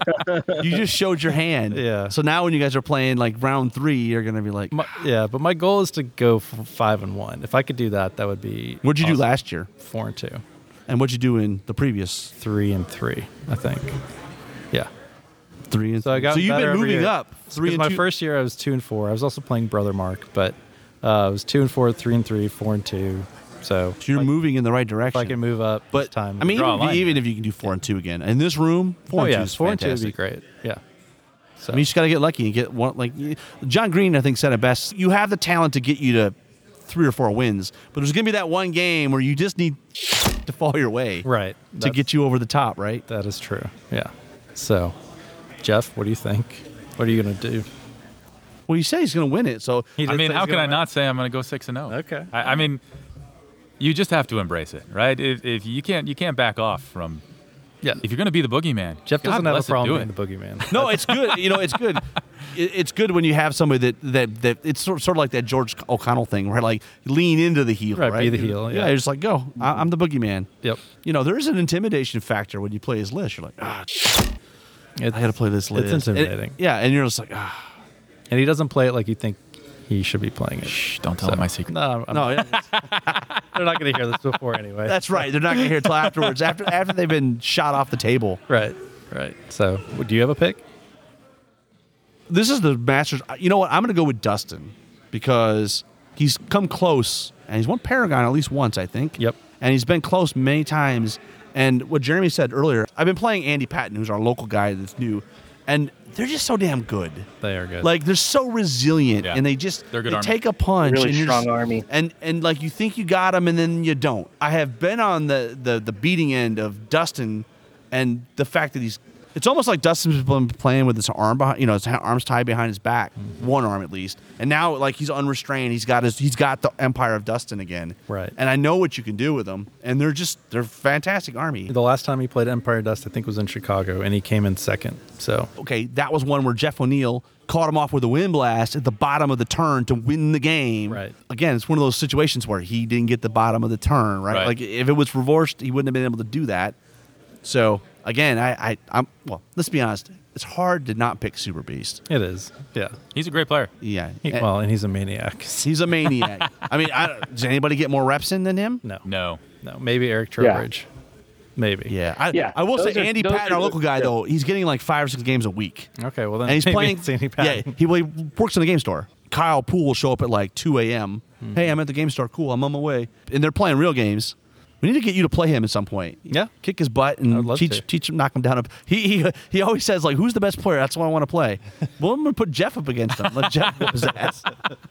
[SPEAKER 2] you just showed your hand.
[SPEAKER 4] Yeah.
[SPEAKER 2] So now when you guys are playing like round three, you're going to be like,
[SPEAKER 4] My, yeah, but my goal is to go f- five and one. If I could do that, that would be.
[SPEAKER 2] "What'd you do
[SPEAKER 4] awesome.
[SPEAKER 2] last year?
[SPEAKER 4] Four and two.
[SPEAKER 2] And what'd you do in the previous
[SPEAKER 4] three and three, I think. Yeah.
[SPEAKER 2] Three and
[SPEAKER 4] So I got.
[SPEAKER 2] so you've
[SPEAKER 4] better
[SPEAKER 2] been
[SPEAKER 4] every
[SPEAKER 2] moving
[SPEAKER 4] year.
[SPEAKER 2] up. Three
[SPEAKER 4] 'Cause
[SPEAKER 2] and
[SPEAKER 4] my
[SPEAKER 2] two.
[SPEAKER 4] first year I was two and four. I was also playing Brother Mark, but uh, I was two and four, three and three, four and two. So
[SPEAKER 2] So you're
[SPEAKER 4] like,
[SPEAKER 2] moving in the right
[SPEAKER 4] if
[SPEAKER 2] direction.
[SPEAKER 4] I can move up, this
[SPEAKER 2] but
[SPEAKER 4] time.
[SPEAKER 2] I mean,
[SPEAKER 5] Draw a
[SPEAKER 2] even, if you-
[SPEAKER 5] line.
[SPEAKER 2] even if you can do four and two again in this room, four
[SPEAKER 4] oh
[SPEAKER 2] and
[SPEAKER 4] yeah,
[SPEAKER 2] two is
[SPEAKER 4] four and two would
[SPEAKER 2] fantastic.
[SPEAKER 4] be great. Yeah. So
[SPEAKER 2] I mean, you just got to get lucky and get one. Like you- John Green, I think said it best. You have the talent to get you to three or four wins, but there's going to be that one game where you just need to fall your way,
[SPEAKER 4] right
[SPEAKER 2] to
[SPEAKER 4] That's-
[SPEAKER 2] get you over the top, right?
[SPEAKER 4] That is true. Yeah. So, Jeff, what do you think? What are you gonna do?
[SPEAKER 2] Well, you said he's going to win it, so
[SPEAKER 4] He
[SPEAKER 5] I
[SPEAKER 4] did
[SPEAKER 5] mean,
[SPEAKER 4] say
[SPEAKER 5] how
[SPEAKER 4] he's
[SPEAKER 5] can
[SPEAKER 4] gonna
[SPEAKER 5] I
[SPEAKER 4] win.
[SPEAKER 5] not say I'm going to go six and zero?
[SPEAKER 4] Okay.
[SPEAKER 5] I, I mean, you just have to embrace it, right? If, if you can't, you can't back off from.
[SPEAKER 4] Yeah.
[SPEAKER 5] If you're going to be the boogeyman,
[SPEAKER 4] Jeff
[SPEAKER 5] God
[SPEAKER 4] doesn't have a
[SPEAKER 5] bless it,
[SPEAKER 4] problem being
[SPEAKER 5] do
[SPEAKER 4] the
[SPEAKER 5] it.
[SPEAKER 4] boogeyman.
[SPEAKER 2] No, it's good. You know, it's good. It- It's good when you have somebody that that that it's sort sort of like that George O'Connell thing, where like you lean into the heel, right?
[SPEAKER 4] Right, be the heel,
[SPEAKER 2] Yeah,
[SPEAKER 4] yeah.
[SPEAKER 2] you're just like, go. I- I'm the boogeyman.
[SPEAKER 4] Yep.
[SPEAKER 2] You know, there is an intimidation factor when you play his list. You're like, ah, I got to play this list.
[SPEAKER 4] It's
[SPEAKER 2] And-
[SPEAKER 4] intimidating.
[SPEAKER 2] yeah, and you're just like, ah,
[SPEAKER 4] and he doesn't play it like you think he should be playing it.
[SPEAKER 5] Shh, don't tell him my secret.
[SPEAKER 4] No, I'm,
[SPEAKER 2] no, yeah,
[SPEAKER 4] they're not going to hear this before anyway.
[SPEAKER 2] that's right. They're not gonna hear it till afterwards. After after they've been shot off the table.
[SPEAKER 4] right, right. So, w- do you have a pick?
[SPEAKER 2] This is the Masters. You know what? I'm gonna go with Dustin because he's come close and he's won Paragon at least once, I think.
[SPEAKER 4] Yep.
[SPEAKER 2] and he's been close many times. And what Jeremy said earlier, I've been playing Andy Patton, who's our local guy that's new, and they're just so damn good.
[SPEAKER 4] They are good.
[SPEAKER 2] Like they're so resilient,
[SPEAKER 5] Yeah.
[SPEAKER 2] and they just
[SPEAKER 5] They're a good
[SPEAKER 2] they
[SPEAKER 5] army.
[SPEAKER 2] take a punch.
[SPEAKER 8] Really
[SPEAKER 2] and you're
[SPEAKER 8] strong
[SPEAKER 2] just-
[SPEAKER 8] army.
[SPEAKER 2] and and like you think you got them, and then you don't. I have been on the the the beating end of Dustin, and the fact that he's It's almost like Dustin's been playing with his arm behind, you know, his ha- arms tied behind his back,
[SPEAKER 5] Mm-hmm.
[SPEAKER 2] one arm at least, and now like he's unrestrained. He's got his, he's got the Empire of Dustin again.
[SPEAKER 4] Right.
[SPEAKER 2] And I know what you can do with them, and they're just they're fantastic army.
[SPEAKER 4] The last time he played Empire Dust, I think, was in Chicago, and he came in second. So
[SPEAKER 2] okay, that was one where Jeff O'Neill caught him off with a wind blast at the bottom of the turn to win the game.
[SPEAKER 4] Right.
[SPEAKER 2] Again, it's one of those situations where he didn't get the bottom of the turn, right?
[SPEAKER 5] Right.
[SPEAKER 2] Like if it was reversed, he wouldn't have been able to do that. So again, I, I I'm well, let's be honest, it's hard to not pick Super Beast.
[SPEAKER 4] it is. Yeah.
[SPEAKER 5] He's a great player.
[SPEAKER 2] Yeah.
[SPEAKER 4] He-
[SPEAKER 2] Eh,
[SPEAKER 4] well, and he's a maniac.
[SPEAKER 2] he's a maniac. I mean, I, don't- does anybody get more reps in than him?
[SPEAKER 4] No.
[SPEAKER 5] No.
[SPEAKER 4] No. Maybe Eric
[SPEAKER 8] Yeah.
[SPEAKER 4] Trowbridge. Maybe.
[SPEAKER 2] Yeah. I,
[SPEAKER 8] Yeah,
[SPEAKER 2] I will
[SPEAKER 8] those
[SPEAKER 2] say
[SPEAKER 8] are-
[SPEAKER 2] Andy
[SPEAKER 8] those
[SPEAKER 2] Patton,
[SPEAKER 8] are
[SPEAKER 2] our
[SPEAKER 8] good-
[SPEAKER 2] local guy,
[SPEAKER 8] yeah.
[SPEAKER 2] though, he's getting like five or six games a week.
[SPEAKER 4] Okay. Well, then
[SPEAKER 2] and he's
[SPEAKER 4] maybe
[SPEAKER 2] playing.
[SPEAKER 4] it's Andy
[SPEAKER 2] Yeah,
[SPEAKER 4] Patton.
[SPEAKER 2] he, well, he works in the game store. Kyle Poole will show up at like 2 a.m. Hey, I'm at the game store. Cool, I'm on my way. And they're playing real games. We need to get you to play him at some point.
[SPEAKER 4] Yeah.
[SPEAKER 2] kick his butt
[SPEAKER 4] I'd
[SPEAKER 2] and
[SPEAKER 4] love
[SPEAKER 2] teach
[SPEAKER 4] to.
[SPEAKER 2] teach him, knock him down. Up. He he he always says like, "Who's the best player?" That's what I want to play. well, I'm gonna put Jeff up against him. Let Jeff whip his ass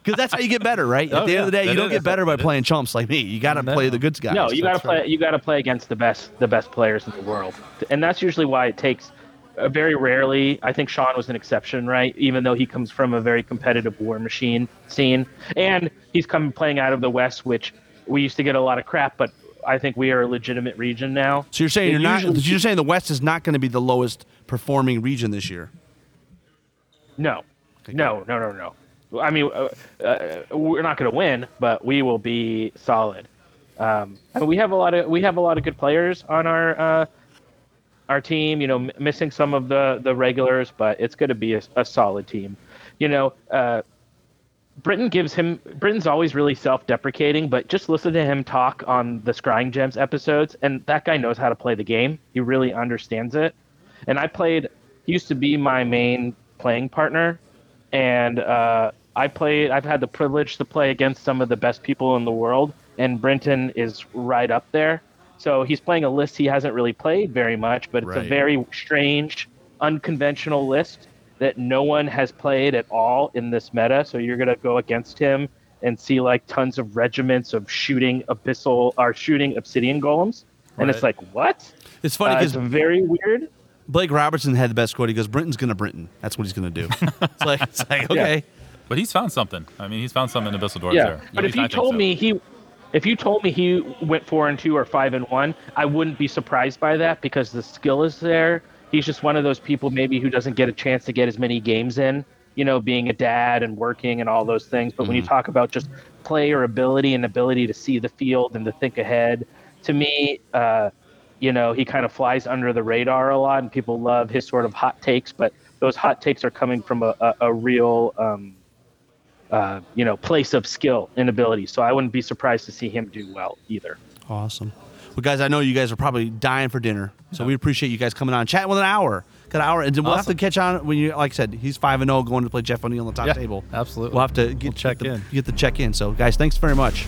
[SPEAKER 2] because that's how you get better, right? At
[SPEAKER 5] Oh,
[SPEAKER 2] the end of the
[SPEAKER 5] yeah.
[SPEAKER 2] day, you
[SPEAKER 5] That
[SPEAKER 2] don't
[SPEAKER 5] is-
[SPEAKER 2] get better by
[SPEAKER 5] that is-
[SPEAKER 2] playing chumps like me. You got to
[SPEAKER 4] No.
[SPEAKER 2] play the good guys.
[SPEAKER 8] No, you got to
[SPEAKER 4] that's
[SPEAKER 8] play.
[SPEAKER 4] right.
[SPEAKER 8] You got to play against the best, the best players in the world, and that's usually why it takes. Uh, very rarely, I think Sean was an exception, right? Even though he comes from a very competitive war machine scene, and he's come playing out of the West, which we used to get a lot of crap, but I think we are a legitimate region now.
[SPEAKER 2] So you're saying
[SPEAKER 8] It
[SPEAKER 2] you're not.
[SPEAKER 8] usually-
[SPEAKER 2] You're saying the West is not going to be the lowest performing region this year.
[SPEAKER 8] No, no, no, no, no. I mean, uh, uh, we're not going to win, but we will be solid. Um, and we have a lot of we have a lot of good players on our uh, our team. You know, m- missing some of the the regulars, but it's going to be a, a solid team. You know, uh, Britain gives him Britain's always really self-deprecating, but just listen to him talk on the Scrying Gems episodes, and that guy knows how to play the game. He really understands it. And I played. He used to be my main playing partner, and uh, I played. I've had the privilege to play against some of the best people in the world, and Brenton is right up there. So he's playing a list he hasn't really played very much, but it's
[SPEAKER 2] Right.
[SPEAKER 8] a very strange, unconventional list that no one has played at all in this meta. So you're gonna go against him and see like tons of regiments of shooting abyssal or shooting obsidian golems, and it's
[SPEAKER 4] Right.
[SPEAKER 8] like what?
[SPEAKER 2] It's funny
[SPEAKER 8] Uh,
[SPEAKER 2] because
[SPEAKER 8] it's very weird.
[SPEAKER 2] Blake Robertson had the best quote. He goes, "Brinton's gonna Brinton. That's what he's gonna do." it's like, it's like okay,
[SPEAKER 5] But he's found something. I mean, he's found something in Abyssal Dwarves
[SPEAKER 8] Yeah,
[SPEAKER 5] there.
[SPEAKER 8] but
[SPEAKER 5] At
[SPEAKER 8] if
[SPEAKER 5] least I
[SPEAKER 8] you
[SPEAKER 5] think
[SPEAKER 8] told
[SPEAKER 5] so.
[SPEAKER 8] me he, if you told me he went four and two or five and one, I wouldn't be surprised by that because the skill is there. He's just one of those people maybe who doesn't get a chance to get as many games in. You know, being a dad and working and all those things. But when
[SPEAKER 5] Mm-hmm.
[SPEAKER 8] you talk about just player ability and ability to see the field and to think ahead, to me, uh, you know, he kind of flies under the radar a lot, and people love his sort of hot takes. But those hot takes are coming from a, a, a real um, uh, you know, place of skill and ability. So I wouldn't be surprised to see him do well either.
[SPEAKER 2] awesome. Well, guys, I know you guys are probably dying for dinner, so we appreciate you guys coming on, chatting with an hour, got an hour, and then we'll have to catch on when you, like I said, he's five and zero, going to play Jeff O'Neill on the top
[SPEAKER 4] Yeah,
[SPEAKER 2] table.
[SPEAKER 4] absolutely.
[SPEAKER 2] we'll have to
[SPEAKER 4] We'll
[SPEAKER 2] get get
[SPEAKER 4] check
[SPEAKER 2] the,
[SPEAKER 4] in.
[SPEAKER 2] Get the check in. So, guys, thanks very much.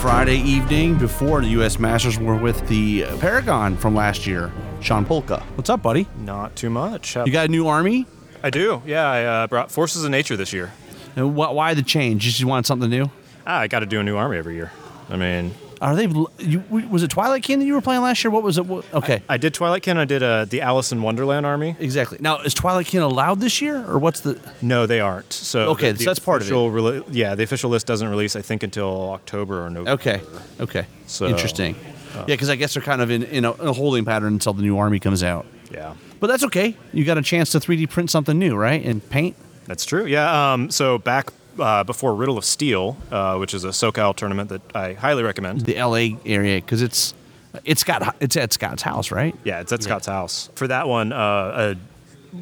[SPEAKER 2] Friday evening before the U.S. Masters, we're with the Paragon from last year, Sean Polka. What's up, buddy?
[SPEAKER 6] Not too much.
[SPEAKER 2] You got a new army?
[SPEAKER 6] I do. Yeah, I uh, brought Forces of Nature this year.
[SPEAKER 2] And wh- why the change? You just wanted something new.
[SPEAKER 6] Ah, I got to do a new army every year. I mean,
[SPEAKER 2] Are they? l- You, w- was it Twilight King that you were playing last year? What was it? Wha- okay,
[SPEAKER 6] I did Twilight Kin. I did uh, the Alice in Wonderland army.
[SPEAKER 2] exactly. Now is Twilight King allowed this year, or what's the?
[SPEAKER 6] No, they aren't. So
[SPEAKER 2] Okay,
[SPEAKER 6] the,
[SPEAKER 2] so
[SPEAKER 6] the
[SPEAKER 2] that's part of it.
[SPEAKER 6] official Rela- yeah, the official list doesn't release. I think until October or November.
[SPEAKER 2] Okay, okay,
[SPEAKER 6] So,
[SPEAKER 2] interesting. yeah, because I guess they're kind of in, in, a, in a holding pattern until the new army comes out.
[SPEAKER 6] Yeah.
[SPEAKER 2] But that's okay. You got a chance to 3D print something new, right? And paint.
[SPEAKER 6] That's true. Yeah. Um, so back uh, before Riddle of Steel, uh, which is a SoCal tournament that I highly recommend.
[SPEAKER 2] the LA area because it's it's got it's at Scott's house, right?
[SPEAKER 6] Yeah, it's at Scott's house. For that one, uh, uh,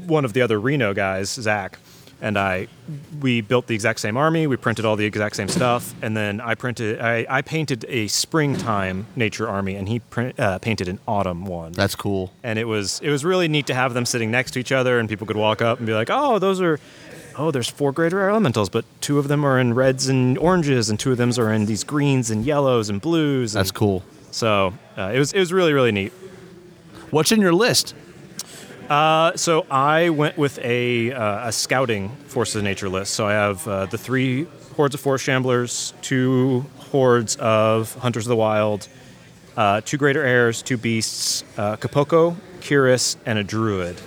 [SPEAKER 6] one of the other Reno guys, Zach, and I, we built the exact same army. We printed all the exact same stuff, and then I printed, I, I painted a springtime nature army, and he print, uh, painted an autumn one.
[SPEAKER 2] That's cool.
[SPEAKER 6] and it was it was really neat to have them sitting next to each other, and people could walk up and be like, "Oh, those are." Oh, there's four greater elementals, but two of them are in reds and oranges, and two of them are in these greens and yellows and blues. and-
[SPEAKER 2] That's cool.
[SPEAKER 6] So uh, it was it was really really neat.
[SPEAKER 2] What's in your list?
[SPEAKER 6] So I went with a, uh, a scouting forces of nature list. So I have uh, the three hordes of forest shamblers, two hordes of hunters of the wild, uh, two greater heirs, two beasts, uh, Kapoko, Curus, and a druid,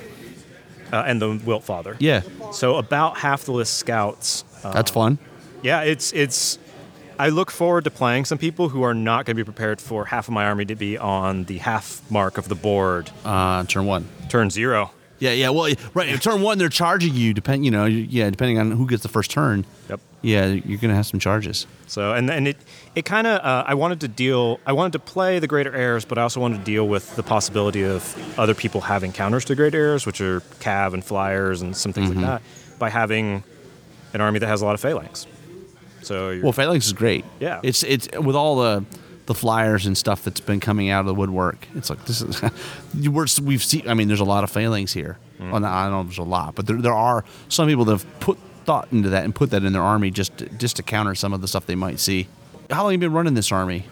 [SPEAKER 6] uh, and the Wilt Father.
[SPEAKER 2] Yeah,
[SPEAKER 6] So about half the list scouts. Uh,
[SPEAKER 2] that's fun.
[SPEAKER 6] yeah, it's it's. I look forward to playing some people who are not going to be prepared for half of my army to be on the half mark of the board,
[SPEAKER 2] Uh, turn one.
[SPEAKER 6] turn zero.
[SPEAKER 2] Yeah, yeah. Well, right. in Turn one, they're charging you. Depend, you know, you- yeah, depending on who gets the first turn.
[SPEAKER 6] Yep.
[SPEAKER 2] Yeah, you're gonna have some charges.
[SPEAKER 6] So and and it it kind of uh, I wanted to deal I wanted to play the greater errors, but I also wanted to deal with the possibility of other people having counters to greater errors, which are cav and flyers and some things
[SPEAKER 2] Mm-hmm.
[SPEAKER 6] like that, by having an army that has a lot of phalanx. So you're,
[SPEAKER 2] Well, Phalanx is great.
[SPEAKER 6] Yeah.
[SPEAKER 2] It's it's with all the the flyers and stuff that's been coming out of the woodwork. It's like this is you we're, we've seen. I mean, there's a lot of Phalanx here.
[SPEAKER 6] Mm.
[SPEAKER 2] Well, no, I don't know if there's a lot, but there there are some people that have put thought into that and put that in their army just to, just to counter some of the stuff they might see. How long have you been running this army?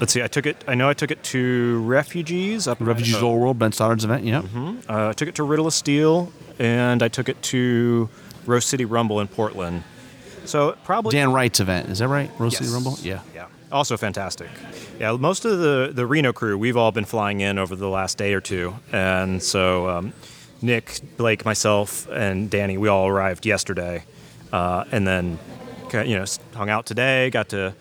[SPEAKER 6] let's see, I took it I know I took it to refugees up
[SPEAKER 2] Refugees of the
[SPEAKER 6] uh,
[SPEAKER 2] Old World, Ben Stoddard's event. Yeah.
[SPEAKER 6] uh, I took it to Riddle of Steel, and I took it to Rose City Rumble in Portland. So probably
[SPEAKER 2] Dan Wright's event. Is that right? Rose City
[SPEAKER 6] Yes.
[SPEAKER 2] Rumble. Yeah.
[SPEAKER 6] Yeah. Also fantastic. Yeah, most of the, the Reno crew, we've all been flying in over the last day or two. And so um, Nick, Blake, myself, and Danny, we all arrived yesterday. Uh, and then, ca- you know, s- hung out today, got to,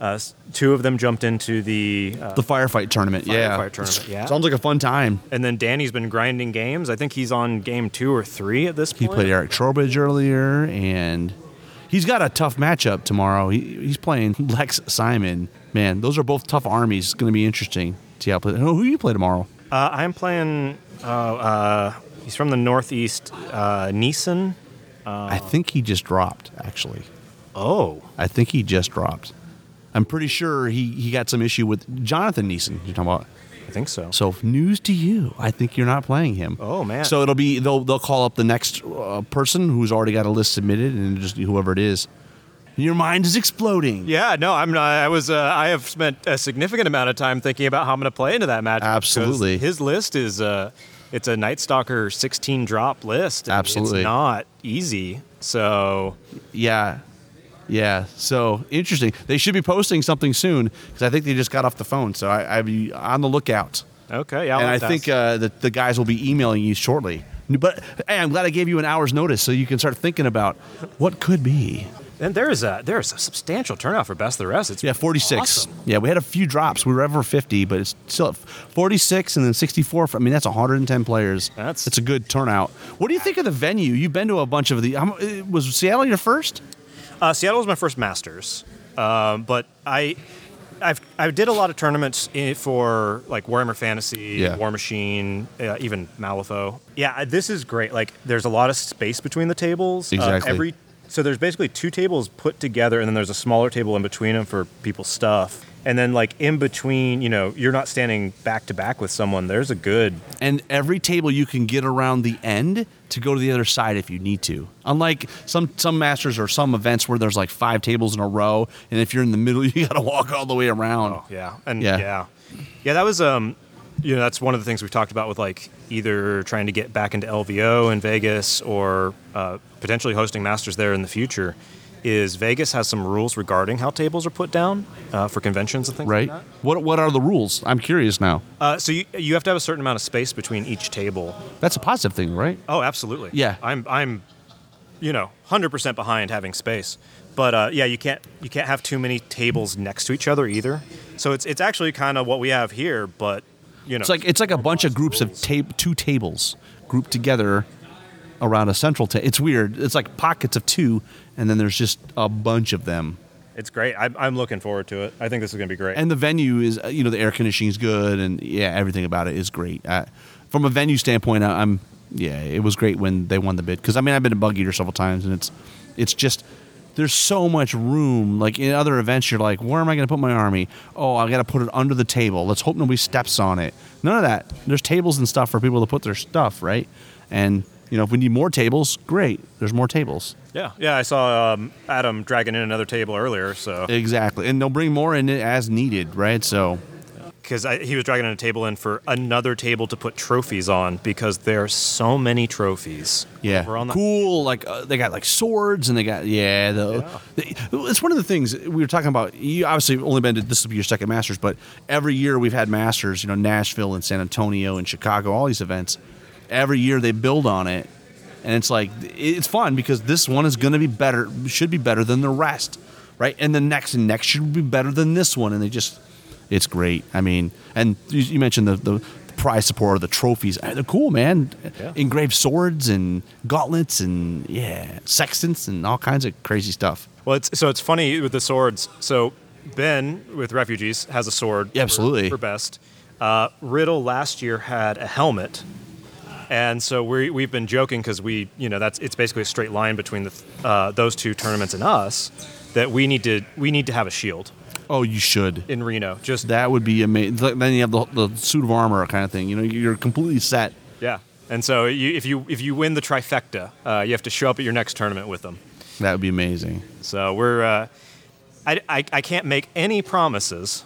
[SPEAKER 6] uh, s- two of them jumped into the uh,
[SPEAKER 2] The firefight tournament. yeah.
[SPEAKER 6] firefight tournament. Yeah.
[SPEAKER 2] Sounds like a fun time.
[SPEAKER 6] And then Danny's been grinding games. I think he's on game two or three at this
[SPEAKER 2] He
[SPEAKER 6] point.
[SPEAKER 2] played Eric Trowbridge earlier, and he's got a tough matchup tomorrow. He, he's playing Lex Simon. Man, those are both tough armies. It's going to be interesting. to See how play. Oh, who you play tomorrow?
[SPEAKER 6] Uh, I'm playing. Uh, uh, he's from the northeast. Uh, Neeson.
[SPEAKER 2] I think he just dropped. Actually,
[SPEAKER 6] Oh,
[SPEAKER 2] I think he just dropped. I'm pretty sure he, he got some issue with Jonathan Neeson. You're talking about.
[SPEAKER 6] I think so.
[SPEAKER 2] So news to you. I think you're not playing him.
[SPEAKER 6] Oh, man.
[SPEAKER 2] So it'll be they'll they'll call up the next uh, person who's already got a list submitted and just whoever it is. Your mind is exploding.
[SPEAKER 6] Yeah, no, I'm not. I was. Uh, I have spent a significant amount of time thinking about how I'm going to play into that match. because
[SPEAKER 2] Absolutely.
[SPEAKER 6] his list is. Uh, it's a Night Stalker 16 drop list. and
[SPEAKER 2] Absolutely.
[SPEAKER 6] it's not easy. So
[SPEAKER 2] Yeah. Yeah. So interesting. They should be posting something soon because I think they just got off the phone. So I, I'd be on the lookout.
[SPEAKER 6] okay, yeah, I'll
[SPEAKER 2] and I
[SPEAKER 6] let that-
[SPEAKER 2] think uh, that the guys will be emailing you shortly. But hey, I'm glad I gave you an hour's notice so you can start thinking about what could be.
[SPEAKER 6] and there's a there's a substantial turnout for best of the rest. It's
[SPEAKER 2] Yeah, 46.
[SPEAKER 6] awesome.
[SPEAKER 2] Yeah, we had a few drops. We were over 50, but it's still at 46 and then 64. I mean, that's 110 players.
[SPEAKER 6] That's-
[SPEAKER 2] it's a good turnout. What do you think of the venue? You've been to a bunch of the. how mu- uh, Was Seattle your first?
[SPEAKER 6] Uh, Seattle was my first Masters, um, but I. I've, I did a lot of tournaments i- for like Warhammer Fantasy,
[SPEAKER 2] Yeah.
[SPEAKER 6] War Machine, uh, even Malifaux. Yeah, I- this is great. Like, there's a lot of space between the tables. Uh,
[SPEAKER 2] Exactly.
[SPEAKER 6] every so there's basically two tables put together, and then there's a smaller table in between them for people's stuff. And then like in between, you know, you're not standing back to back with someone. There's a good
[SPEAKER 2] And every table you can get around the end to go to the other side if you need to. Unlike some some masters or some events where there's like five tables in a row, and if you're in the middle, you got to walk all the way around.
[SPEAKER 6] Yeah, and
[SPEAKER 2] Yeah.
[SPEAKER 6] yeah. yeah, that was um, you know, that's one of the things we've talked about with like either trying to get back into LVO in Vegas or uh, potentially hosting Masters there in the future. Is Vegas has some rules regarding how tables are put down uh, for conventions and things
[SPEAKER 2] Right.
[SPEAKER 6] like that.
[SPEAKER 2] What what are the rules? I'm curious now.
[SPEAKER 6] Uh, so you you have to have a certain amount of space between each table.
[SPEAKER 2] That's a positive thing, right?
[SPEAKER 6] Oh, absolutely.
[SPEAKER 2] Yeah.
[SPEAKER 6] I'm I'm, you know, hundred percent behind having space. But uh, yeah, you can't you can't have too many tables next to each other either. So it's it's actually kind of what we have here, but you know,
[SPEAKER 2] It's like it's like a bunch of groups of ta- two tables grouped together around a central table. It's weird. It's like pockets of two, and then there's just a bunch of them.
[SPEAKER 6] it's great. I'm, I'm looking forward to it. I think this is gonna be great.
[SPEAKER 2] And the venue is, uh, you know, the air conditioning is good, and yeah, everything about it is great. I, from a venue standpoint, I, I'm yeah, it was great when they won the bid because I mean I've been to Bug Eater several times, and it's it's just there's so much room. Like in other events, you're like, where am I going to put my army? Oh, I got to put it under the table. Let's hope nobody steps on it. None of that. There's tables and stuff for people to put their stuff right, and you know if we need more tables, great. There's more tables.
[SPEAKER 6] yeah, yeah. I saw um, Adam dragging in another table earlier. So
[SPEAKER 2] Exactly, and they'll bring more in as needed, right? So
[SPEAKER 6] because he was dragging a table in for another table to put trophies on because there are so many trophies.
[SPEAKER 2] Yeah,
[SPEAKER 6] Over on the-
[SPEAKER 2] cool. Like uh, they got like swords, and they got yeah. The, the- it's one of the things we were talking about. You obviously only been to this will be your second Masters, but every year we've had Masters. You know, Nashville and San Antonio and Chicago, all these events. Every year they build on it, and it's like it's fun because this one is going to be better, should be better than the rest, right? And the next and next should be better than this one, and they just it's great. I mean, and you, you mentioned the, the prize support, the trophies. Uh, They're cool, man. Engraved swords and gauntlets and yeah, sextants and all kinds of crazy stuff.
[SPEAKER 6] Well, it's, so it's funny with the swords. So Ben with refugees has a sword.
[SPEAKER 2] Yeah,
[SPEAKER 6] for-
[SPEAKER 2] absolutely.
[SPEAKER 6] For, best. Uh, Riddle last year had a helmet, and so we we've been joking because we you know that's it's basically a straight line between the th- uh, those two tournaments and us that we need to we need to have a shield
[SPEAKER 2] Oh, you should.
[SPEAKER 6] in Reno. Just
[SPEAKER 2] That would be amazing. Then you have the, the suit of armor kind of thing. You know, you're completely set.
[SPEAKER 6] yeah. And so you, if you if you win the trifecta, uh, you have to show up at your next tournament with them.
[SPEAKER 2] That would be amazing.
[SPEAKER 6] So we're, uh, I, I, I can't make any promises,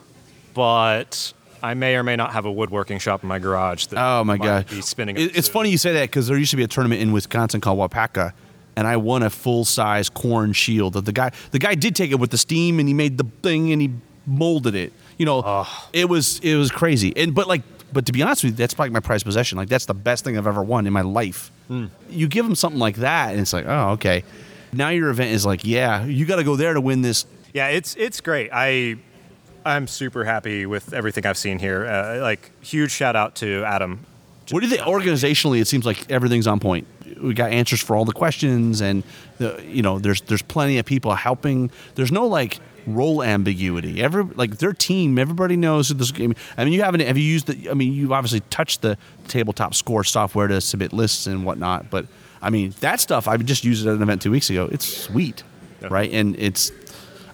[SPEAKER 6] but I may or may not have a woodworking shop in my garage. That
[SPEAKER 2] Oh my
[SPEAKER 6] might
[SPEAKER 2] god,
[SPEAKER 6] be spinning. up
[SPEAKER 2] It- it's
[SPEAKER 6] soon.
[SPEAKER 2] funny you say that because there used to be a tournament in Wisconsin called Wapaka, and I won a full size corn shield. That the guy, the guy did take it with the steam, and he made the thing, and he molded it. You know, it was it was crazy. And but like, but to be honest with you, that's probably my prized possession. Like that's the best thing I've ever won in my life.
[SPEAKER 6] Hmm.
[SPEAKER 2] You give them something like that, and it's like, oh okay. Now your event is like, yeah, you got to go there to win this.
[SPEAKER 6] Yeah, it's it's great. I I'm super happy with everything I've seen here. Uh, like huge shout out to Adam.
[SPEAKER 2] What do they organizationally? It seems like everything's on point. We got answers for all the questions, and the, you know, there's there's plenty of people helping. There's no like role ambiguity. Every like their team, everybody knows who this game. I mean, you haven't have you used the? I mean, you obviously touched the tabletop score software to submit lists and whatnot, but I mean that stuff. I just used it at an event two weeks ago. It's sweet, right? And it's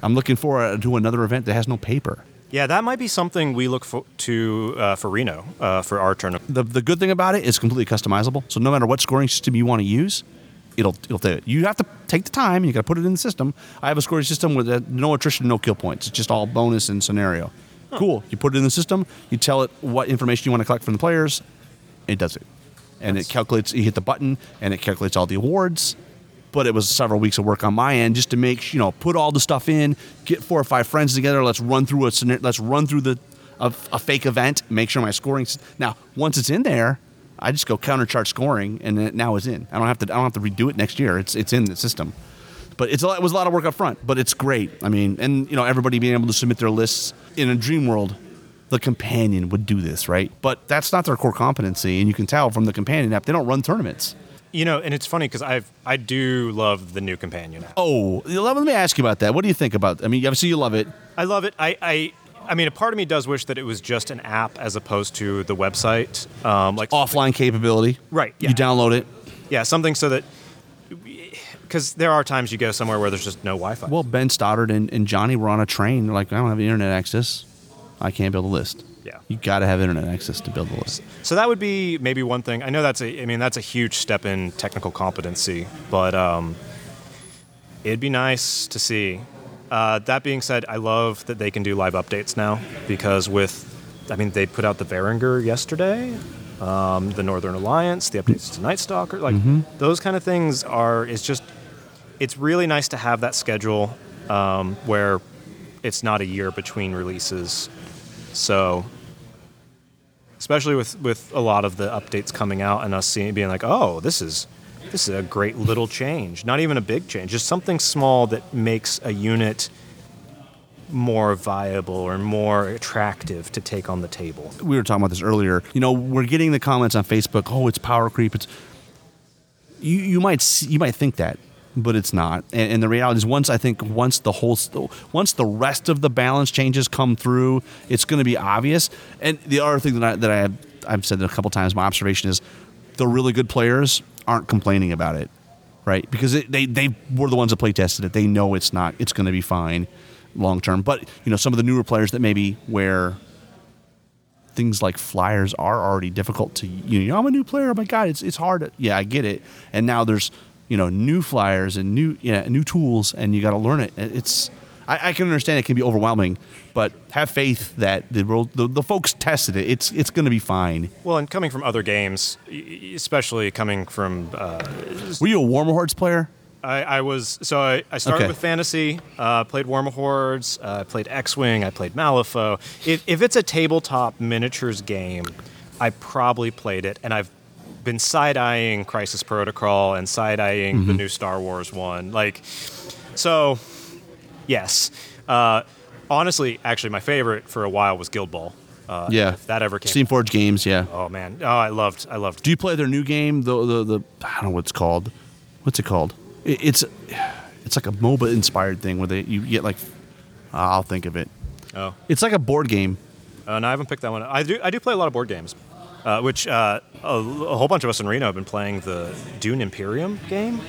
[SPEAKER 2] I'm looking forward to another event that has no paper.
[SPEAKER 6] Yeah, that might be something we look for, to uh, for Reno uh, for our tournament.
[SPEAKER 2] the, the good thing about it is completely customizable. So no matter what scoring system you want to use, it'll it'll do it. You have to take the time. You got to put it in the system. I have a scoring system with uh, no attrition, no kill points. It's just all bonus and scenario. Cool. You put it in the system. You tell it what information you want to collect from the players. It does it, and it calculates. You hit the button, and it calculates all the awards. But it was several weeks of work on my end just to make you know put all the stuff in, get four or five friends together. Let's run through a scenario. Let's run through the a, a fake event. Make sure my scoring. s- Now once it's in there, I just go counter chart scoring, and it now is in. I don't have to. I don't have to redo it next year. It's it's in the system. But it's a lot, it was a lot of work up front, but it's great. I mean, and you know everybody being able to submit their lists in a dream world, the companion would do this, right? But that's not their core competency, and you can tell from the companion app they don't run tournaments.
[SPEAKER 6] You know, and it's funny because I've I do love the new companion app.
[SPEAKER 2] Oh, let me ask you about that. What do you think about? I mean, obviously you love it.
[SPEAKER 6] I love it. I, I I mean, a part of me does wish that it was just an app as opposed to the website. Um, like
[SPEAKER 2] Offline capability,
[SPEAKER 6] Right, yeah.
[SPEAKER 2] You download it.
[SPEAKER 6] yeah, something so that because there are times you go somewhere where there's just no Wi-Fi.
[SPEAKER 2] Well, Ben Stoddard and, and Johnny were on a train. They're like, I don't have internet access. I can't build a list.
[SPEAKER 6] Yeah.
[SPEAKER 2] You got to have internet access to build a list.
[SPEAKER 6] so that would be maybe one thing. I know that's a. I mean, that's a huge step in technical competency, but um, it'd be nice to see. Uh, that being said, I love that they can do live updates now because with, I mean, they put out the Veringer yesterday, um, the Northern Alliance, the updates to Night Stalker, like those kind of things are. It's just, it's really nice to have that schedule um, where it's not a year between releases. So, especially with with a lot of the updates coming out and us seeing being like, oh, this is this is a great little change, not even a big change, just something small that makes a unit more viable or more attractive to take on the table.
[SPEAKER 2] we were talking about this earlier. You know, we're getting the comments on Facebook. Oh, it's power creep. It's you. You might see, you might think that, but it's not. And, and the reality is, once I think once the whole st- once the rest of the balance changes come through, it's going to be obvious. And the other thing that I that I have, I've said it a couple times, my observation is, the really good players aren't complaining about it, right? Because it, they they were the ones that play tested it. They know it's not. It's going to be fine. Long term, but you know some of the newer players that maybe where things like flyers are already difficult to you know I'm a new player oh my god it's it's hard yeah I get it and now there's you know new flyers and new yeah new tools and you got to learn it it's I, I can understand it can be overwhelming, but have faith that the world, the, the folks tested it. It's it's going to be fine.
[SPEAKER 6] Well, and coming from other games, y- y- especially coming from, uh,
[SPEAKER 2] Were you a Warmer Hearts player?
[SPEAKER 6] I, I was so I, I started
[SPEAKER 2] Okay.
[SPEAKER 6] with fantasy, uh, played Wormhords, Hordes, uh, played X-wing, I played Malifaux. If, if it's a tabletop miniatures game, I probably played it, and I've been side eyeing Crisis Protocol and side eyeing the new Star Wars one. Like, so yes, uh, honestly, actually, my favorite for a while was Guild Ball. Uh,
[SPEAKER 2] yeah,
[SPEAKER 6] if that ever came.
[SPEAKER 2] Steam Forge games. Yeah.
[SPEAKER 6] Oh man, oh I loved, I loved.
[SPEAKER 2] Do you play their new game? The the, the I don't know what it's called. What's it called? It, it's it's like a MOBA inspired thing where they you get like I'll think of it.
[SPEAKER 6] Oh.
[SPEAKER 2] It's like a board game.
[SPEAKER 6] Uh, no, I haven't picked that one. up. I do. I do play a lot of board games, uh, which uh, a, a whole bunch of us in Reno have been playing the Dune Imperium game,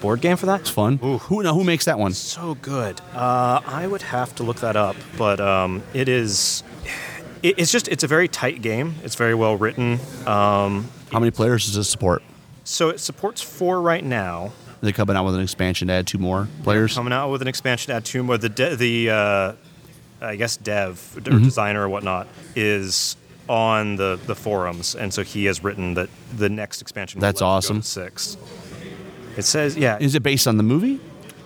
[SPEAKER 6] board game for
[SPEAKER 2] It's
[SPEAKER 6] that.
[SPEAKER 2] fun. Who now who makes that one?
[SPEAKER 6] So good. Uh, I would have to look that up, but um, it is. It, it's just. It's a very tight game. It's very well written. Um,
[SPEAKER 2] How many players does this support?
[SPEAKER 6] so it supports four right now.
[SPEAKER 2] They're coming out with an expansion to add two more players.
[SPEAKER 6] Coming out with an expansion to add two more. The de- the uh, I guess dev or
[SPEAKER 2] Mm-hmm.
[SPEAKER 6] designer or whatnot is on the, the forums, and so he has written that the next expansion. will
[SPEAKER 2] That's
[SPEAKER 6] let you go
[SPEAKER 2] awesome.
[SPEAKER 6] to Six. It says yeah.
[SPEAKER 2] Is it based on the movie?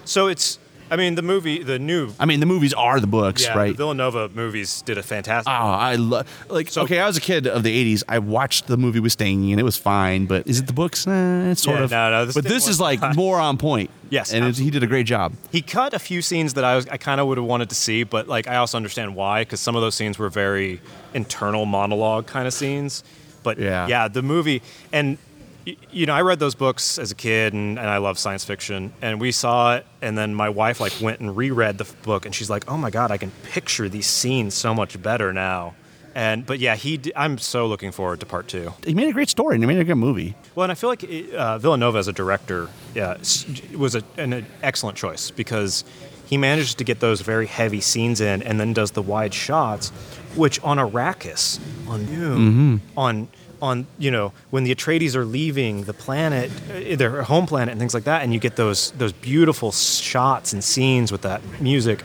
[SPEAKER 6] so it's I mean the movie the new
[SPEAKER 2] I mean, the movies are the books,
[SPEAKER 6] yeah,
[SPEAKER 2] right?
[SPEAKER 6] the Villanova movies did a fantastic.
[SPEAKER 2] Oh, I love like
[SPEAKER 6] So-
[SPEAKER 2] okay. I was a kid of the '80s. I watched the movie with Sting, and it was fine. But is it the books? Eh, it's sort
[SPEAKER 6] Yeah,
[SPEAKER 2] of.
[SPEAKER 6] no, no, the
[SPEAKER 2] but
[SPEAKER 6] Sting
[SPEAKER 2] this
[SPEAKER 6] one-
[SPEAKER 2] is like more on point.
[SPEAKER 6] Yes,
[SPEAKER 2] and it, he did a great job.
[SPEAKER 6] He cut a few scenes that I was I kind of would have wanted to see, but like I also understand why because some of those scenes were very internal monologue kind of scenes. But
[SPEAKER 2] Yeah.
[SPEAKER 6] yeah, the movie and y- you know I read those books as a kid and, and I love science fiction and we saw it and then my wife like went and reread the f- book and she's like oh my god I can picture these scenes so much better now and but yeah he d- I'm so looking forward to part two.
[SPEAKER 2] He made a great story, and he made a good movie.
[SPEAKER 6] Well, and I feel like uh, Villanova as a director yeah, s- was a, an, an excellent choice because he manages to get those very heavy scenes in and then does the wide shots, which on Arrakis, on Doom, on on you know when the Atreides are leaving the planet, uh, their home planet, and things like that, and you get those those beautiful shots and scenes with that music,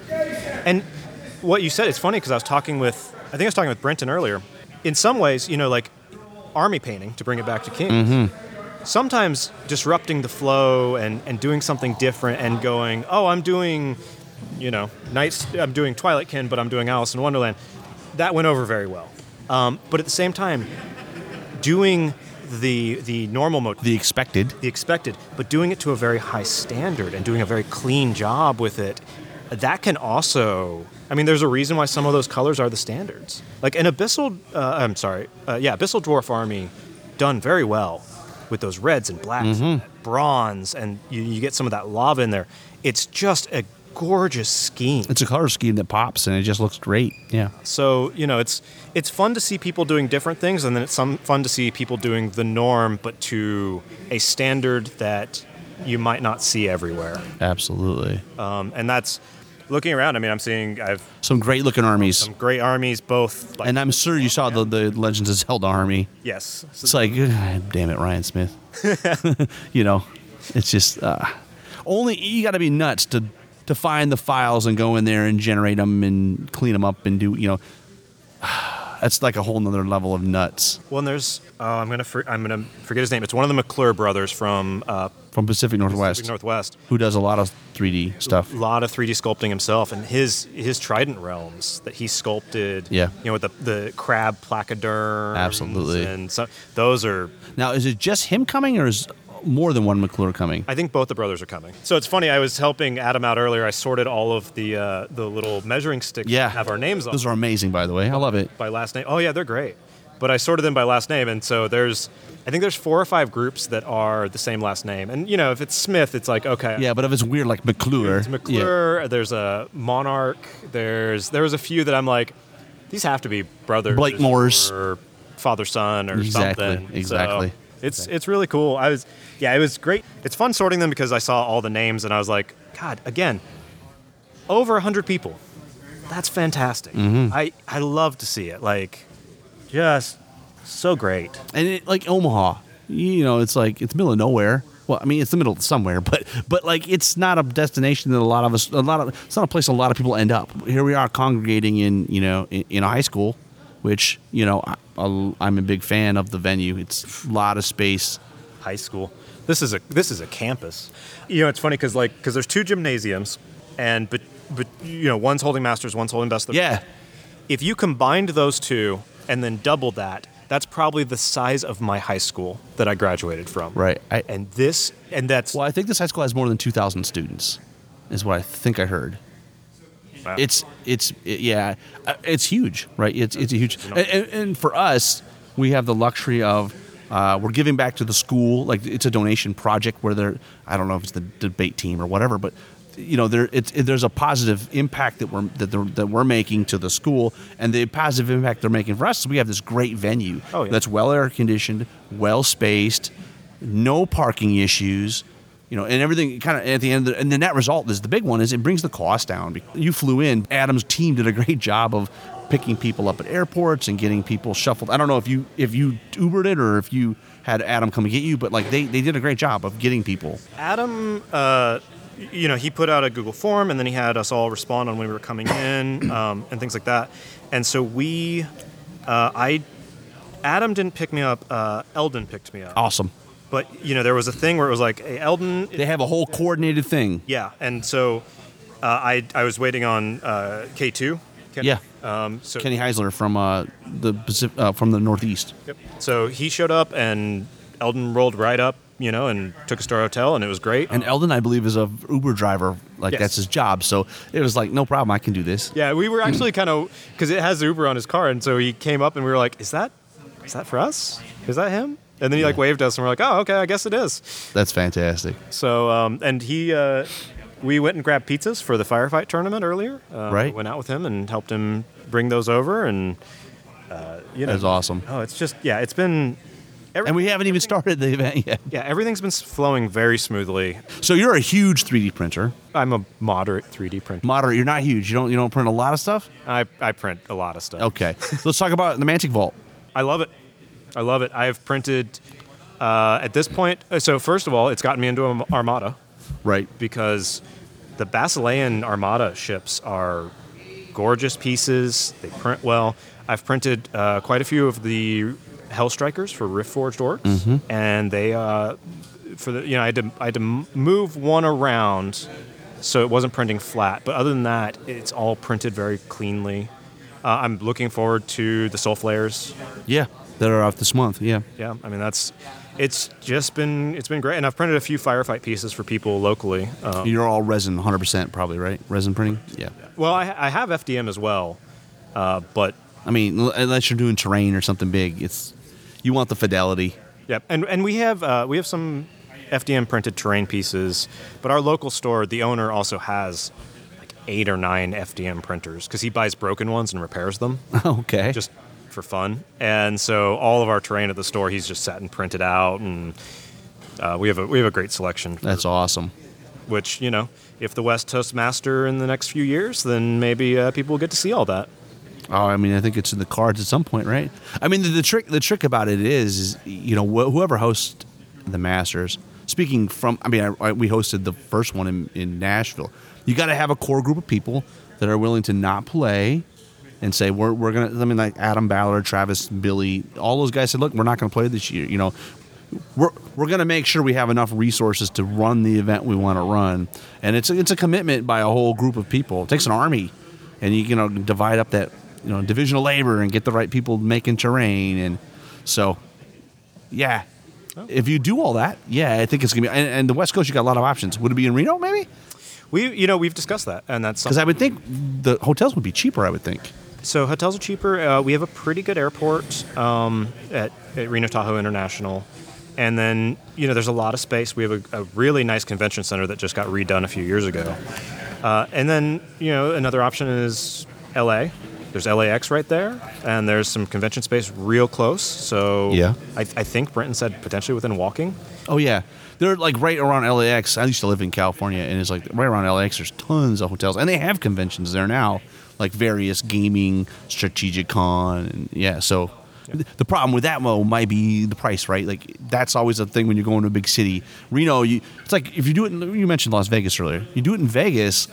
[SPEAKER 6] and what you said it's funny because I was talking with I think I was talking with Brenton earlier. In some ways, you know, like army painting to bring it back to King sometimes disrupting the flow and, and doing something different and going, oh, I'm doing, you know, Knights, I'm doing Twilight Kin, but I'm doing Alice in Wonderland. That went over very well. Um, but at the same time, doing the the normal mode,
[SPEAKER 2] The expected.
[SPEAKER 6] the expected, but doing it to a very high standard and doing a very clean job with it, that can also. I mean, there's a reason why some of those colors are the standards. Like an abyssal, uh, I'm sorry, uh, yeah, abyssal dwarf army, done very well with those reds and blacks, and that bronze, and you, you get some of that lava in there. It's just a gorgeous scheme.
[SPEAKER 2] It's a color scheme that pops, and it just looks great. Yeah.
[SPEAKER 6] So you know, it's it's fun to see people doing different things, and then it's some fun to see people doing the norm, but to a standard that you might not see everywhere.
[SPEAKER 2] Absolutely.
[SPEAKER 6] Um, and that's looking around. I mean, I'm seeing I've
[SPEAKER 2] Some great looking armies.
[SPEAKER 6] great armies, both. Like,
[SPEAKER 2] And I'm sure you saw the, the Legends of Zelda army.
[SPEAKER 6] yes, so
[SPEAKER 2] It's like, "Ugh, damn it, Ryan Smith. you know, it's just uh, only you got to be nuts to to find the files and go in there and generate them and clean them up and do you know. That's like a whole nother level of nuts
[SPEAKER 6] well, and there's oh, I'm gonna for, I'm gonna forget his name. It's one of the McClure brothers from uh,
[SPEAKER 2] from Pacific Northwest,
[SPEAKER 6] Pacific Northwest.
[SPEAKER 2] who does a lot of 3D stuff.
[SPEAKER 6] A lot of 3D sculpting himself, and his his trident realms that he sculpted.
[SPEAKER 2] Yeah.
[SPEAKER 6] you know, with the the crab placoderms.
[SPEAKER 2] Absolutely.
[SPEAKER 6] and so those are.
[SPEAKER 2] Now, is it just him coming, or is more than one McClure coming?
[SPEAKER 6] I think both the brothers are coming. So it's funny. I was helping Adam out earlier. I sorted all of the uh, the little measuring sticks.
[SPEAKER 2] Yeah,
[SPEAKER 6] that have our names on.
[SPEAKER 2] Those are amazing, by the way. I love it.
[SPEAKER 6] by last name. Oh yeah, they're great. But I sorted them by last name, and so there's, I think there's four or five groups that are the same last name. And you know, if it's Smith, it's like okay,
[SPEAKER 2] Yeah, but if it's weird like McClure,
[SPEAKER 6] it's McClure. There's a Monarch. There's there was a few that I'm like, these have to be brothers,
[SPEAKER 2] Blake Moore's.
[SPEAKER 6] or father son, or
[SPEAKER 2] Exactly,
[SPEAKER 6] something. So
[SPEAKER 2] exactly.
[SPEAKER 6] it's it's really cool. I was yeah, it was great. It's fun sorting them because I saw all the names and I was like, God, again, over hundred people. That's fantastic.
[SPEAKER 2] Mm-hmm.
[SPEAKER 6] I I love to see it. Like, just so great.
[SPEAKER 2] and it, like Omaha, you know, it's like it's middle of nowhere. Well, I mean, it's the middle of somewhere, but but like it's not a destination that a lot of us, a lot of it's not a place a lot of people end up. Here we are congregating in you know in, in a high school, which you know I, I'm a big fan of the venue. It's a lot of space.
[SPEAKER 6] high school. This is a this is a campus. You know, it's funny because like because there's two gymnasiums, and but but you know one's holding masters, one's holding best. of the-
[SPEAKER 2] Yeah,
[SPEAKER 6] If you combined those two and then double that, that's probably the size of my high school that I graduated from.
[SPEAKER 2] Right. I-
[SPEAKER 6] and this and that's
[SPEAKER 2] Well, I think this high school has more than 2,000 students, is what I think I heard.
[SPEAKER 6] Wow.
[SPEAKER 2] It's it's it- yeah, uh, it's huge, right? It's it's a huge, and, and, and for us, we have the luxury of uh, we're giving back to the school. Like it's a donation project where they're I don't know if it's the debate team or whatever, but you know there it's it, there's a positive impact that we're that, they're, that we're making to the school, and the positive impact they're making for us is we have this great venue
[SPEAKER 6] Oh, yeah.
[SPEAKER 2] that's well air conditioned, well spaced, no parking issues, you know, and everything kind of at the end. Of the, and the net result is the big one is it brings the cost down. You flew in. Adam's team did a great job of picking people up at airports and getting people shuffled. I don't know if you if you Ubered it or if you had Adam come and get you, but like they they did a great job of getting people.
[SPEAKER 6] Adam, uh, you know, he put out a Google form and then he had us all respond on when we were coming in um, and things like that. And so we, uh, I, Adam didn't pick me up. Uh, Eldon picked me up.
[SPEAKER 2] Awesome.
[SPEAKER 6] But you know, there was a thing where it was like, hey, Eldon,
[SPEAKER 2] They have a whole coordinated thing.
[SPEAKER 6] yeah. And so uh, I, I was waiting on uh, K two.
[SPEAKER 2] Yeah.
[SPEAKER 6] Um, so
[SPEAKER 2] Kenny Heisler from uh, the Pacific, uh, from the Northeast.
[SPEAKER 6] Yep. So he showed up and Eldon rolled right up, you know, and took us to our hotel, and it was great.
[SPEAKER 2] And Eldon, I believe, is a Uber driver. Like
[SPEAKER 6] Yes.
[SPEAKER 2] that's his job. So it was like, no problem, I can do this.
[SPEAKER 6] Yeah, we were actually kind of because it has Uber on his car, and so he came up and we were like, "Is that, is that for us? Is that him?" And then he like waved us, and we're like, "Oh, okay, I guess it is."
[SPEAKER 2] That's fantastic,
[SPEAKER 6] So, um, and he, uh, we went and grabbed pizzas for the firefight tournament earlier. Uh,
[SPEAKER 2] Right.
[SPEAKER 6] Went out with him and helped him bring those over, and uh, you know,
[SPEAKER 2] That's awesome.
[SPEAKER 6] Oh, it's just yeah, it's been. Every,
[SPEAKER 2] and we haven't even started the event yet.
[SPEAKER 6] yeah, everything's been s- flowing very smoothly.
[SPEAKER 2] So you're a huge 3D printer.
[SPEAKER 6] I'm a moderate 3D printer.
[SPEAKER 2] Moderate. You're not huge. You don't. You don't print a lot of stuff.
[SPEAKER 6] I, I print a lot of stuff.
[SPEAKER 2] Okay. Let's talk about the Mantic Vault.
[SPEAKER 6] I love it. I love it. I have printed uh, at this point. uh, So first of all, it's gotten me into Arm- Armada
[SPEAKER 2] Right.
[SPEAKER 6] because the Basilean Armada ships are gorgeous pieces. They print well. I've printed uh, quite a few of the Hellstrikers for Riftforged Orcs, and they uh, for the you know I had to I had to m- move one around so it wasn't printing flat. But other than that, it's all printed very cleanly. Uh, I'm looking forward to the Soul Flares
[SPEAKER 2] Yeah. That are off this month. Yeah.
[SPEAKER 6] yeah i mean that's it's just been it's been great and i've printed a few firefight pieces for people locally um,
[SPEAKER 2] You're all resin, 100 percent probably, right? Resin printing. Yeah.
[SPEAKER 6] well I, I have fdm as well uh, but
[SPEAKER 2] I mean, l- unless you're doing terrain or something big, it's you want the fidelity.
[SPEAKER 6] yeah and, and we have uh, we have some fdm printed terrain pieces but our local store the owner also has like eight or nine fdm printers because he buys broken ones and repairs them
[SPEAKER 2] okay.
[SPEAKER 6] just for fun. And so all of our terrain at the store, he's just sat and printed out, and uh, we have a we have a great selection. for-
[SPEAKER 2] that's awesome.
[SPEAKER 6] Which you know, if the West hosts Master in the next few years, then maybe uh, people will get to see all that.
[SPEAKER 2] Oh, I mean, I think it's in the cards at some point, right? I mean, the, the trick the trick about it is, is you know, wh- whoever hosts the Masters. Speaking from, I mean, I, I, we hosted the first one in, in Nashville. You got to have a core group of people that are willing to not play and say we're we're gonna. I mean, like Adam Ballard, Travis, Billy, all those guys said, look, we're not gonna play this year. You know, we're we're gonna make sure we have enough resources to run the event we want to run, and it's a, it's a commitment by a whole group of people. It takes an army, and you you know divide up that you know division of labor and get the right people making terrain, and so yeah. If you do all that, yeah, I think it's gonna be. And, and the West Coast, you got a lot of options. Would it be in Reno, maybe?
[SPEAKER 6] We you know we've discussed that, and that's
[SPEAKER 2] Because
[SPEAKER 6] something.
[SPEAKER 2] I would think the hotels would be cheaper. I would think.
[SPEAKER 6] so hotels are cheaper. Uh, we have a pretty good airport um, at, at Reno Tahoe International. And then, you know, there's a lot of space. We have a, a really nice convention center that just got redone a few years ago. Uh, and then, you know, another option is LA. There's LAX right there, and there's some convention space real close. So
[SPEAKER 2] Yeah.
[SPEAKER 6] I, I think Brenton said potentially within walking.
[SPEAKER 2] Oh yeah, they're like right around LAX. I used to live in California, and it's like right around LAX. There's tons of hotels, and they have conventions there now, like various gaming, strategic con, and yeah. So The problem with that though might be the price, right? Like that's always a thing when you're going to a big city. Reno, you, it's like if you do it. In, you mentioned Las Vegas earlier. You do it in Vegas.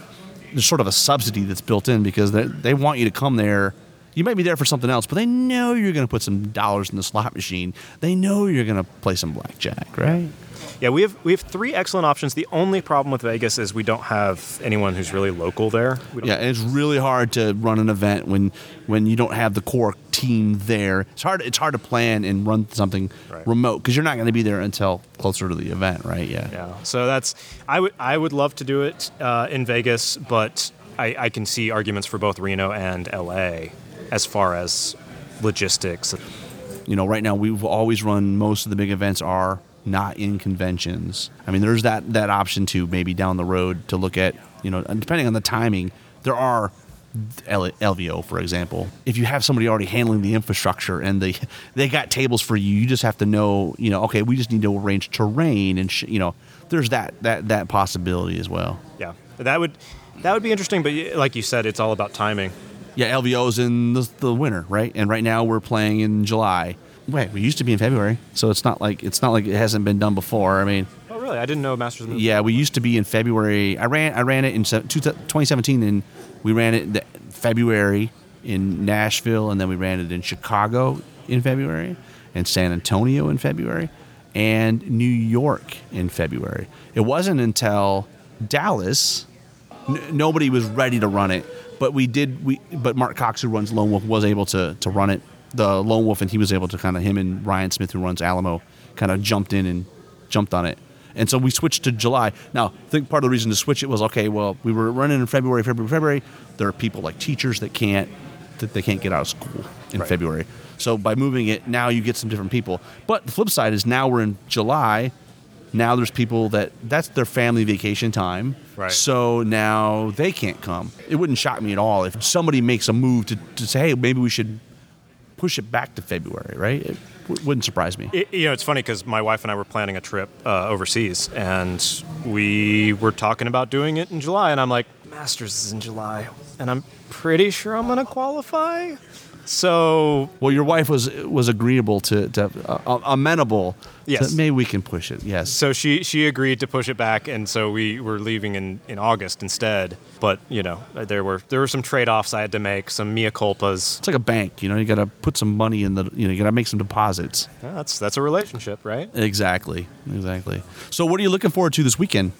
[SPEAKER 2] There's sort of a subsidy that's built in because they, they want you to come there. You might be there for something else, but they know you're going to put some dollars in the slot machine. They know you're going to play some blackjack, right?
[SPEAKER 6] Yeah, we have we have three excellent options. The only problem with Vegas is we don't have anyone who's really local there. We don't
[SPEAKER 2] Yeah, and it's really hard to run an event when when you don't have the core team there. It's hard. It's hard to plan and run something
[SPEAKER 6] Right.
[SPEAKER 2] remote because you're not going to be there until closer to the event, right? Yeah.
[SPEAKER 6] Yeah. So that's I would I would love to do it uh, in Vegas, but I, I can see arguments for both Reno and LA as far as logistics.
[SPEAKER 2] You know, right now we've always run most of the big events are not in conventions. I mean, there's that that option too, maybe down the road to look at. You know, and depending on the timing, there are. L- LVO, for example, if you have somebody already handling the infrastructure and they they got tables for you, you just have to know, you know, okay, we just need to arrange terrain and sh- you know, there's that that that possibility as well.
[SPEAKER 6] Yeah. That would that would be interesting, but y- like you said, it's all about timing.
[SPEAKER 2] Yeah, LVO's in the, the winter, right? And right now we're playing in July. Wait, we used to be in February, so it's not like it's not like it hasn't been done before. I mean,
[SPEAKER 6] Oh, really? I didn't know Masters. of the Moon-
[SPEAKER 2] yeah, we used to be in February. I ran I ran it in se- two- 2017, and we ran it in the- February in Nashville, and then we ran it in Chicago in February, and San Antonio in February, and New York in February. It wasn't until Dallas n- nobody was ready to run it, but we did. We but Mark Cox, who runs Lone Wolf, was able to to run it. The Lone Wolf, and he was able to kind of him and Ryan Smith, who runs Alamo, kind of jumped in and jumped on it. And so we switched to July. Now, I think part of the reason to switch it was okay. Well, we were running in February, February, February. There are people like teachers that can't that they can't get out of school in February. So by moving it now, you get some different people. But the flip side is now we're in July now there's people that that's their family vacation time
[SPEAKER 6] Right.
[SPEAKER 2] so now they can't come it wouldn't shock me at all if somebody makes a move to, to say hey maybe we should push it back to february right it w- wouldn't surprise me
[SPEAKER 6] It, you know, it's funny because my wife and I were planning a trip uh, overseas, and we were talking about doing it in July, and I'm like, Masters is in July, and I'm pretty sure I'm gonna qualify. So
[SPEAKER 2] well your wife was was agreeable to, to uh, amenable
[SPEAKER 6] Yes.
[SPEAKER 2] to, maybe we can push it yes
[SPEAKER 6] So she she agreed to push it back, and so we were leaving in, in August instead. But you know, there were there were some trade offs I had to make, some mea culpas.
[SPEAKER 2] it's like a bank you know you gotta put some money in the you know you gotta make some deposits
[SPEAKER 6] Yeah, that's that's a relationship, right?
[SPEAKER 2] exactly exactly so what are you looking forward to this weekend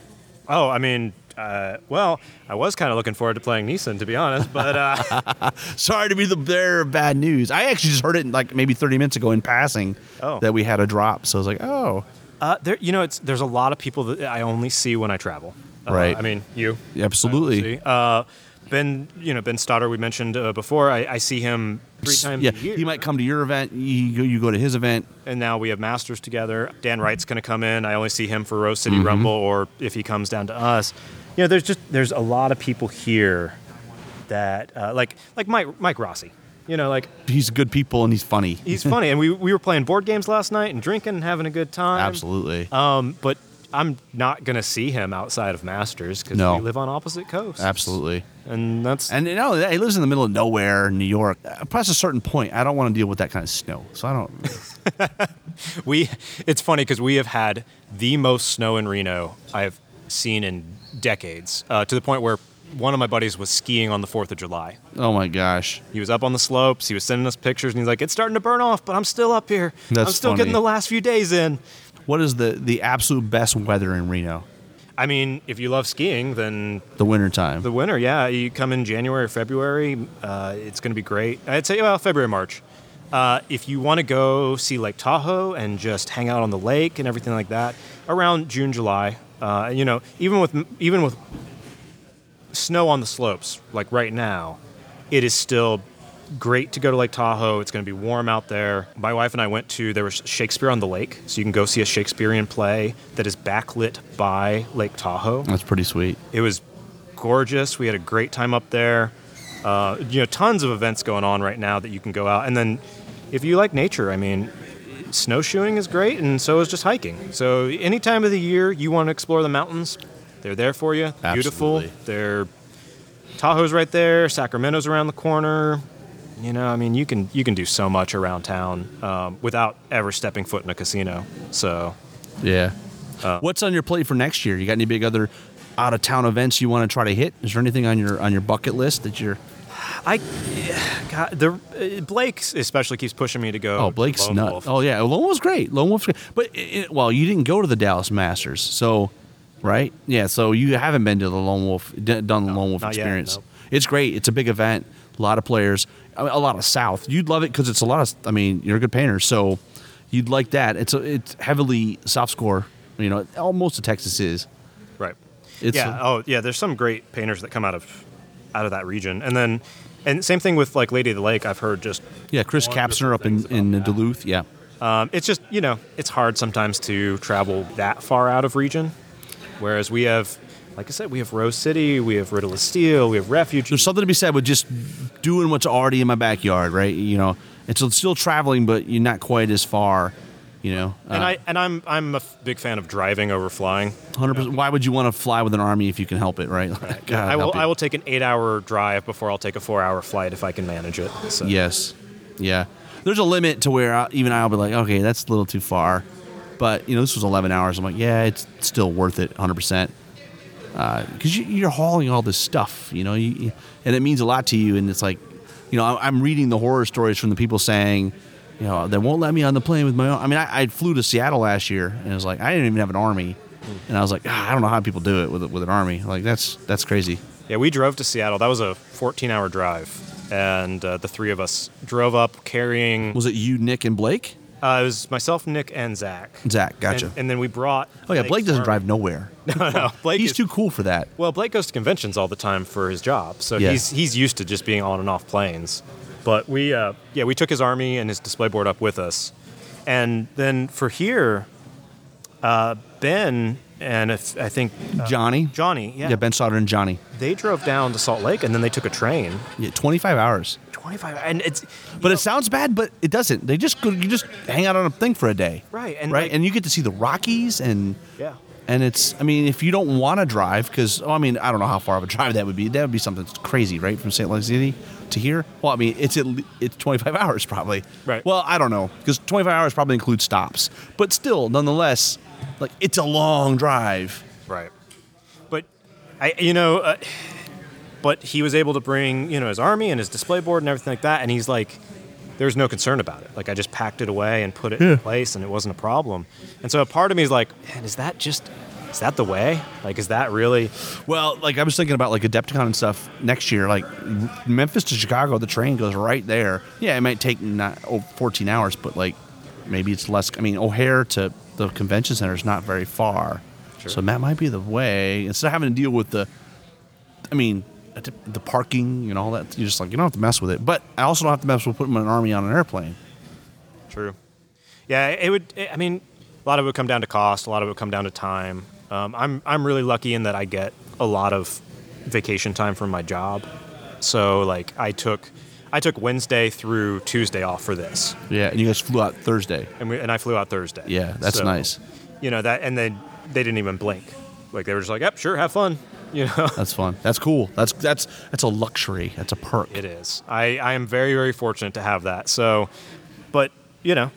[SPEAKER 6] Oh, I mean, uh, well, I was kind of looking forward to playing Nissan, to be honest, but uh,
[SPEAKER 2] Sorry to be the bearer of bad news. I actually just heard it like maybe 30 minutes ago in passing
[SPEAKER 6] Oh.
[SPEAKER 2] that we had a drop. So I was like, oh,
[SPEAKER 6] uh, there you know, it's there's a lot of people that I only see when I travel. Uh,
[SPEAKER 2] Right.
[SPEAKER 6] I mean, you
[SPEAKER 2] absolutely.
[SPEAKER 6] see. Uh, ben, you know, Ben Stoddard we mentioned uh, before. I, I see him three times
[SPEAKER 2] Yeah,
[SPEAKER 6] a year.
[SPEAKER 2] he might come to your event. You go, you go to his event.
[SPEAKER 6] and now we have masters together. Dan Wright's going to come in. I only see him for Rose
[SPEAKER 2] Mm-hmm.
[SPEAKER 6] City Rumble, or if he comes down to us. You know, there's just there's a lot of people here that uh, like like Mike Mike Rossi. You know, like
[SPEAKER 2] He's good people and he's funny.
[SPEAKER 6] he's funny, and we we were playing board games last night and drinking and having a good time.
[SPEAKER 2] absolutely,
[SPEAKER 6] Um, but I'm not going to see him outside of masters because
[SPEAKER 2] No.
[SPEAKER 6] we live on opposite coasts.
[SPEAKER 2] absolutely.
[SPEAKER 6] and that's
[SPEAKER 2] And you know, he lives in the middle of nowhere, New York. Uh, Past a certain point, I don't want to deal with that kind of snow. So I don't.
[SPEAKER 6] we it's funny because we have had the most snow in Reno I've seen in decades uh, to the point where one of my buddies was skiing on the 4th of July.
[SPEAKER 2] Oh my gosh.
[SPEAKER 6] He was up on the slopes, he was sending us pictures, and he's like, It's starting to burn off, but I'm still up here.
[SPEAKER 2] That's
[SPEAKER 6] I'm still getting
[SPEAKER 2] funny.
[SPEAKER 6] the last few days in.
[SPEAKER 2] What is the the absolute best weather in Reno?
[SPEAKER 6] I mean, if you love skiing, then
[SPEAKER 2] The winter time.
[SPEAKER 6] the winter, yeah, you come in January or February, uh, it's going to be great. I'd say, well, February, March. Uh, if you want to go see Lake Tahoe and just hang out on the lake and everything like that, around June, July, uh, you know, even with even with snow on the slopes, like right now, it is still great to go to Lake Tahoe. It's going to be warm out there. My wife and I went to there was Shakespeare on the Lake, so you can go see a Shakespearean play that is backlit by Lake Tahoe.
[SPEAKER 2] That's pretty sweet.
[SPEAKER 6] It was gorgeous. We had a great time up there. Uh, you know, tons of events going on right now that you can go out. And then, if you like nature, I mean, snowshoeing is great, and so is just hiking. So any time of the year you want to explore the mountains, they're there for you. Beautiful.
[SPEAKER 2] Absolutely.
[SPEAKER 6] They're Tahoe's right there. Sacramento's around the corner. You know, I mean, you can you can do so much around town um, without ever stepping foot in a casino. So
[SPEAKER 2] Yeah.
[SPEAKER 6] Uh,
[SPEAKER 2] What's on your plate for next year? You got any big other out of town events you want to try to hit? Is there anything on your on your bucket list that you're?
[SPEAKER 6] I, God, the uh, Blake especially keeps pushing me to go.
[SPEAKER 2] Oh, Blake's
[SPEAKER 6] Lone
[SPEAKER 2] nut.
[SPEAKER 6] Wolf.
[SPEAKER 2] Oh yeah, Lone Wolf's great. Lone Wolf's great. But it, it- well, you didn't go to the Dallas Masters, so right? Yeah, so you haven't been to the Lone Wolf, d- done the Lone Wolf
[SPEAKER 6] not yet,
[SPEAKER 2] experience.
[SPEAKER 6] nope.
[SPEAKER 2] It's great. It's a big event. A lot of players. I mean, a lot of South. You'd love it because it's a lot of. I mean, you're a good painter, so you'd like that. It's a, it's heavily soft score. You know, almost a Texas is.
[SPEAKER 6] Right.
[SPEAKER 2] Oh, It's
[SPEAKER 6] yeah.
[SPEAKER 2] a-
[SPEAKER 6] oh, yeah. There's some great painters that come out of out of that region, and then and same thing with like Lady of the Lake. I've heard just
[SPEAKER 2] Yeah, Chris Kapsner up in, in Duluth. Yeah.
[SPEAKER 6] um, it's just you know it's hard sometimes to travel that far out of region, whereas we have. Like I said, we have Rose City, we have Riddle of Steel, we have Refuge.
[SPEAKER 2] There's something to be said with just doing what's already in my backyard, right? You know, it's still traveling, but you're not quite as far, you know. Uh,
[SPEAKER 6] and I and I'm I'm a f- big fan of driving over flying.
[SPEAKER 2] 100%. Why would you want to fly with an army if you can help it, right? God,
[SPEAKER 6] I will
[SPEAKER 2] help you.
[SPEAKER 6] I will take an eight hour drive before I'll take a four hour flight if I can manage it. So.
[SPEAKER 2] Yes. Yeah. There's a limit to where I, even I'll be like, okay, that's a little too far. But, you know, this was 11 hours. I'm like, yeah, it's still worth it 100%. Because you, you're hauling all this stuff, you know, you, you- and it means a lot to you. And it's like, you know, I- I'm reading the horror stories from the people saying, you know, they won't let me on the plane with my own. I mean, I, I flew to Seattle last year and it was like, I didn't even have an army. And I was like, ah, I don't know how people do it with, with an army. Like, that's that's crazy.
[SPEAKER 6] Yeah, we drove to Seattle. That was a 14 hour drive. And uh, the three of us drove up carrying.
[SPEAKER 2] Was it you, Nick, and Blake?
[SPEAKER 6] Uh, it was myself, Nick, and Zach.
[SPEAKER 2] Zach, gotcha.
[SPEAKER 6] And, and then we brought.
[SPEAKER 2] Oh, yeah,
[SPEAKER 6] Blake's
[SPEAKER 2] Blake doesn't
[SPEAKER 6] army.
[SPEAKER 2] drive nowhere.
[SPEAKER 6] No, Blake
[SPEAKER 2] He's
[SPEAKER 6] is-
[SPEAKER 2] too cool for that.
[SPEAKER 6] Well, Blake goes to conventions all the time for his job, so
[SPEAKER 2] Yeah.
[SPEAKER 6] he's he's used to just being on and off planes. But we, uh, yeah, we took his army and his display board up with us, and then for here, uh, Ben and if, I think uh,
[SPEAKER 2] Johnny.
[SPEAKER 6] Johnny, yeah,
[SPEAKER 2] Yeah, Ben Sauter and Johnny.
[SPEAKER 6] they drove down to Salt Lake and then they took a train,
[SPEAKER 2] Yeah, 25 hours.
[SPEAKER 6] twenty five, and it's
[SPEAKER 2] But it sounds bad, but it doesn't. They just go, you just hang out on a thing for a day.
[SPEAKER 6] Right, and
[SPEAKER 2] right,
[SPEAKER 6] like-
[SPEAKER 2] and you get to see the Rockies and
[SPEAKER 6] Yeah.
[SPEAKER 2] And it's, I mean, if you don't want to drive, because oh, I mean, I don't know how far of a drive that would be. That would be something that's crazy, right, from St. Louis City to here. Well, I mean, it's at, le- it's 25 hours probably.
[SPEAKER 6] Right.
[SPEAKER 2] Well, I don't know, because 25 hours probably includes stops, but still, nonetheless, like it's a long drive.
[SPEAKER 6] Right. But I, you know, uh, but he was able to bring you know his army and his display board and everything like that, and he's like, there was no concern about it. Like I just packed it away and put it in place, and it wasn't a problem. And so a part of me is like, man, is that just? Is that the way? Like, is that really?
[SPEAKER 2] Well, like I was thinking about like Adepticon and stuff next year. Like Memphis to Chicago, the train goes right there. Yeah, it might take not oh, 14 hours, but like maybe it's less. I mean, O'Hare to the convention center is not very far, so that might be the way. Instead of having to deal with the, I mean, the- the parking and all that, you're just like you don't have to mess with it. But I also don't have to mess with putting an army on an airplane.
[SPEAKER 6] True. Yeah, it would. I mean, a lot of it would come down to cost. A lot of it would come down to time. Um, I'm I'm really lucky in that I get a lot of vacation time from my job. So like I took I took Wednesday through Tuesday off for this,
[SPEAKER 2] Yeah, and you guys flew out Thursday.
[SPEAKER 6] and we, and I flew out Thursday.
[SPEAKER 2] Yeah, that's
[SPEAKER 6] So,
[SPEAKER 2] nice.
[SPEAKER 6] You know that, and then they didn't even blink. Like they were just like, "Yep, sure, have fun." You know,
[SPEAKER 2] That's fun. That's cool. That's that's that's a luxury. That's a perk.
[SPEAKER 6] it is. I I am very very fortunate to have that. So, but you know.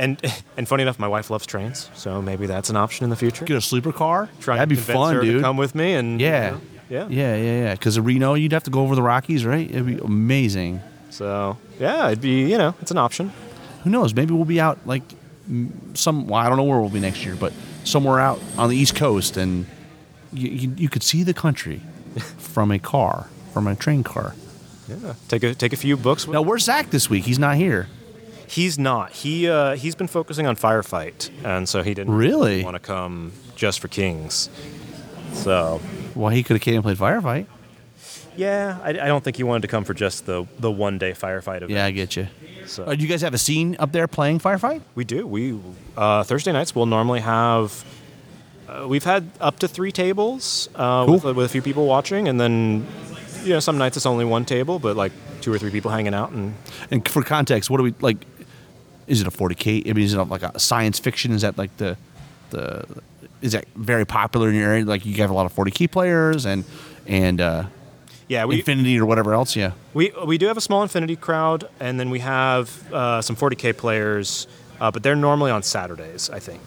[SPEAKER 6] And, and funny enough, my wife loves trains, so maybe that's an option in the future.
[SPEAKER 2] Get a sleeper car.
[SPEAKER 6] trying
[SPEAKER 2] That'd be
[SPEAKER 6] to convince
[SPEAKER 2] fun,
[SPEAKER 6] her
[SPEAKER 2] dude.
[SPEAKER 6] to come with me and
[SPEAKER 2] Yeah.
[SPEAKER 6] you know, yeah
[SPEAKER 2] Yeah, yeah, yeah. Because Reno, you'd have to go over the Rockies, right? It'd be amazing.
[SPEAKER 6] so yeah it'd be you know it's an option
[SPEAKER 2] Who knows? Maybe we'll be out like m- some. Well, I don't know where we'll be next year, but somewhere out on the East Coast, and you you, you could see the country from a car, from a train car.
[SPEAKER 6] yeah take a take a few books with
[SPEAKER 2] Now, where's Zach this week? He's not here.
[SPEAKER 6] he's not he uh he's been focusing on firefight and so he didn't
[SPEAKER 2] Really?
[SPEAKER 6] want to come just for kings so
[SPEAKER 2] Well, he could have came and played firefight.
[SPEAKER 6] yeah I, I don't think he wanted to come for just the the one day firefight event
[SPEAKER 2] Yeah, I get you.
[SPEAKER 6] so
[SPEAKER 2] Uh, do you guys have a scene up there playing firefight?
[SPEAKER 6] we do we uh thursday nights we'll normally have uh, we've had up to three tables uh with,
[SPEAKER 2] Cool.
[SPEAKER 6] with a few people watching and then you know some nights it's only one table but like two or three people hanging out and
[SPEAKER 2] And for context, what do we like? Is it a 40k? I mean, is it like a science fiction? Is that like the the is that very popular in your area? Like you have a lot of 40k players and and uh,
[SPEAKER 6] Yeah, we,
[SPEAKER 2] Infinity or whatever else. Yeah.
[SPEAKER 6] We we do have a small Infinity crowd, and then we have uh, some 40k players, uh, but they're normally on Saturdays, I think,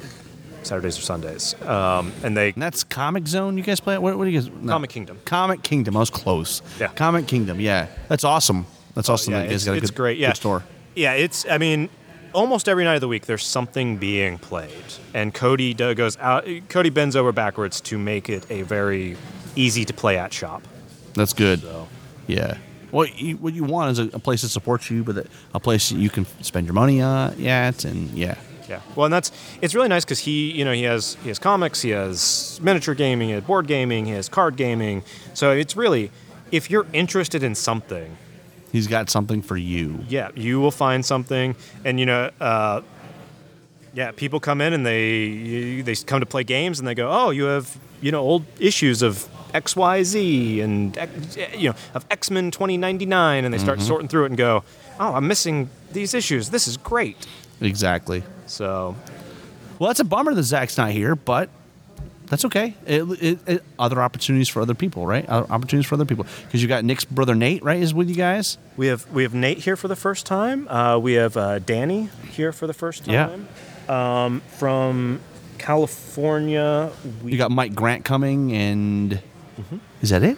[SPEAKER 6] Saturdays or Sundays, um, and they
[SPEAKER 2] And that's Comic Zone. You guys play? What, what do you guys? no.
[SPEAKER 6] Comic Kingdom.
[SPEAKER 2] Comic Kingdom. I was close.
[SPEAKER 6] Yeah.
[SPEAKER 2] Comic Kingdom. Yeah. That's awesome. That's awesome. that you guys
[SPEAKER 6] it's,
[SPEAKER 2] got a
[SPEAKER 6] it's
[SPEAKER 2] good,
[SPEAKER 6] great. Yeah,
[SPEAKER 2] good store.
[SPEAKER 6] Yeah, it's. I mean, almost every night of the week, there's something being played, and Cody do- goes out. Cody bends over backwards to make it a very easy to play at shop.
[SPEAKER 2] That's good. Yeah. What you, what you want is a, a place that supports you, but that- a place that you can spend your money on, at, and yeah.
[SPEAKER 6] Yeah. Well, and that's it's really nice because he, you know, he has he has comics, he has miniature gaming, he has board gaming, he has card gaming. So it's really, if you're interested in something,
[SPEAKER 2] He's got something for you.
[SPEAKER 6] yeah, you will find something. And you know, uh, yeah, people come in and they you, they come to play games and they go, oh, you have you know old issues of. XYZ and X- you know of X-Men 2099 and they
[SPEAKER 2] Mm-hmm.
[SPEAKER 6] start sorting through it and go, "Oh, I'm missing these issues. This is great."
[SPEAKER 2] Exactly.
[SPEAKER 6] So,
[SPEAKER 2] Well, that's a bummer that Zach's not here, but that's okay. It, it, it, other opportunities for other people, right? Other opportunities for other people. Because you got Nick's brother Nate, right, is with you guys.
[SPEAKER 6] We have we have Nate here for the first time. Uh, we have uh, Danny here for the first
[SPEAKER 2] Yeah.
[SPEAKER 6] time. Um, from California, we
[SPEAKER 2] You got Mike Grant coming, and is that it?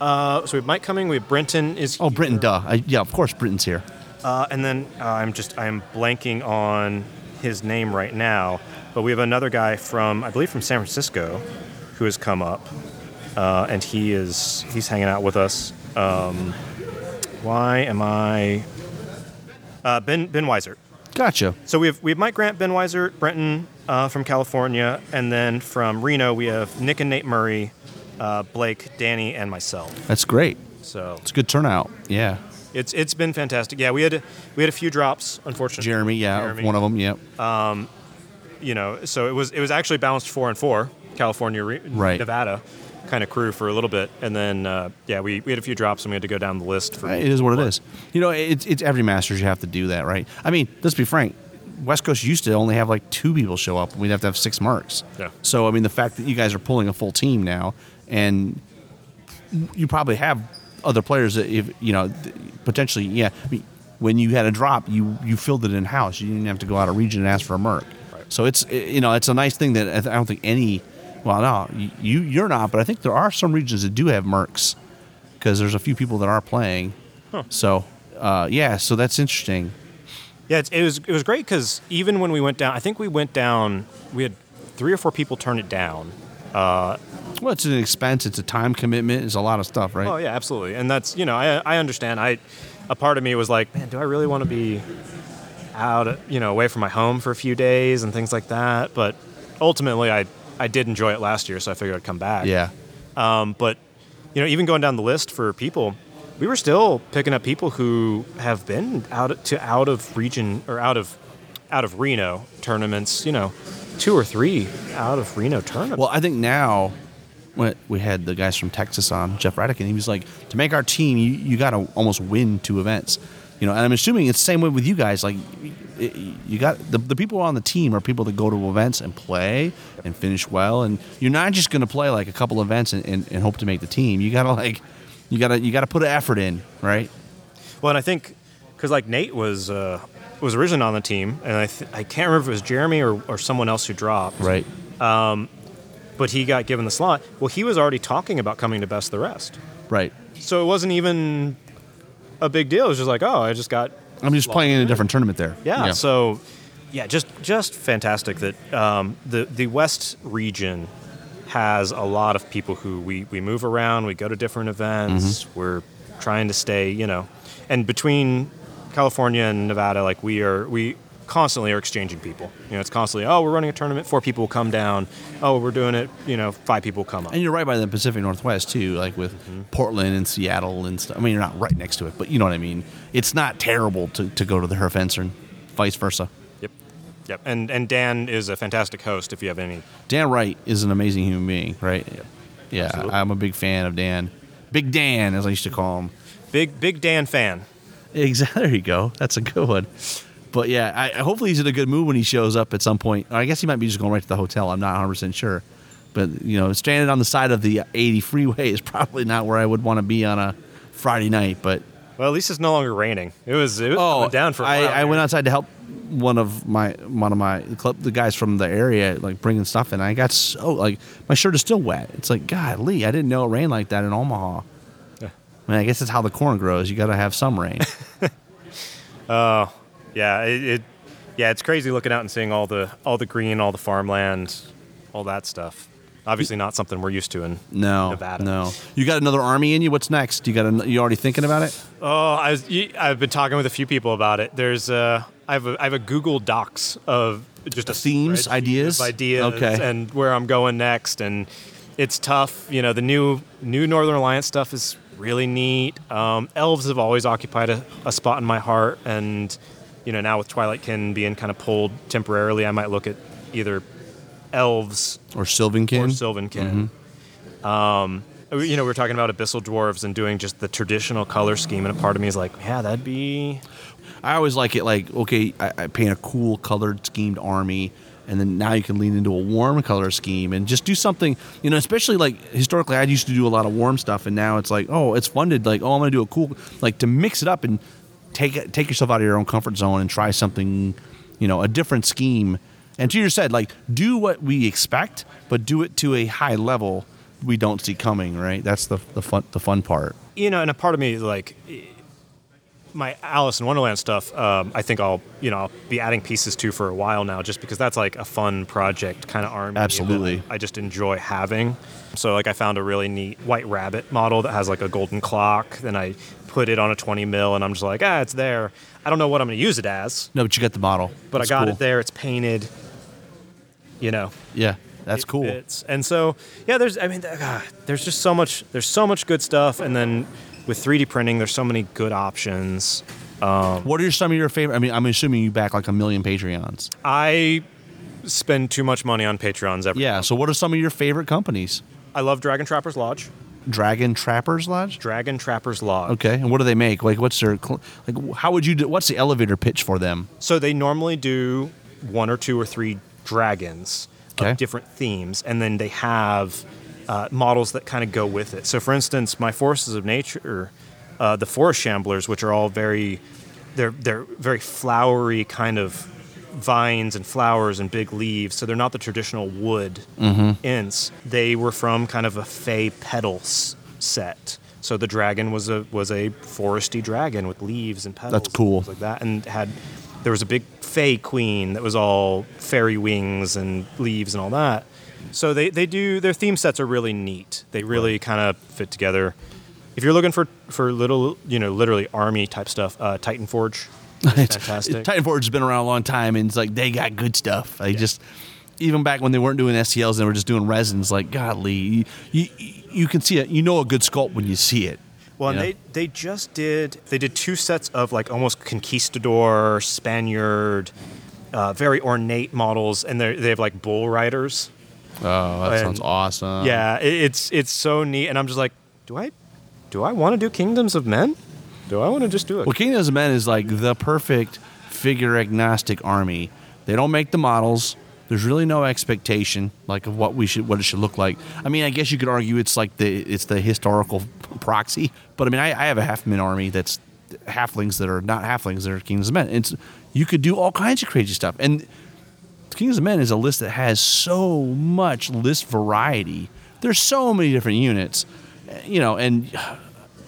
[SPEAKER 6] uh, so we have Mike coming. We have Brenton is
[SPEAKER 2] Oh, Britton,
[SPEAKER 6] here.
[SPEAKER 2] duh. I, yeah, of course, Britton's here.
[SPEAKER 6] Uh, and then uh, I'm just I'm blanking on his name right now. But we have another guy from I believe from San Francisco who has come up, uh, and he is he's hanging out with us. Um, why am I uh, Ben Ben Weiser?
[SPEAKER 2] Gotcha.
[SPEAKER 6] So we have we have Mike Grant, Ben Weiser, Brenton uh, from California, and then from Reno we have Nick and Nate Murray, uh, Blake, Danny, and myself.
[SPEAKER 2] That's great.
[SPEAKER 6] So
[SPEAKER 2] It's a good turnout. Yeah.
[SPEAKER 6] it's it's been fantastic. Yeah, we had we had a few drops, unfortunately.
[SPEAKER 2] Jeremy, yeah, one of them, yeah.
[SPEAKER 6] You know, so it was it was actually balanced four and four, California, Re-
[SPEAKER 2] Right.
[SPEAKER 6] Nevada, kind of crew for a little bit, and then uh, yeah, we, we had a few drops and we had to go down the list for.
[SPEAKER 2] Right, It is what it is. You know, it's it's every masters you have to do that, right? I mean, let's be frank. West Coast used to only have like two people show up, and we'd have to have six marks.
[SPEAKER 6] Yeah.
[SPEAKER 2] So I mean, the fact that you guys are pulling a full team now, and you probably have other players that if you know th- potentially, yeah. I mean, when you had a drop, you you filled it in house. You didn't have to go out of region and ask for a merc. Right. So it's i- you know it's a nice thing that I th- I don't think any. Well, no, y- you you're not, but I think there are some regions that do have mercs because there's a few people that are playing. So, uh, yeah, so that's interesting.
[SPEAKER 6] Yeah, it's, it was it was great because even when we went down, I think we went down. We had three or four people turn it down.
[SPEAKER 2] Well, it's an expense, it's a time commitment, it's a lot of stuff, right?
[SPEAKER 6] Oh yeah, absolutely. And that's you know I I understand. I a part of me was like, man, do I really want to be out you know away from my home for a few days and things like that? But ultimately, I I did enjoy it last year, so I figured I'd come back.
[SPEAKER 2] Yeah.
[SPEAKER 6] Um, but you know, even going down the list for people, we were still picking up people who have been out to out of region or out of out of Reno tournaments. You know, two or three out of Reno tournaments.
[SPEAKER 2] Well, I think now when we had the guys from Texas on, Jeff Raddick, and he was like, to make our team, you, you got to almost win two events. You know, and I'm assuming it's the same way with you guys. Like, it, you got the, the people on the team are people that go to events and play and finish well. And you're not just going to play like a couple events and, and, and hope to make the team. You got to like, you got to you got to put an effort in, right?
[SPEAKER 6] Well, and I think because like Nate was uh, was originally on the team, and I th- I can't remember if it was Jeremy or, or someone else who dropped,
[SPEAKER 2] Right.
[SPEAKER 6] But he got given the slot. Well, he was already talking about coming to best of the rest,
[SPEAKER 2] Right.
[SPEAKER 6] so it wasn't even a big deal. It was just like, oh, I just got
[SPEAKER 2] I'm just playing in a different tournament there.
[SPEAKER 6] yeah. So yeah, just just fantastic that um, the the West region has a lot of people who we we move around, we go to different events, we're trying to stay, you know, and between California and Nevada, like we are we constantly are exchanging people. You know, it's constantly, oh, we're running a tournament, four people will come down. Oh, we're doing it, you know, five people will come up.
[SPEAKER 2] and you're right by the Pacific Northwest too, like with Portland and Seattle and stuff. I mean, you're not right next to it, but you know what I mean. It's not terrible to, to go to the Herfencer and vice versa.
[SPEAKER 6] Yep. Yep. And and Dan is a fantastic host if you have any
[SPEAKER 2] Dan Wright is an amazing human being, right? Yeah,
[SPEAKER 6] Absolutely.
[SPEAKER 2] I'm a big fan of Dan. Big Dan, as I used to call him.
[SPEAKER 6] big big Dan fan.
[SPEAKER 2] Exactly. There you go. That's a good one. But yeah, I, I- hopefully he's in a good mood when he shows up at some point. I guess he might be just going right to the hotel. I'm not 100 percent sure, but you know, stranded on the side of the 80 freeway is probably not where I would want to be on a Friday night, but
[SPEAKER 6] Well, at least it's no longer raining. It was, it was
[SPEAKER 2] oh,
[SPEAKER 6] coming down for a
[SPEAKER 2] I,
[SPEAKER 6] while
[SPEAKER 2] I went
[SPEAKER 6] there.
[SPEAKER 2] outside to help one of my one of my the club, the guys from the area like bringing stuff in. I got so like my shirt is still wet. It's like golly, I didn't know it rained like that in Omaha. I mean, I guess that's how the corn grows. You got to have some rain.
[SPEAKER 6] Yeah, it, it, yeah, it's crazy looking out and seeing all the all the green, all the farmland, all that stuff. Obviously, not something we're used to in
[SPEAKER 2] No,
[SPEAKER 6] Nevada.
[SPEAKER 2] no. You got another army in you. What's next? You got an, you already thinking about it?
[SPEAKER 6] Oh, I was, y- I've been talking with a few people about it. There's uh, I have a, I have a Google Docs of just a
[SPEAKER 2] Themes,
[SPEAKER 6] spreadsheet
[SPEAKER 2] ideas?
[SPEAKER 6] of ideas,
[SPEAKER 2] Okay.
[SPEAKER 6] and where I'm going next. And it's tough, you know. The new new Northern Alliance stuff is really neat. Um, elves have always occupied a, a spot in my heart, and you know now with Twilight Kin being kind of pulled temporarily, I might look at either elves
[SPEAKER 2] Or Sylvan Mm-hmm. King?
[SPEAKER 6] or Sylvankin. Um, you know, we were talking about abyssal dwarves and doing just the traditional color scheme, and a part of me is like, yeah, that'd be
[SPEAKER 2] I always like it. Like okay, I, I paint a cool colored schemed army, and then now you can lean into a warm color scheme and just do something. You know, especially like historically, I used to do a lot of warm stuff, and now it's like oh, it's fun to like oh, I'm gonna do a cool like to mix it up and take take yourself out of your own comfort zone and try something, you know, a different scheme. And to your said, like do what we expect, but do it to a high level we don't see coming. Right? That's the the fun the fun part.
[SPEAKER 6] you know, and a part of me like my Alice in Wonderland stuff. Um, I think I'll you know I'll be adding pieces to for a while now, just because that's like a fun project kind of army. that
[SPEAKER 2] Absolutely.
[SPEAKER 6] I just enjoy having. So like I found a really neat white rabbit model that has like a golden clock. Then I put it on a 20 mil, and I'm just like, ah, it's there. I don't know what I'm going to use it as,
[SPEAKER 2] No, but you got the model.
[SPEAKER 6] but
[SPEAKER 2] That's
[SPEAKER 6] I got
[SPEAKER 2] cool.
[SPEAKER 6] it there. It's painted. You know,
[SPEAKER 2] Yeah, that's
[SPEAKER 6] it
[SPEAKER 2] cool.
[SPEAKER 6] fits. And so, yeah, there's I mean, th- ah, there's just so much there's so much good stuff and then with 3D printing, there's so many good options.
[SPEAKER 2] What are your, some of your favorite? I mean, I'm assuming you back like a million Patreons.
[SPEAKER 6] I spend too much money on Patreons every
[SPEAKER 2] Yeah. So, what are some of your favorite companies?
[SPEAKER 6] I love Dragon Trapper's Lodge.
[SPEAKER 2] Dragon Trappers Lodge.
[SPEAKER 6] Dragon Trapper's Lodge.
[SPEAKER 2] Okay. And what do they make? Like, what's their cl- like? How would you? Do, what's the elevator pitch for them?
[SPEAKER 6] So they normally do one or two or three dragons
[SPEAKER 2] Okay.
[SPEAKER 6] of different themes, and then they have uh, models that kind of go with it. So, for instance, my forces of nature, uh, the forest shamblers, which are all very, they're they're very flowery kind of vines and flowers and big leaves. So they're not the traditional wood ints. They were from kind of a fey petal s- set. So the dragon was a was a foresty dragon with leaves and petals. and
[SPEAKER 2] cool.
[SPEAKER 6] things like that, and had there was a big fey queen that was all fairy wings and leaves and all that. So they, they do their theme sets are really neat. They really kind of fit together. If you're looking for for little you know literally army type stuff, uh, Titan Forge, is fantastic.
[SPEAKER 2] Titan Forge has been around a long time, and it's like they got good stuff. They just even back when they weren't doing STLs and they were just doing resins. Like, golly, you, you, you can see it. You know a good sculpt when you see it.
[SPEAKER 6] Well, and
[SPEAKER 2] Yeah.
[SPEAKER 6] they they just did they did two sets of like almost conquistador Spaniard, uh, very ornate models, and they they have like bull riders.
[SPEAKER 2] Oh,
[SPEAKER 6] that sounds And-
[SPEAKER 2] awesome.
[SPEAKER 6] yeah, it, it's it's so neat, and I'm just like, do I do I want to do Kingdoms of Men? Do I want to just do it?
[SPEAKER 2] Well, Kingdoms of Men is like the perfect figure agnostic army. They don't make the models. There's really no expectation like of what we should what it should look like. I mean, I guess you could argue it's like the it's the historical proxy, but I mean, I, I have a halfman army that's halflings that are not halflings that are Kingdoms of Men. It's you could do all kinds of crazy stuff, and Kings of Men is a list that has so much list variety. There's so many different units, eh, you know, and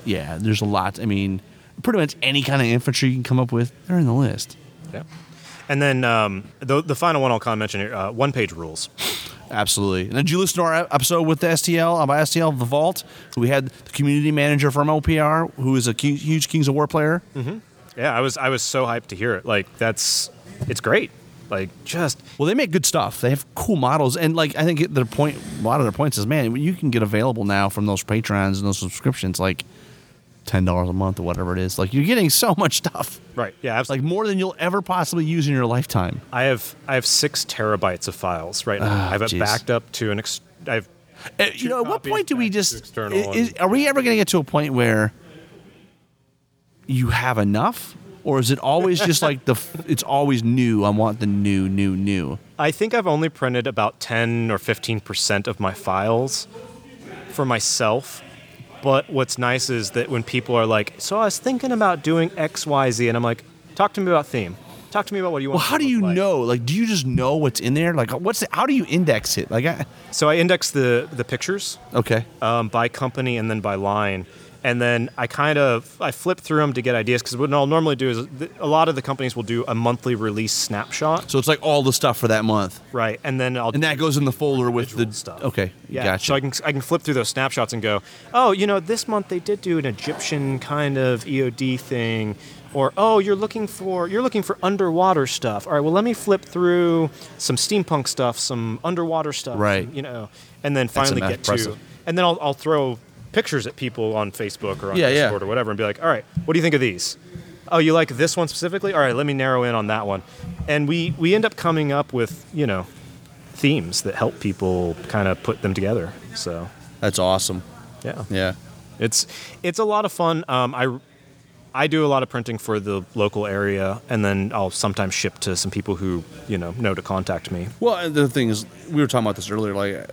[SPEAKER 2] yeah, there's a lot. I mean, pretty much any kind of infantry you can come up with, they're in the list.
[SPEAKER 6] Yeah. And then um, the the final one I'll kind of mention here: uh, one page rules.
[SPEAKER 2] Absolutely. And did you listen to our episode with the STL about STL the Vault? We had the community manager from OPR, who is a ki- huge Kings of War player.
[SPEAKER 6] Yeah, I was I was so hyped to hear it. Like that's it's great. Like just
[SPEAKER 2] Well, they make good stuff. They have cool models, and like I think their point, a lot of their points is, man, you can get available now from those patrons and those subscriptions, like ten dollars a month or whatever it is. Like you're getting so much stuff,
[SPEAKER 6] right. Yeah,
[SPEAKER 2] like
[SPEAKER 6] absolutely.
[SPEAKER 2] more than you'll ever possibly use in your lifetime.
[SPEAKER 6] I have I have six terabytes of files right now. I have it
[SPEAKER 2] Ah, jeez.
[SPEAKER 6] backed up to an. Ex- I've
[SPEAKER 2] Uh, you know, at what
[SPEAKER 6] copies
[SPEAKER 2] point do we
[SPEAKER 6] back to
[SPEAKER 2] just
[SPEAKER 6] external
[SPEAKER 2] i- is-
[SPEAKER 6] and-
[SPEAKER 2] are we ever going to get to a point where you have enough, or is it always just like the f- it's always new? I want the new, new, new.
[SPEAKER 6] I think I've only printed about ten or fifteen percent of my files for myself, But what's nice is that when people are like, "So I was thinking about doing X, Y, Z," and I'm like, "Talk to me about theme. Talk to me about what you want."
[SPEAKER 2] Well, how
[SPEAKER 6] it to
[SPEAKER 2] do you
[SPEAKER 6] look like."
[SPEAKER 2] know? Like, do you just know what's in there? Like, what's the, how do you index it? Like, I,
[SPEAKER 6] So I index the the pictures
[SPEAKER 2] okay,
[SPEAKER 6] um, by company and then by line. And then I kind of I flip through them to get ideas because what I'll normally do is th- a lot of the companies will do a monthly release snapshot,
[SPEAKER 2] so it's like all the stuff for that month,
[SPEAKER 6] right? And then I'll
[SPEAKER 2] and that goes in the folder with the
[SPEAKER 6] Individual stuff.
[SPEAKER 2] Okay,
[SPEAKER 6] yeah.
[SPEAKER 2] gotcha.
[SPEAKER 6] So I can I can flip through those snapshots and go, oh, you know, this month they did do an Egyptian kind of EOD thing, or oh, you're looking for you're looking for underwater stuff. All right, well let me flip through some steampunk stuff, some underwater stuff,
[SPEAKER 2] Right.
[SPEAKER 6] You know, and then finally
[SPEAKER 2] ima-
[SPEAKER 6] get
[SPEAKER 2] impressive.
[SPEAKER 6] to, and then I'll I'll throw pictures at people on Facebook or on
[SPEAKER 2] Yeah, yeah.
[SPEAKER 6] Discord or whatever, and be like, all right, what do you think of these? Oh, you like this one specifically? All right, let me narrow in on that one, and we we end up coming up with you know themes that help people kind of put them together. So
[SPEAKER 2] That's awesome.
[SPEAKER 6] yeah,
[SPEAKER 2] Yeah.
[SPEAKER 6] it's it's a lot of fun. Um, I I do a lot of printing for the local area, and then I'll sometimes ship to some people who you know know to contact me.
[SPEAKER 2] Well, and the thing is, we were talking about this earlier. Like,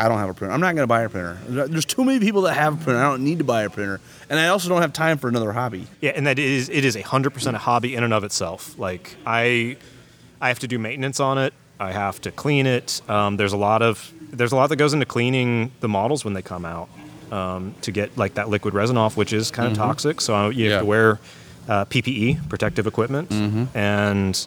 [SPEAKER 2] I don't have a printer. I'm not going to buy a printer. There's too many people that have a printer. I don't need to buy a printer, and I also don't have time for another hobby.
[SPEAKER 6] Yeah, and that is it is a hundred percent a hobby in and of itself. Like I, I have to do maintenance on it. I have to clean it. Um, there's a lot of there's a lot that goes into cleaning the models when they come out um, to get like that liquid resin off, which is kind of toxic. So you have
[SPEAKER 2] Mm-hmm. Yeah. Mm-hmm.
[SPEAKER 6] to wear uh, PPE, protective equipment, and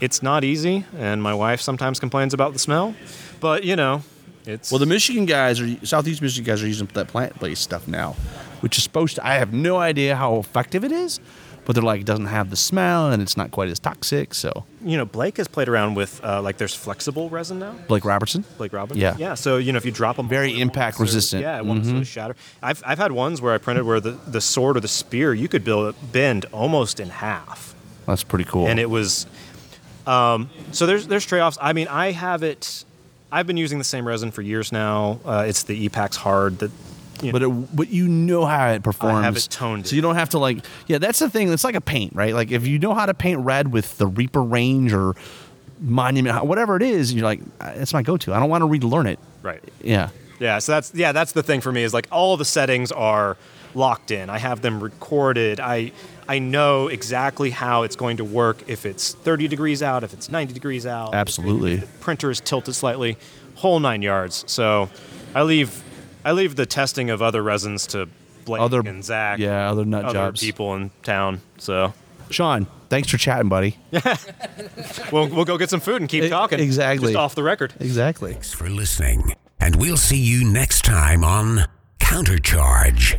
[SPEAKER 6] it's not easy. And my wife sometimes complains about the smell, but you know, it's
[SPEAKER 2] Well, the Michigan guys are Southeast Michigan guys are using that plant-based stuff now, which is supposed to. I have no idea how effective it is, but they're like it doesn't have the smell and it's not quite as toxic. So,
[SPEAKER 6] you know Blake has played around with uh, like there's flexible resin now.
[SPEAKER 2] Blake Robertson.
[SPEAKER 6] Blake Robin.
[SPEAKER 2] Yeah.
[SPEAKER 6] Yeah. So you know, if you drop them,
[SPEAKER 2] Very
[SPEAKER 6] all at
[SPEAKER 2] impact
[SPEAKER 6] once, they're-
[SPEAKER 2] resistant. Mm-hmm.
[SPEAKER 6] Yeah, it won't sort of shatter. I've, I've had ones where I printed where the, the sword or the spear you could build bend almost in half,
[SPEAKER 2] That's pretty cool.
[SPEAKER 6] and it was. Um, so there's there's trade offs. I mean, I have it. I've been using the same resin for years now. Uh, it's the EPAX hard that. You know,
[SPEAKER 2] but it, but you know how it performs.
[SPEAKER 6] it toned.
[SPEAKER 2] so you don't have to like. Yeah, that's the thing. It's like a paint, right? Like if you know how to paint red with the Reaper Range or Monument, whatever it is, you're like, "Uh, it's my go-to. I don't want to relearn it.
[SPEAKER 6] right.
[SPEAKER 2] Yeah.
[SPEAKER 6] Yeah, so that's yeah, that's the thing for me is like all the settings are locked in. I have them recorded. I I know exactly how it's going to work if it's 30 degrees out, if it's 90 degrees out. if
[SPEAKER 2] Absolutely.
[SPEAKER 6] the printer is tilted slightly, whole 9 yards. So I leave I leave the testing of other resins to Blake
[SPEAKER 2] Other-
[SPEAKER 6] and Zach.
[SPEAKER 2] yeah, other nut
[SPEAKER 6] other
[SPEAKER 2] jobs.
[SPEAKER 6] people in town. So
[SPEAKER 2] Sean, thanks for chatting, buddy.
[SPEAKER 6] we'll, we'll go get some food and keep
[SPEAKER 2] E-
[SPEAKER 6] talking.
[SPEAKER 2] exactly.
[SPEAKER 6] Just off the record.
[SPEAKER 2] Exactly.
[SPEAKER 9] Thanks for listening, and we'll see you next time on Countercharge.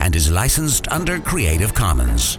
[SPEAKER 9] and is licensed under Creative Commons.